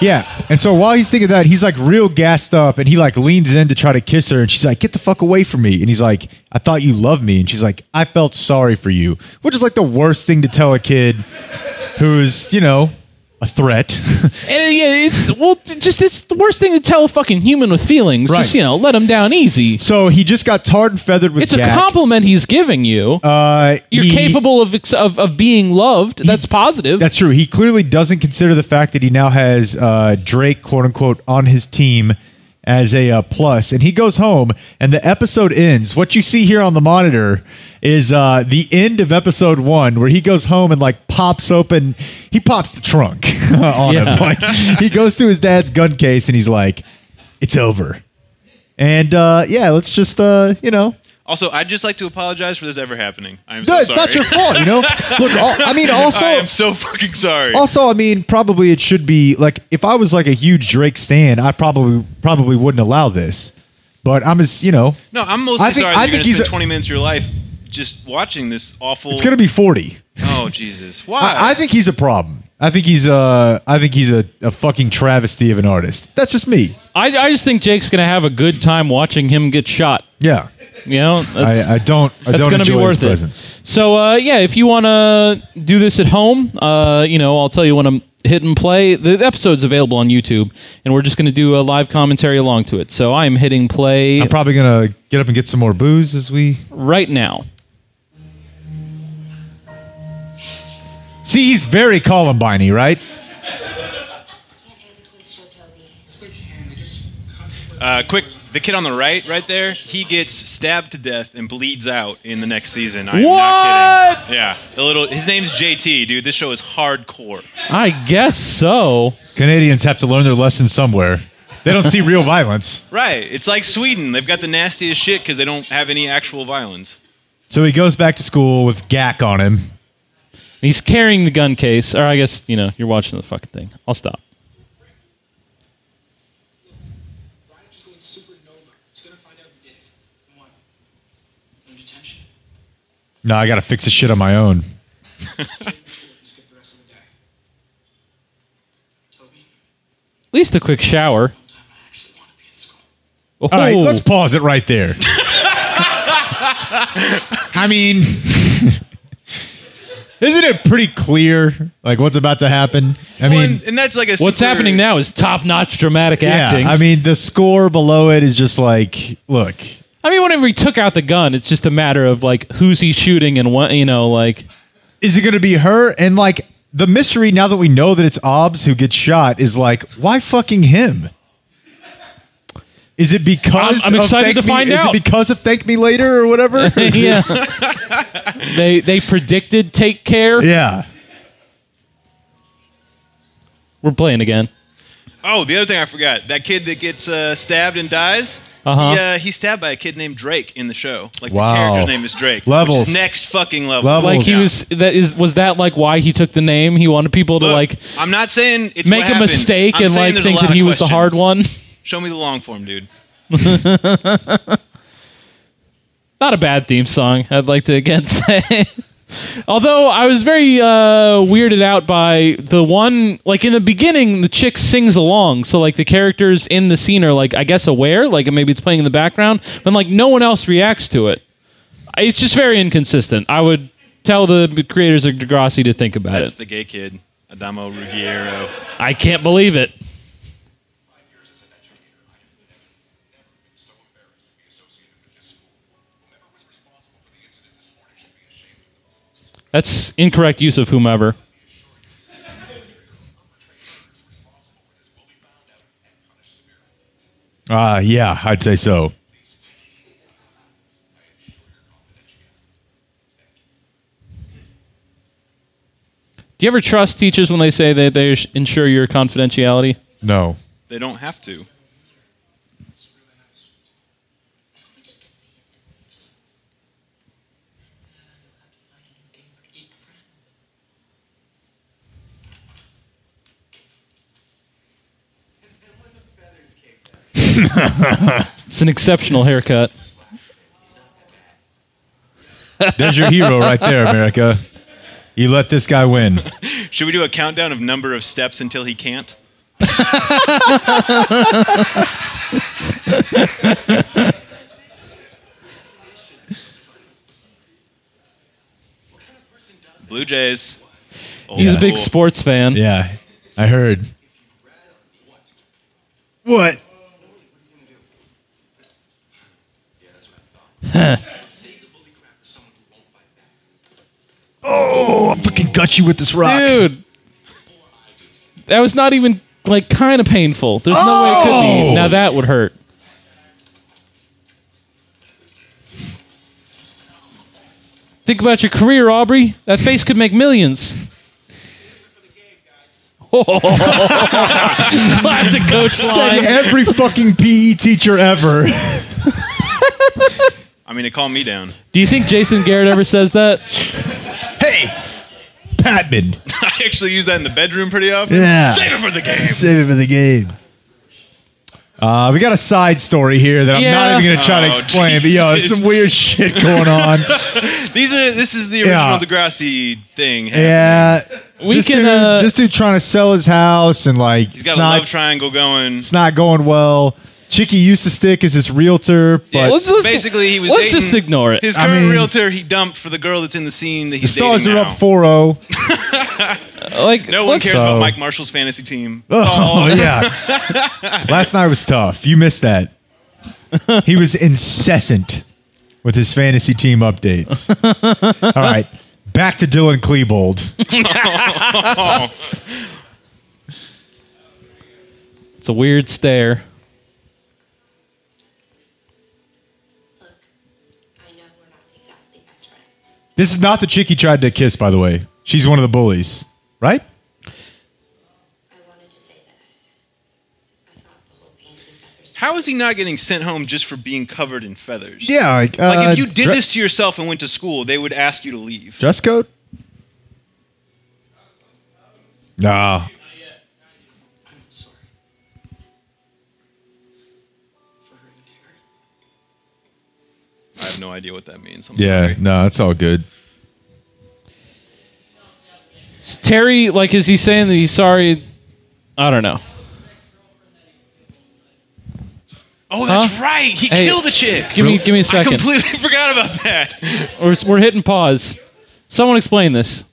Speaker 3: Yeah, and so while he's thinking that, he's like real gassed up, and he like leans in to try to kiss her, and she's like, "Get the fuck away from me!" And he's like, "I thought you loved me," and she's like, "I felt sorry for you," which is like the worst thing to tell a kid who's you know a threat. [LAUGHS]
Speaker 4: And yeah, it's well, t- just it's the worst thing to tell a fucking human with feelings.
Speaker 3: Right.
Speaker 4: Just you know, let him down easy.
Speaker 3: so he just got tarred and feathered with.
Speaker 4: It's a
Speaker 3: Jack.
Speaker 4: compliment he's giving you.
Speaker 3: Uh,
Speaker 4: You're
Speaker 3: he-
Speaker 4: capable of, ex- of of being loved. That's positive.
Speaker 3: That's true. He clearly doesn't consider the fact that he now has uh, Drake, quote unquote, on his team as a uh, plus. And he goes home, and the episode ends. What you see here on the monitor is uh, the end of episode one, where he goes home and like pops open. He pops the trunk [LAUGHS] on
Speaker 4: Yeah.
Speaker 3: him. Like he goes to his dad's gun case, and he's like, "It's over." And uh, yeah, let's just uh, you know
Speaker 6: Also, I'd just like to apologize for this ever happening. I'm
Speaker 3: no,
Speaker 6: so
Speaker 3: it's
Speaker 6: sorry.
Speaker 3: not your fault, you know. Look, all, I mean, also,
Speaker 6: [LAUGHS] I am so fucking sorry.
Speaker 3: [LAUGHS] also, I mean, probably it should be like if I was like a huge Drake stan, I probably probably wouldn't allow this. But I'm just, you know,
Speaker 6: no, I'm mostly
Speaker 3: I think-
Speaker 6: sorry.
Speaker 3: I
Speaker 6: That you're
Speaker 3: think
Speaker 6: gonna
Speaker 3: he's
Speaker 6: spend
Speaker 3: a-
Speaker 6: 20 minutes of your life just watching this awful.
Speaker 3: it's gonna be forty.
Speaker 6: Oh Jesus! Why?
Speaker 3: I, I think he's a problem. I think he's a, I think he's a, a fucking travesty of an artist. That's just me.
Speaker 4: I, I just think Jake's gonna have a good time watching him get shot.
Speaker 3: Yeah,
Speaker 4: You know, that's,
Speaker 3: I, I don't, I
Speaker 4: that's
Speaker 3: don't
Speaker 4: gonna be
Speaker 3: enjoy
Speaker 4: worth
Speaker 3: his
Speaker 4: it.
Speaker 3: presence.
Speaker 4: So uh, yeah, if you want to do this at home, uh, you know, I'll tell you when I'm hit and play. The episode's available on YouTube, and we're just going to do a live commentary along to it. So I'm hitting play
Speaker 3: I'm probably gonna get up and get some more booze as we
Speaker 4: right now.
Speaker 3: see. He's very Columbiney, right?
Speaker 6: Uh, quick, the kid on the right, right there, he gets stabbed to death and bleeds out in the next season. I'm not kidding. Yeah, the little. His name's JT, dude. This show is hardcore.
Speaker 4: I guess so.
Speaker 3: Canadians have to learn their lesson somewhere. They don't see real [LAUGHS] violence.
Speaker 6: Right. It's like Sweden. They've got the nastiest shit because they don't have any actual violence.
Speaker 3: So he goes back to school with gack on him.
Speaker 4: He's carrying the gun case, or I guess you know you're watching the fucking thing. I'll stop.
Speaker 3: No, I gotta fix this shit on my own.
Speaker 4: At least a quick shower. Oh,
Speaker 3: All right, let's pause it right there. I mean, [LAUGHS] isn't it pretty clear like what's about to happen? I mean,
Speaker 6: and, and that's like a.
Speaker 4: What's
Speaker 6: super-
Speaker 4: happening now is top-notch dramatic acting.
Speaker 3: yeah, I mean the score below it is just like, look,
Speaker 4: I mean, whenever he took out the gun, it's just a matter of like who's he shooting and what you know, like [LAUGHS]
Speaker 3: is it going to be her? And like the mystery now that we know that it's Obs who gets shot is like, why fucking him? Is it because
Speaker 4: I'm- I'm
Speaker 3: of
Speaker 4: excited
Speaker 3: Thank
Speaker 4: to
Speaker 3: Me-
Speaker 4: find
Speaker 3: is
Speaker 4: out.
Speaker 3: it because of thank me later or
Speaker 4: [LAUGHS]
Speaker 3: whatever?
Speaker 4: yeah. they they predicted take care.
Speaker 3: yeah.
Speaker 4: We're playing again.
Speaker 6: Oh, the other thing I forgot. That kid that gets uh, stabbed and dies.
Speaker 4: Uh-huh.
Speaker 6: He, uh, he's stabbed by a kid named Drake in the show. Like
Speaker 3: Wow.
Speaker 6: the character's name is Drake. which is
Speaker 3: Levels.
Speaker 6: next fucking level.
Speaker 3: Levels.
Speaker 4: Like he
Speaker 3: Yeah.
Speaker 4: was that is was that like why he took the name? He wanted people to
Speaker 6: Look,
Speaker 4: like
Speaker 6: I'm not saying it's
Speaker 4: make
Speaker 6: what
Speaker 4: a
Speaker 6: happened.
Speaker 4: mistake
Speaker 6: I'm
Speaker 4: and
Speaker 6: saying
Speaker 4: like
Speaker 6: there's a
Speaker 4: think
Speaker 6: lot
Speaker 4: that
Speaker 6: of
Speaker 4: he was the hard
Speaker 6: questions.
Speaker 4: one.
Speaker 6: Show me the long form, dude.
Speaker 4: Not a bad theme song, I'd like to again [LAUGHS] say. Although I was very uh, weirded out by the one, like in the beginning, the chick sings along. So like the characters in the scene are like, I guess aware, like maybe it's playing in the background, but like no one else reacts to it. I- It's just very inconsistent. I would tell the creators of Degrassi to think about
Speaker 6: That's
Speaker 4: it.
Speaker 6: the gay kid, Adamo Ruggiero.
Speaker 4: I can't believe it. That's incorrect use of whomever.
Speaker 3: Uh, yeah, I'd say so.
Speaker 4: Do you ever trust teachers when they say that they sh- ensure your confidentiality?
Speaker 3: No.
Speaker 6: They don't have to.
Speaker 4: It's an exceptional haircut.
Speaker 3: There's your hero right there, America. You let this guy win.
Speaker 6: Should we do a countdown of number of steps until he can't? Blue Jays. Old
Speaker 4: He's a big
Speaker 6: school.
Speaker 4: sports fan.
Speaker 3: Yeah, I heard. What? oh, I fucking got you with this rock.
Speaker 4: Dude, that was not even like kind of painful. There's no way it could
Speaker 3: Oh!
Speaker 4: be. Now that would hurt. Think about your career, Aubrey. That face could make millions. [LAUGHS] Classic coach
Speaker 3: Said
Speaker 4: line.
Speaker 3: every fucking PE teacher ever.
Speaker 6: I mean, it calmed me down. [LAUGHS]
Speaker 4: Do you think Jason Garrett ever says that?
Speaker 3: hey, Patman.
Speaker 6: I actually use that in the bedroom pretty often.
Speaker 3: Yeah.
Speaker 6: Save it for the game.
Speaker 3: Save it for the game. Uh, we got a side story here that I'm
Speaker 4: Yeah.
Speaker 3: not even gonna try
Speaker 6: Oh,
Speaker 3: to explain, but yo, there's
Speaker 6: Jesus.
Speaker 3: some weird shit going on.
Speaker 6: [LAUGHS] These are. This is the
Speaker 3: Yeah.
Speaker 6: original Degrassi thing.
Speaker 3: yeah,
Speaker 4: We
Speaker 3: this
Speaker 4: can.
Speaker 3: Dude,
Speaker 4: uh,
Speaker 3: this dude trying to sell his house and like
Speaker 6: He's
Speaker 3: it's
Speaker 6: got a
Speaker 3: not,
Speaker 6: love triangle going.
Speaker 3: it's not going well. Chicky used to stick as his realtor, but
Speaker 6: Yeah,
Speaker 4: Let's- let's-
Speaker 6: basically, he was
Speaker 4: let's
Speaker 6: dating-
Speaker 4: just ignore it.
Speaker 6: His
Speaker 3: I
Speaker 6: current
Speaker 3: mean-
Speaker 6: realtor he dumped for the girl that's in the scene that
Speaker 3: the
Speaker 6: he's [LAUGHS]
Speaker 3: stars
Speaker 6: dating
Speaker 3: are
Speaker 6: now.
Speaker 3: up 4 0.
Speaker 4: Like
Speaker 6: No one
Speaker 4: let's-
Speaker 6: cares
Speaker 3: So-
Speaker 6: about Mike Marshall's fantasy team. It's
Speaker 3: Oh
Speaker 6: all-
Speaker 3: yeah. [LAUGHS] Last night was tough. You missed that. He was incessant with his fantasy team
Speaker 4: [LAUGHS]
Speaker 3: updates. All right. Back to Dylan Klebold.
Speaker 4: It's a weird stare.
Speaker 7: Look, I know we're not exactly best friends.
Speaker 3: This is not the chick he tried to kiss, by the way. She's one of the bullies, right?
Speaker 7: I wanted to say that. I thought the whole paint and feathers.
Speaker 6: How is he not getting sent home just for being covered in feathers?
Speaker 3: Yeah. Like, uh,
Speaker 6: Like if you did
Speaker 3: dre-
Speaker 6: this to yourself and went to school, they would ask you to leave.
Speaker 3: dress code. Nah.
Speaker 8: I'm sorry. For her integrity.
Speaker 6: I have no idea what that means. I'm
Speaker 3: Yeah.
Speaker 6: sorry.
Speaker 3: No, it's all good.
Speaker 4: Is Terry, like, is he saying that he's sorry? I don't know.
Speaker 6: Oh, that's
Speaker 4: Huh?
Speaker 6: right. He
Speaker 4: Hey,
Speaker 6: killed a chick.
Speaker 4: Give me, give me a
Speaker 6: I
Speaker 4: second.
Speaker 6: completely [LAUGHS] forgot about that.
Speaker 4: We're, we're hitting pause. Someone explain this.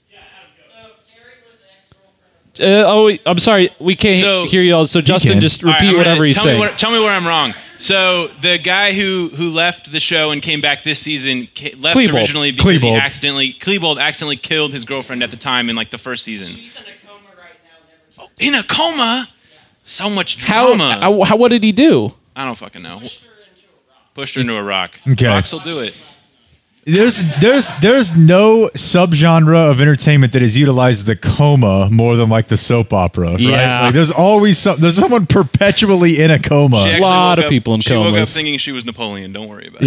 Speaker 4: Uh, oh, I'm sorry. We can't
Speaker 6: So-
Speaker 4: hear y'all. So Justin,
Speaker 3: can.
Speaker 4: just
Speaker 6: All right,
Speaker 4: repeat
Speaker 6: I'm gonna-
Speaker 4: whatever he's
Speaker 6: tell
Speaker 4: saying.
Speaker 6: Me where, tell me where I'm wrong. So the guy who who left the show and came back this season ca- left
Speaker 4: Klebold.
Speaker 6: originally because he
Speaker 3: Klebold.
Speaker 6: accidentally Klebold accidentally killed his girlfriend at the time in like the first season.
Speaker 8: He's in a coma right now. Never
Speaker 6: In a coma. So much
Speaker 4: how,
Speaker 6: drama.
Speaker 4: how, how? What did he do?
Speaker 6: I don't fucking know. Pushed her into a rock.
Speaker 3: Okay.
Speaker 6: Rocks will do it.
Speaker 3: There's there's there's no subgenre of entertainment that has utilized the coma more than like the soap opera,
Speaker 4: Yeah.
Speaker 3: right? Like there's always some there's someone perpetually in a
Speaker 6: She
Speaker 3: coma.
Speaker 6: actually
Speaker 4: lot
Speaker 6: woke
Speaker 4: of
Speaker 6: up-
Speaker 4: people in
Speaker 6: She woke up
Speaker 4: comas.
Speaker 6: thinking she was Napoleon. Don't worry about it.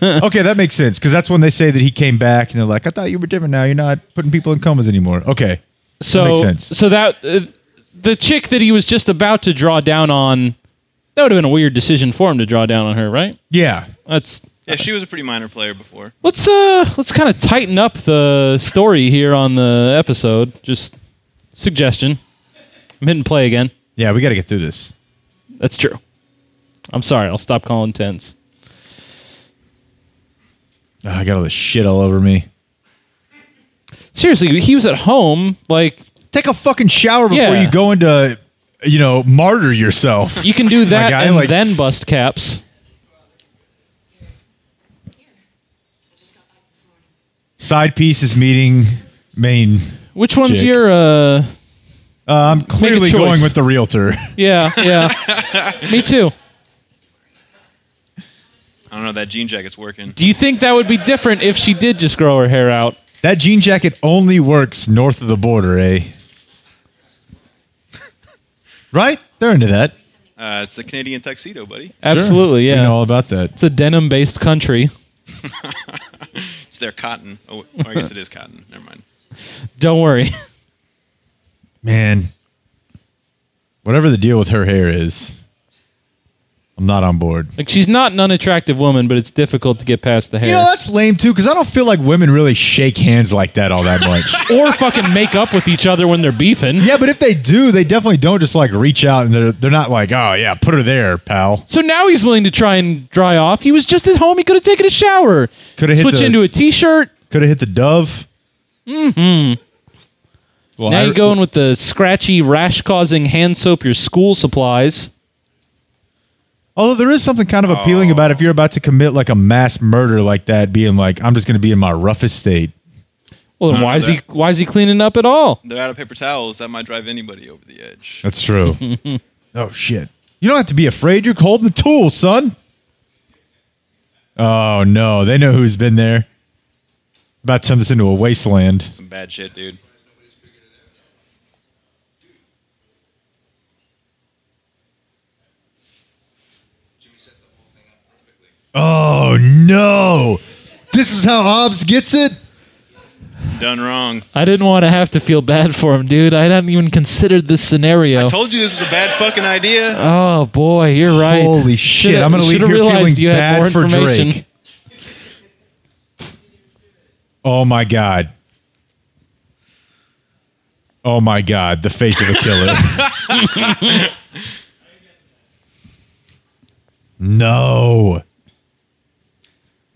Speaker 3: Yeah.
Speaker 6: [LAUGHS]
Speaker 3: okay, that makes sense because that's when they say that he came back and they're like, "I thought you were different. Now you're not putting people in comas anymore." Okay.
Speaker 4: So
Speaker 3: makes sense.
Speaker 4: so that uh, the chick that he was just about to draw down on, that would have been a weird decision for him to draw down on her, right?
Speaker 3: Yeah.
Speaker 4: That's
Speaker 6: Yeah, she was a pretty minor player before.
Speaker 4: let's uh let's kind of tighten up the story here on the episode. Just suggestion. I'm hitting play again.
Speaker 3: Yeah, we got to get through this.
Speaker 4: That's true. I'm sorry. I'll stop calling tens.
Speaker 3: Ah, I got all this shit all over me.
Speaker 4: Seriously, he was at home. Like
Speaker 3: Take a fucking shower before
Speaker 4: Yeah.
Speaker 3: you go into you know, martyr yourself.
Speaker 4: you can
Speaker 3: [LAUGHS]
Speaker 4: do that
Speaker 3: guy,
Speaker 4: and
Speaker 3: like-
Speaker 4: then bust caps.
Speaker 7: I just got back this morning.
Speaker 3: Side piece is meeting main.
Speaker 4: Which one's
Speaker 3: Chick.
Speaker 4: your uh?
Speaker 3: Uh, I'm clearly
Speaker 4: choice.
Speaker 3: going with the realtor.
Speaker 4: Yeah, yeah. Me too.
Speaker 6: I don't know. That jean jacket's working.
Speaker 4: Do you think that would be different if she did just grow her hair out?
Speaker 3: That jean jacket only works north of the border, eh? right? They're into that.
Speaker 6: Uh, it's the Canadian tuxedo, buddy.
Speaker 4: Absolutely,
Speaker 3: Sure. We
Speaker 4: yeah.
Speaker 3: know all about that.
Speaker 4: It's a denim-based country.
Speaker 6: It's their cotton. Oh, wait, I guess it is cotton. Never mind.
Speaker 4: Don't worry. [LAUGHS]
Speaker 3: Man, whatever the deal with her hair is, I'm not on board.
Speaker 4: Like she's not an unattractive woman, but it's difficult to get past the hair
Speaker 3: You know, that's lame too, because I don't feel like women really shake hands like that all that [LAUGHS] much.
Speaker 4: or fucking make up with each other when they're beefing.
Speaker 3: yeah, but if they do, they definitely don't just like reach out and they're, they're not like, oh, yeah, put her there, pal.
Speaker 4: So now he's willing to try and dry off. He was just at home. He could have taken a shower.
Speaker 3: Coulda hit
Speaker 4: switch
Speaker 3: the-
Speaker 4: into a t-shirt.
Speaker 3: Could have hit the dove. Mm-hmm. Well,
Speaker 4: now
Speaker 3: I-
Speaker 4: you're going with the scratchy, rash-causing hand soap. Your school supplies.
Speaker 3: Although there is something kind of appealing about if you're about to commit like a mass murder like that, being like, I'm just going to be in my roughest state.
Speaker 4: Well, then
Speaker 6: No,
Speaker 4: why is
Speaker 6: that-
Speaker 4: he why is he cleaning up at all?
Speaker 6: They're out of paper towels. That might drive anybody over the edge.
Speaker 3: That's [LAUGHS] true. oh, shit. You don't have to be afraid. You're holding the tool, son. Oh, no. They know who's been there. About to turn this into a wasteland.
Speaker 6: Some bad shit, dude.
Speaker 3: Oh, no. This is how Hobbs gets it?
Speaker 6: Done wrong.
Speaker 4: I didn't want to have to feel bad for him, dude. I hadn't even considered this scenario.
Speaker 6: Told you this was a bad fucking idea.
Speaker 4: Oh boy, you're right.
Speaker 3: Holy shit.
Speaker 4: Shoulda-
Speaker 3: I'm going to leave
Speaker 4: shoulda
Speaker 3: here feeling
Speaker 4: realized you had more
Speaker 3: bad for
Speaker 4: information.
Speaker 3: Drake. Oh, my God. Oh, my God. The face of a killer. [LAUGHS] no.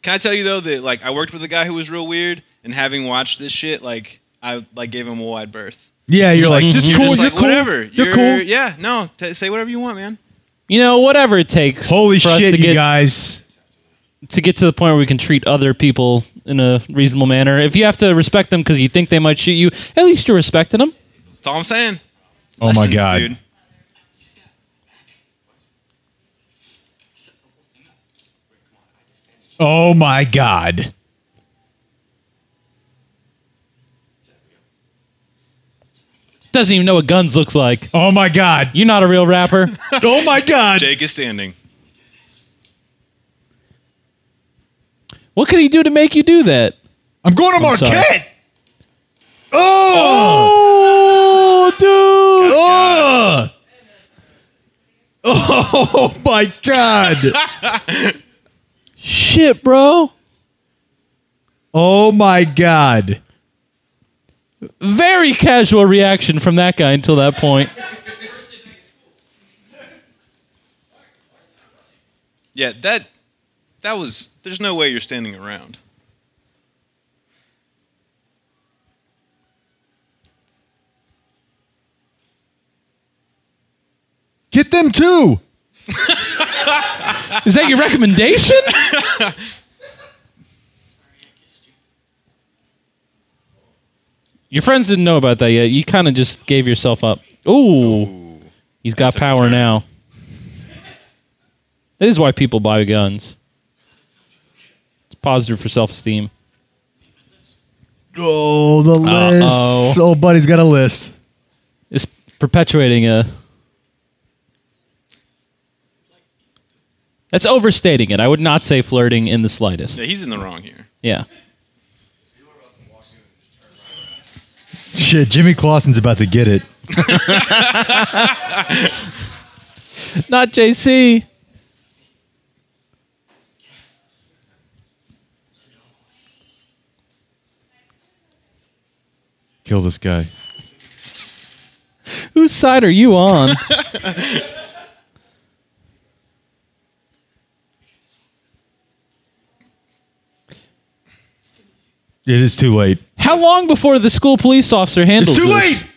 Speaker 6: Can I tell you though that like I worked with a guy who was real weird, and having watched this shit, like I like gave him a wide berth.
Speaker 3: Yeah, you're like just
Speaker 6: You're
Speaker 3: cool.
Speaker 6: just
Speaker 3: Oh, you're
Speaker 6: like,
Speaker 3: cool.
Speaker 6: Whatever.
Speaker 3: You're, cool.
Speaker 6: Yeah. No. T- say whatever you want, man.
Speaker 4: You know, whatever it takes.
Speaker 3: Holy
Speaker 4: for us
Speaker 3: shit,
Speaker 4: to
Speaker 3: you
Speaker 4: get,
Speaker 3: guys!
Speaker 4: to get to the point where we can treat other people in a reasonable manner. If you have to respect them because you think they might shoot you, at least you're respecting them.
Speaker 6: That's all I'm saying.
Speaker 3: Oh my
Speaker 6: Lessons,
Speaker 3: god!
Speaker 6: dude.
Speaker 3: Oh my god!
Speaker 4: Doesn't even know what guns
Speaker 3: [LAUGHS]
Speaker 4: looks like.
Speaker 3: Oh my god!
Speaker 4: You're not a
Speaker 3: [LAUGHS]
Speaker 4: real rapper.
Speaker 3: Oh my god!
Speaker 6: Jake is standing.
Speaker 4: what could he do to make you do that?
Speaker 3: I'm going to
Speaker 4: sorry.
Speaker 3: Marquette. Oh! oh, dude! Oh! Oh my [LAUGHS] god!
Speaker 4: Shit, bro.
Speaker 3: Oh my god!
Speaker 4: Very casual reaction from that guy until that point.
Speaker 6: Yeah. That. That was. There's no way you're standing around.
Speaker 3: Get them too.
Speaker 4: Is that your recommendation? your friends didn't know about that yet. You kind of just gave yourself up. Ooh. He's got
Speaker 6: That's a
Speaker 4: power
Speaker 6: turn.
Speaker 4: now. That is why people buy guns. It's positive for self esteem.
Speaker 3: Oh, the list.
Speaker 4: Uh-oh.
Speaker 3: Oh, buddy's got a list.
Speaker 4: It's perpetuating a. That's overstating it. I would not say flirting in the slightest.
Speaker 6: Yeah, he's in the wrong here.
Speaker 4: Yeah.
Speaker 3: Shit, Jimmy Clausen's about to get it.
Speaker 4: Not JC.
Speaker 3: Kill this guy.
Speaker 4: Whose side are
Speaker 3: [LAUGHS]
Speaker 4: you on?
Speaker 3: It is too late.
Speaker 4: How long before the school police officer
Speaker 3: It's
Speaker 4: handles
Speaker 3: too
Speaker 4: this?
Speaker 3: [LAUGHS] late.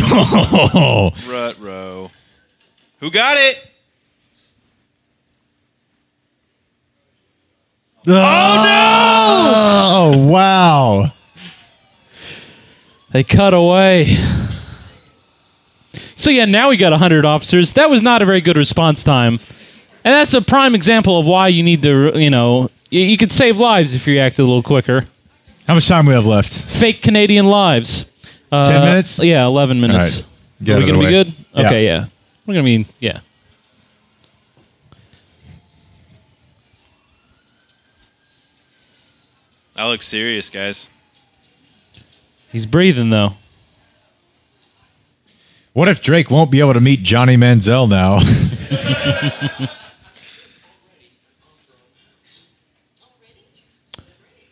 Speaker 3: Oh,
Speaker 6: Rut row. Who got it?
Speaker 3: no! Oh, wow.
Speaker 4: They cut away. So yeah, now we got 100 officers. That was not a very good response time. And that's a prime example of why you need to, you know, y- you could save lives if you acted a little quicker.
Speaker 3: How much time we have left?
Speaker 4: Fake Canadian lives. Uh,
Speaker 3: 10 minutes?
Speaker 4: Yeah, 11 minutes.
Speaker 3: All right. Get
Speaker 4: Are
Speaker 3: out
Speaker 4: we
Speaker 3: of
Speaker 4: going
Speaker 3: the
Speaker 4: to be
Speaker 3: way.
Speaker 4: good?
Speaker 3: Yeah.
Speaker 4: Okay, yeah. We're going to be, yeah.
Speaker 6: I look serious, guys.
Speaker 4: He's breathing, though.
Speaker 3: What if Drake won't be able to meet Johnny Manziel now? [LAUGHS]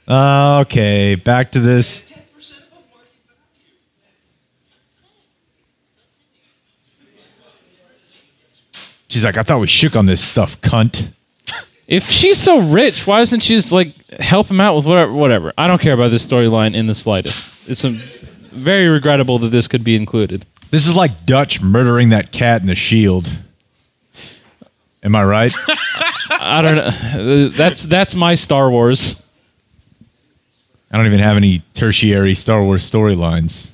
Speaker 3: Uh, okay, back to this. She's like, I thought we shook on this stuff, cunt.
Speaker 4: If she's so rich, why doesn't she just like help him out with whatever? Whatever. I don't care about this storyline in the slightest. It's a, very regrettable that this could be included.
Speaker 3: This is like Dutch murdering that cat in the shield. Am I right?
Speaker 4: I don't know. Uh, That's that's my Star Wars.
Speaker 3: I don't even have any tertiary Star Wars storylines.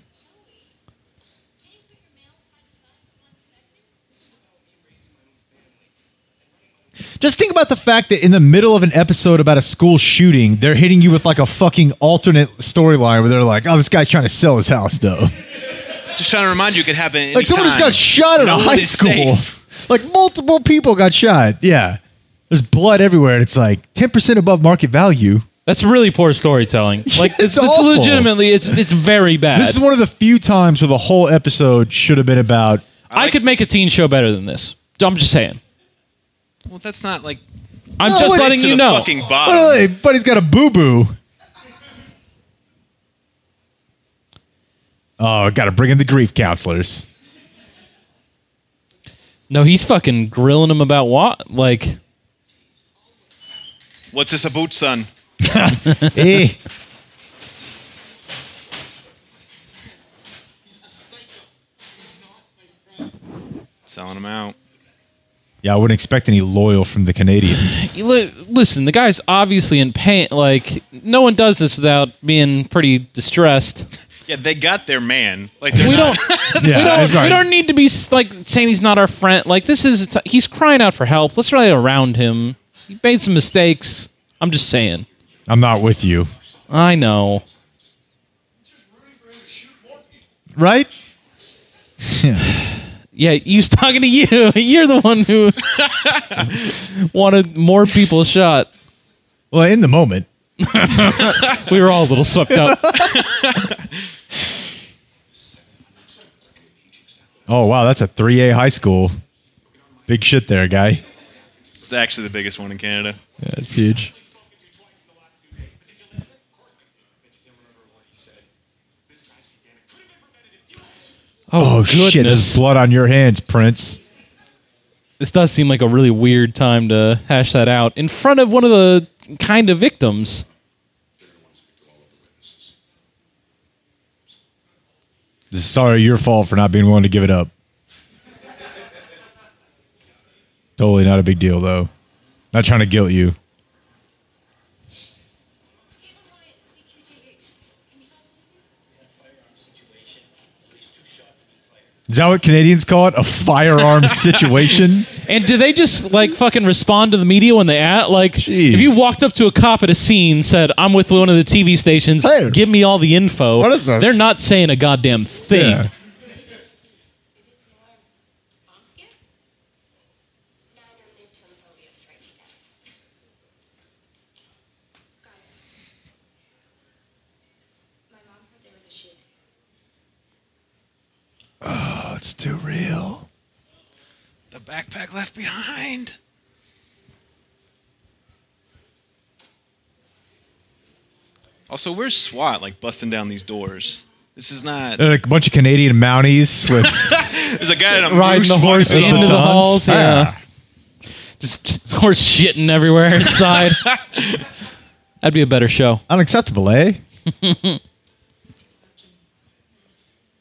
Speaker 3: Just think about the fact that in the middle of an episode about a school shooting, they're hitting you with like a fucking alternate storyline where they're like, "Oh, this guy's trying to sell his house, though."
Speaker 6: Just trying to remind you, it could happen. At
Speaker 3: Like someone just got shot at
Speaker 6: No
Speaker 3: a
Speaker 6: one
Speaker 3: high
Speaker 6: is
Speaker 3: school. [LAUGHS] Like multiple people got shot. Yeah, there's blood everywhere, and it's like ten percent above market value.
Speaker 4: That's really poor
Speaker 3: [LAUGHS]
Speaker 4: storytelling. Like
Speaker 3: It's
Speaker 4: it's, it's,
Speaker 3: awful.
Speaker 4: legitimately it's it's very bad.
Speaker 3: This is one of the few times where the whole episode should have been about
Speaker 4: I could make a teen show better than this. I'm just saying.
Speaker 6: Well, that's not like.
Speaker 4: I'm
Speaker 3: No,
Speaker 4: just
Speaker 3: wait,
Speaker 4: letting
Speaker 6: to
Speaker 4: you
Speaker 6: the
Speaker 4: know.
Speaker 6: Fucking bottom.
Speaker 3: But hey, buddy's got a boo boo. Oh, got to bring in the grief counselors.
Speaker 4: No, he's fucking grilling him about what? Like,
Speaker 6: What's this about, son?
Speaker 3: Eh.
Speaker 6: Selling him out.
Speaker 3: Yeah, I wouldn't expect any loyal from the
Speaker 4: [LAUGHS]
Speaker 3: Canadians.
Speaker 4: you li- listen, the guy's obviously in pain. Like, no one does this without being pretty distressed.
Speaker 6: Yeah, they got their man. Like they're
Speaker 4: We
Speaker 6: not-
Speaker 4: don't. we, don't we don't need to be like saying he's not our friend. Like, this is he's crying out for help. Let's rally around him. He made some mistakes. I'm just saying.
Speaker 3: I'm not with you,
Speaker 4: I know.
Speaker 3: right?
Speaker 4: Yeah, he's [LAUGHS] talking to you. You're the one who [LAUGHS] wanted more people shot.
Speaker 3: Well, in the moment,
Speaker 4: We were all a little swept up.
Speaker 3: oh wow, that's a 3A high school. Big shit there, guy.
Speaker 6: It's actually the biggest one in Canada.
Speaker 3: Yeah, that's huge. [LAUGHS] Oh, shit,
Speaker 4: goodness.
Speaker 3: there's blood on your hands, Prince.
Speaker 4: This does seem like a really weird time to hash that out in front of one of the kind of victims.
Speaker 3: Sorry, your fault for not being willing to give it up. Totally not a big deal, though. Not trying to guilt you. Is that what Canadians call it? A
Speaker 4: [LAUGHS]
Speaker 3: firearm situation?
Speaker 4: And do they just like fucking respond to the media when they at like
Speaker 3: Jeez.
Speaker 4: if you walked up to a cop at a scene said I'm with one of the TV stations,
Speaker 9: Hey.
Speaker 4: give me all the info.
Speaker 9: What is this?
Speaker 4: They're not saying a goddamn thing.
Speaker 3: Yeah.
Speaker 7: Mom scared? Neither midterm phobia strikes down. Guys, my mom heard there was a shooting.
Speaker 3: Oh, it's too real.
Speaker 6: The backpack left behind. Also, where's SWAT like busting down these doors? This is not.
Speaker 3: They're like a bunch of Canadian Mounties with
Speaker 6: There's a guy in a
Speaker 4: Riding
Speaker 6: moose
Speaker 4: the horse
Speaker 6: walking
Speaker 4: into the
Speaker 3: batons.
Speaker 4: halls, yeah. Just horse shitting everywhere inside. [LAUGHS] That'd be a better show.
Speaker 3: Unacceptable, eh?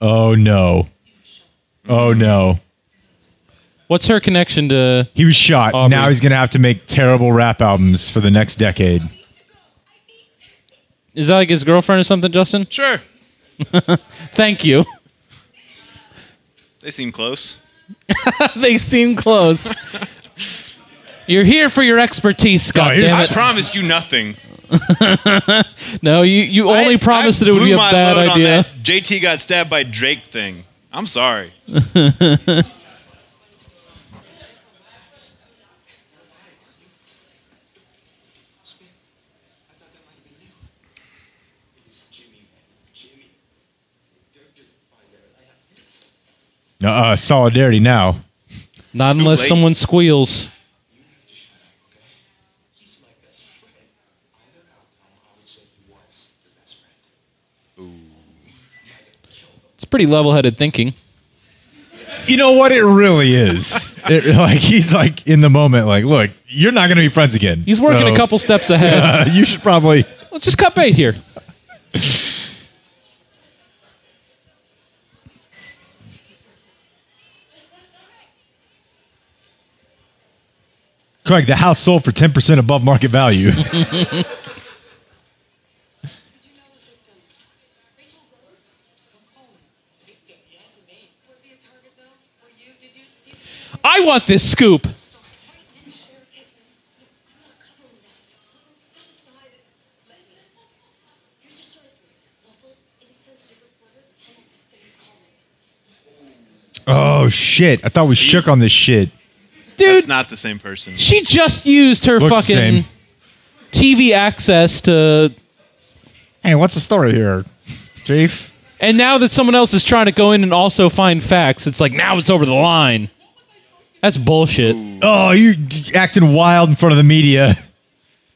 Speaker 3: oh no. Oh no.
Speaker 4: What's her connection to
Speaker 3: He was shot.
Speaker 4: Aubrey.
Speaker 3: Now he's going to have to make terrible rap albums for the next decade.
Speaker 4: Is that like his girlfriend or something, Justin?
Speaker 6: Sure.
Speaker 4: Thank you. [LAUGHS]
Speaker 6: They seem close.
Speaker 4: they seem close. You're here for your expertise, God
Speaker 3: here's-
Speaker 4: damn
Speaker 6: I
Speaker 4: it!
Speaker 6: promised you nothing.
Speaker 4: No, you, you only
Speaker 6: I-
Speaker 4: promised
Speaker 6: I
Speaker 4: that it would
Speaker 6: blew
Speaker 4: be a
Speaker 6: my
Speaker 4: bad
Speaker 6: load on
Speaker 4: idea.
Speaker 6: that JT got stabbed by Drake thing. I'm sorry.
Speaker 3: Uh, uh, solidarity now.
Speaker 4: Not
Speaker 6: too
Speaker 4: unless
Speaker 6: late.
Speaker 4: someone squeals. It's pretty level-headed thinking.
Speaker 3: You know what? It really
Speaker 4: [LAUGHS]
Speaker 3: is. It- like he's like in the moment. Like, look, you're not going to be friends again.
Speaker 4: He's working
Speaker 3: So,
Speaker 4: a
Speaker 3: [LAUGHS]
Speaker 4: couple steps ahead.
Speaker 3: uh, you should probably.
Speaker 4: Let's just cut bait here.
Speaker 3: Craig, the house sold for ten percent above market value.
Speaker 4: [LAUGHS]
Speaker 8: Did you know the victim? Rachel Rhodes? Don't call him. Victim, he has a name. Was he a target though? Were you? Did you see the shooting?
Speaker 4: I want this scoop.
Speaker 8: Stop right now, Sheriff Pittman. Look, I'm not covering this.
Speaker 7: Step aside. Let me. Here's your story for you. Local, insensitive reporter, and police calling.
Speaker 3: oh shit! I thought we shook on this shit.
Speaker 4: Dude,
Speaker 6: That's not the same person.
Speaker 4: she just used her
Speaker 3: Looks the same.
Speaker 4: fucking TV access to
Speaker 9: Hey, what's the story here, Chief?
Speaker 4: And now that someone else is trying to go in and also find facts, it's like now it's over the line. That's bullshit.
Speaker 3: Oh, you d- acting wild in front of the media.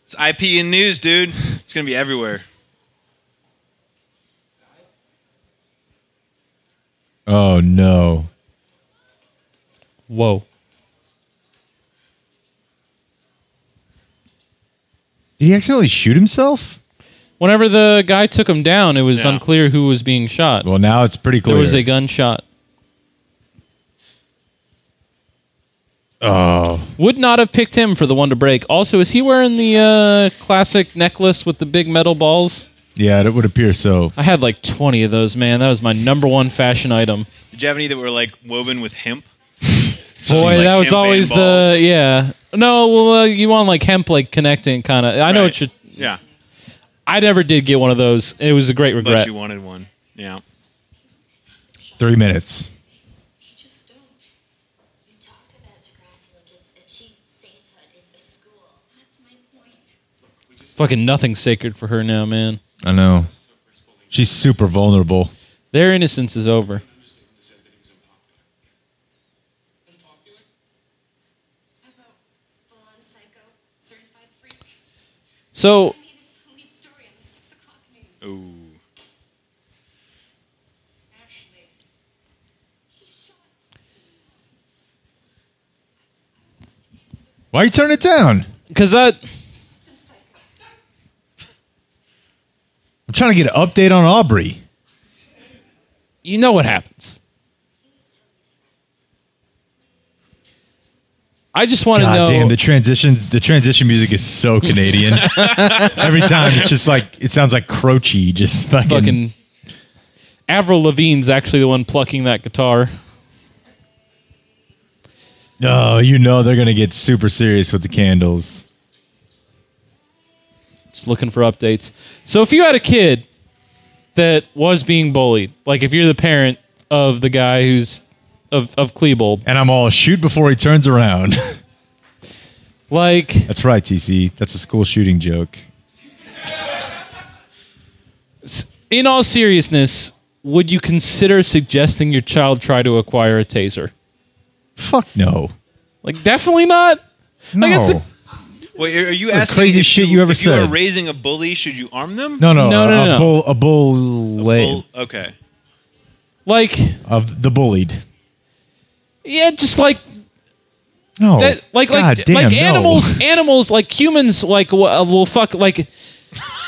Speaker 6: It's IP and news, dude. It's gonna be everywhere.
Speaker 3: Oh no.
Speaker 4: Whoa.
Speaker 3: Did he accidentally shoot himself?
Speaker 4: Whenever the guy took him down, it was
Speaker 6: Yeah.
Speaker 4: unclear who was being shot.
Speaker 3: Well, now it's pretty clear.
Speaker 4: There was a gunshot.
Speaker 3: oh,
Speaker 4: Would not have picked him for the one to break. Also, is he wearing the uh, classic necklace with the big metal balls?
Speaker 3: yeah, it would appear so.
Speaker 4: I had like 20 of those, man. That was my number one fashion item.
Speaker 6: Did you have any that were like woven with hemp?
Speaker 4: Boy,
Speaker 6: like
Speaker 4: that was
Speaker 6: hemp and
Speaker 4: always the
Speaker 6: balls.
Speaker 4: yeah. No, well, uh, you want like hemp like connecting kind of. I know
Speaker 6: Right.
Speaker 4: it should.
Speaker 6: Yeah,
Speaker 4: I never did get one of those. It was a great
Speaker 6: but
Speaker 4: regret.
Speaker 6: you wanted one. Yeah.
Speaker 3: Three minutes.
Speaker 7: You just don't. You talk about Degrassi like it's achieved sainthood. It's a school. That's my point.
Speaker 4: Fucking nothing sacred for her now, man.
Speaker 3: I know. She's super vulnerable.
Speaker 4: Their innocence is over.
Speaker 8: How about full-on psycho, certified freak? I
Speaker 4: So
Speaker 8: made this lead story on the six o'clock news.
Speaker 6: Ooh.
Speaker 8: Ashley, he shot.
Speaker 3: Why you turn it down?
Speaker 4: because that
Speaker 8: Some psycho.
Speaker 3: I'm trying to get an update on Aubrey.
Speaker 4: you know what happens. I just want to
Speaker 3: God
Speaker 4: know.
Speaker 3: damn the transition! The transition music is
Speaker 4: [LAUGHS]
Speaker 3: so Canadian. Every time it's just like it sounds like Croce, just fucking.
Speaker 4: fucking Avril Lavigne's actually the one plucking that guitar.
Speaker 3: oh, you know they're gonna get super serious with the candles.
Speaker 4: Just looking for updates. So if you had a kid that was being bullied, like if you're the parent of the guy who's of of Klebold,
Speaker 3: And I'm all shoot before he turns around.
Speaker 4: like
Speaker 3: That's right, TC. That's a school shooting joke.
Speaker 4: in all seriousness, would you consider suggesting your child try to acquire a taser?
Speaker 3: Fuck no.
Speaker 4: Like definitely not.
Speaker 3: No.
Speaker 4: Like, it's a-
Speaker 6: Wait, are are you
Speaker 3: the
Speaker 6: asking
Speaker 3: craziest
Speaker 6: if
Speaker 3: shit you ever
Speaker 6: if You
Speaker 3: said.
Speaker 6: are raising a bully. Should you arm them?
Speaker 3: no, no,
Speaker 4: No,
Speaker 3: no, a,
Speaker 4: no, no.
Speaker 3: a bull, a bullay
Speaker 6: Bull- okay.
Speaker 4: Like
Speaker 3: of the bullied.
Speaker 4: yeah, just like
Speaker 3: No,
Speaker 4: that like
Speaker 3: God damn,
Speaker 4: like like
Speaker 3: no. [LAUGHS]
Speaker 4: animals animals like humans like w- uh, will fuck like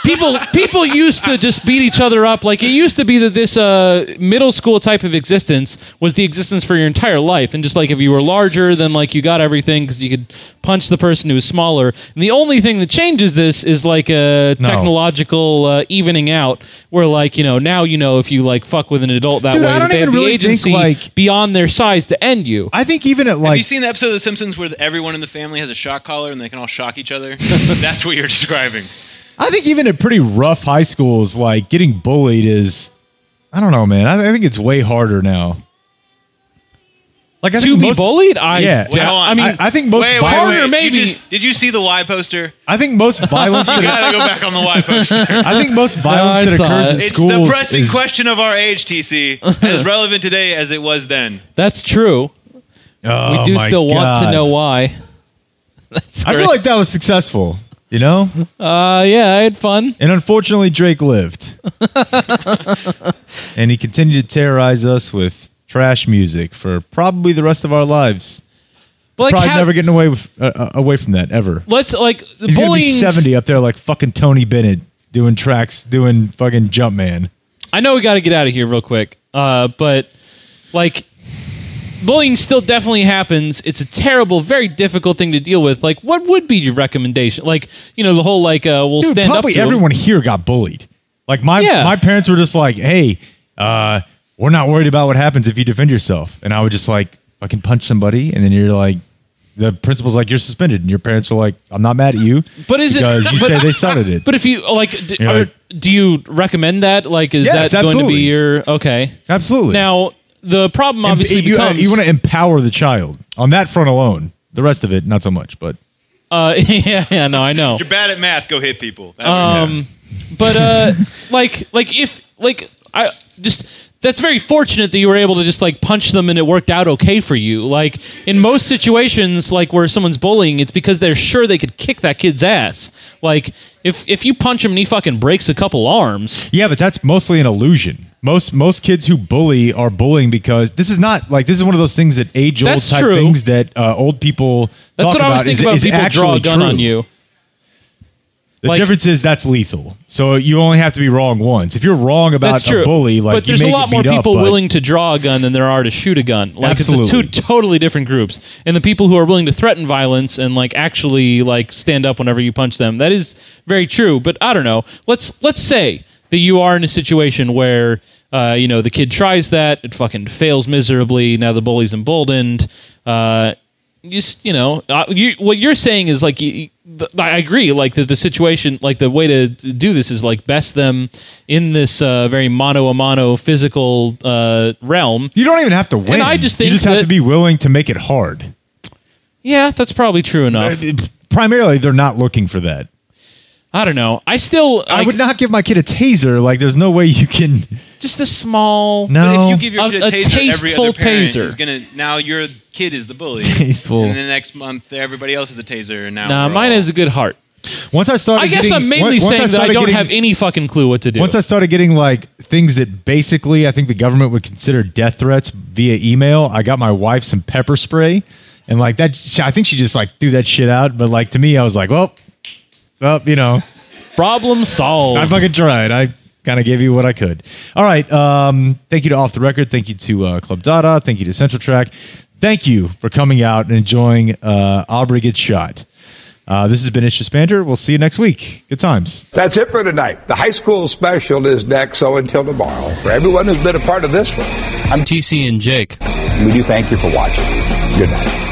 Speaker 4: people people used to just beat each other up like it used to be that this uh middle school type of existence was the existence for your entire life and just like if you were larger then like you got everything because you could punch the person who was smaller and the only thing that changes this is like a
Speaker 3: No.
Speaker 4: technological uh, evening out where like you know now you know if you like fuck with an adult that
Speaker 3: Dude,
Speaker 4: way
Speaker 3: I
Speaker 4: that
Speaker 3: don't
Speaker 4: they
Speaker 3: even
Speaker 4: have the
Speaker 3: really think,
Speaker 4: agency
Speaker 3: like-
Speaker 4: beyond their size to end you
Speaker 3: I think even at
Speaker 6: Have you
Speaker 3: like
Speaker 6: seen the episode of The Simpsons where everyone in the family has a shock collar and they can all shock
Speaker 3: [LAUGHS]
Speaker 6: each other? That's what you're describing.
Speaker 3: I think even at pretty rough high schools, like getting bullied is, I don't know, man. I, I think it's way harder now. Like I
Speaker 4: to
Speaker 3: think
Speaker 4: be
Speaker 3: most-
Speaker 4: bullied i
Speaker 3: Yeah.
Speaker 4: doubt- i mean
Speaker 3: I, I think most.
Speaker 6: Wait, wait,
Speaker 3: violent-
Speaker 4: Harder,
Speaker 6: wait. You
Speaker 4: maybe.
Speaker 6: just- did you see the Y poster?
Speaker 3: I think most
Speaker 4: [LAUGHS]
Speaker 3: violence. that,
Speaker 6: Gotta go back on the Y
Speaker 3: [LAUGHS]
Speaker 6: poster.
Speaker 3: I think most
Speaker 4: I
Speaker 3: violence
Speaker 4: saw
Speaker 3: that
Speaker 4: it.
Speaker 3: occurs in
Speaker 6: It's
Speaker 3: schools
Speaker 6: the pressing
Speaker 3: is-
Speaker 6: question of our age, TC, as relevant today as it was then.
Speaker 4: That's true.
Speaker 3: Oh,
Speaker 4: we do
Speaker 3: my
Speaker 4: still want to
Speaker 3: God.
Speaker 4: know why. [LAUGHS] That's
Speaker 3: I
Speaker 4: great.
Speaker 3: feel like that was successful, you know.
Speaker 4: uh, yeah, I had fun.
Speaker 3: And unfortunately, Drake
Speaker 4: [LAUGHS]
Speaker 3: lived, and he continued to terrorize us with trash music for probably the rest of our lives.
Speaker 4: But like,
Speaker 3: probably
Speaker 4: how-
Speaker 3: never getting away with, uh, uh, away from that ever.
Speaker 4: let's like
Speaker 3: He's gonna be
Speaker 4: bullying.
Speaker 3: seventy up there like fucking Tony Bennett doing tracks, doing fucking Jumpman.
Speaker 4: I know we got to get out of here real quick, uh, but like bullying still definitely happens. It's a terrible, very difficult thing to deal with. Like, what would be your recommendation? Like, you know, the whole like uh, we'll
Speaker 3: Dude,
Speaker 4: stand up
Speaker 3: probably
Speaker 4: to 'em.
Speaker 3: everyone here got bullied. Like my
Speaker 4: Yeah.
Speaker 3: my parents were just like, "Hey, uh, we're not worried about what happens if you defend yourself." And I would just like fucking punch somebody, and then you're like, the principal's like, "You're suspended," and your parents were like, "I'm not mad at you."
Speaker 4: But is it-
Speaker 3: because you
Speaker 4: [LAUGHS] but-
Speaker 3: say they started it?
Speaker 4: But if you like, d-
Speaker 3: You're
Speaker 4: are,
Speaker 3: like-
Speaker 4: do you recommend that? Like, is
Speaker 3: Yes,
Speaker 4: that going to
Speaker 3: absolutely.
Speaker 4: be your okay?
Speaker 3: Absolutely.
Speaker 4: Now the problem
Speaker 3: Em-
Speaker 4: obviously
Speaker 3: you,
Speaker 4: becomes
Speaker 3: want to empower the child on that front alone. The rest of it, not so much, but.
Speaker 4: uh, [LAUGHS] yeah, yeah, no, I know.
Speaker 6: You're bad at math. Go hit people.
Speaker 4: Um,
Speaker 6: That-
Speaker 4: but uh like like if like i just that's very fortunate that you were able to just like punch them and it worked out okay for you like in most situations like where someone's bullying it's because they're sure they could kick that kid's ass like if if you punch him and he fucking breaks a couple arms
Speaker 3: Yeah, but that's mostly an illusion. Most most kids who bully are bullying because this is not like this is one of those things that age old
Speaker 4: That's
Speaker 3: type
Speaker 4: true.
Speaker 3: things that uh, old people. talk
Speaker 4: that's what i was
Speaker 3: about
Speaker 4: thinking
Speaker 3: is,
Speaker 4: about
Speaker 3: is
Speaker 4: people draw a
Speaker 3: actually
Speaker 4: gun
Speaker 3: true.
Speaker 4: on you
Speaker 3: The
Speaker 4: Like-
Speaker 3: difference is that's lethal. So you only have to be wrong once. If you're wrong about
Speaker 4: That's true.
Speaker 3: a bully, like
Speaker 4: but
Speaker 3: you
Speaker 4: there's
Speaker 3: may
Speaker 4: a lot
Speaker 3: get
Speaker 4: more
Speaker 3: beat up,
Speaker 4: people
Speaker 3: but-
Speaker 4: willing to draw a gun than there are to shoot a gun. Like it's a
Speaker 3: Absolutely.
Speaker 4: two totally different groups. And the people who are willing to threaten violence and like actually like stand up whenever you punch them, that is very true. But I don't know. Let's let's say that you are in a situation where uh, you know the kid tries that, it fucking fails miserably. Now the bully's emboldened. Uh, you s- you know uh, you, what you're saying is like you, you- th- I agree like the, the situation like the way to do this is like best them in this uh, very mono a mono physical uh, realm.
Speaker 3: You don't even have to win.
Speaker 4: I just think
Speaker 3: you just have
Speaker 4: that-
Speaker 3: to be willing to make it hard. Uh,
Speaker 4: Yeah, that's probably true enough.
Speaker 3: Primarily, they're not looking for that.
Speaker 4: I don't know. I still
Speaker 3: I would not give my kid a taser. Like, there's no way you can.
Speaker 4: just a small
Speaker 6: But
Speaker 3: No,
Speaker 6: if you give your
Speaker 4: A-
Speaker 6: kid
Speaker 4: a
Speaker 6: a, taser, every
Speaker 4: tasteful
Speaker 6: other parent
Speaker 4: taser.
Speaker 6: is gonna. Now your kid is the bully.
Speaker 3: [LAUGHS] Tasteful.
Speaker 6: And then the next month, everybody else is a taser. And now
Speaker 4: Nah,
Speaker 6: we're
Speaker 4: mine
Speaker 6: all-
Speaker 4: has a good heart.
Speaker 3: once I started,
Speaker 4: I guess
Speaker 3: getting-
Speaker 4: I'm mainly
Speaker 3: once- once
Speaker 4: saying that I
Speaker 3: started
Speaker 4: don't
Speaker 3: getting-
Speaker 4: have any fucking clue what to do.
Speaker 3: Once I started getting like things that basically I think the government would consider death threats via email, I got my wife some pepper spray, and like that, sh- I think she just like threw that shit out. But like to me, I was like, well, well, you know,
Speaker 4: Problem solved.
Speaker 3: I fucking tried. I kind of gave you what I could. All right. Um, thank you to Off the Record. Thank you to uh, Club Dada. Thank you to Central Track. Thank you for coming out and enjoying uh, Aubrey Gets Shot. Uh, this has been Ish Spander. We'll see you next week. Good times.
Speaker 10: That's it for tonight. The high school special is next, so until tomorrow, for everyone who's been a part of this one,
Speaker 8: I'm TC and Jake.
Speaker 10: we do thank you for watching. Good night.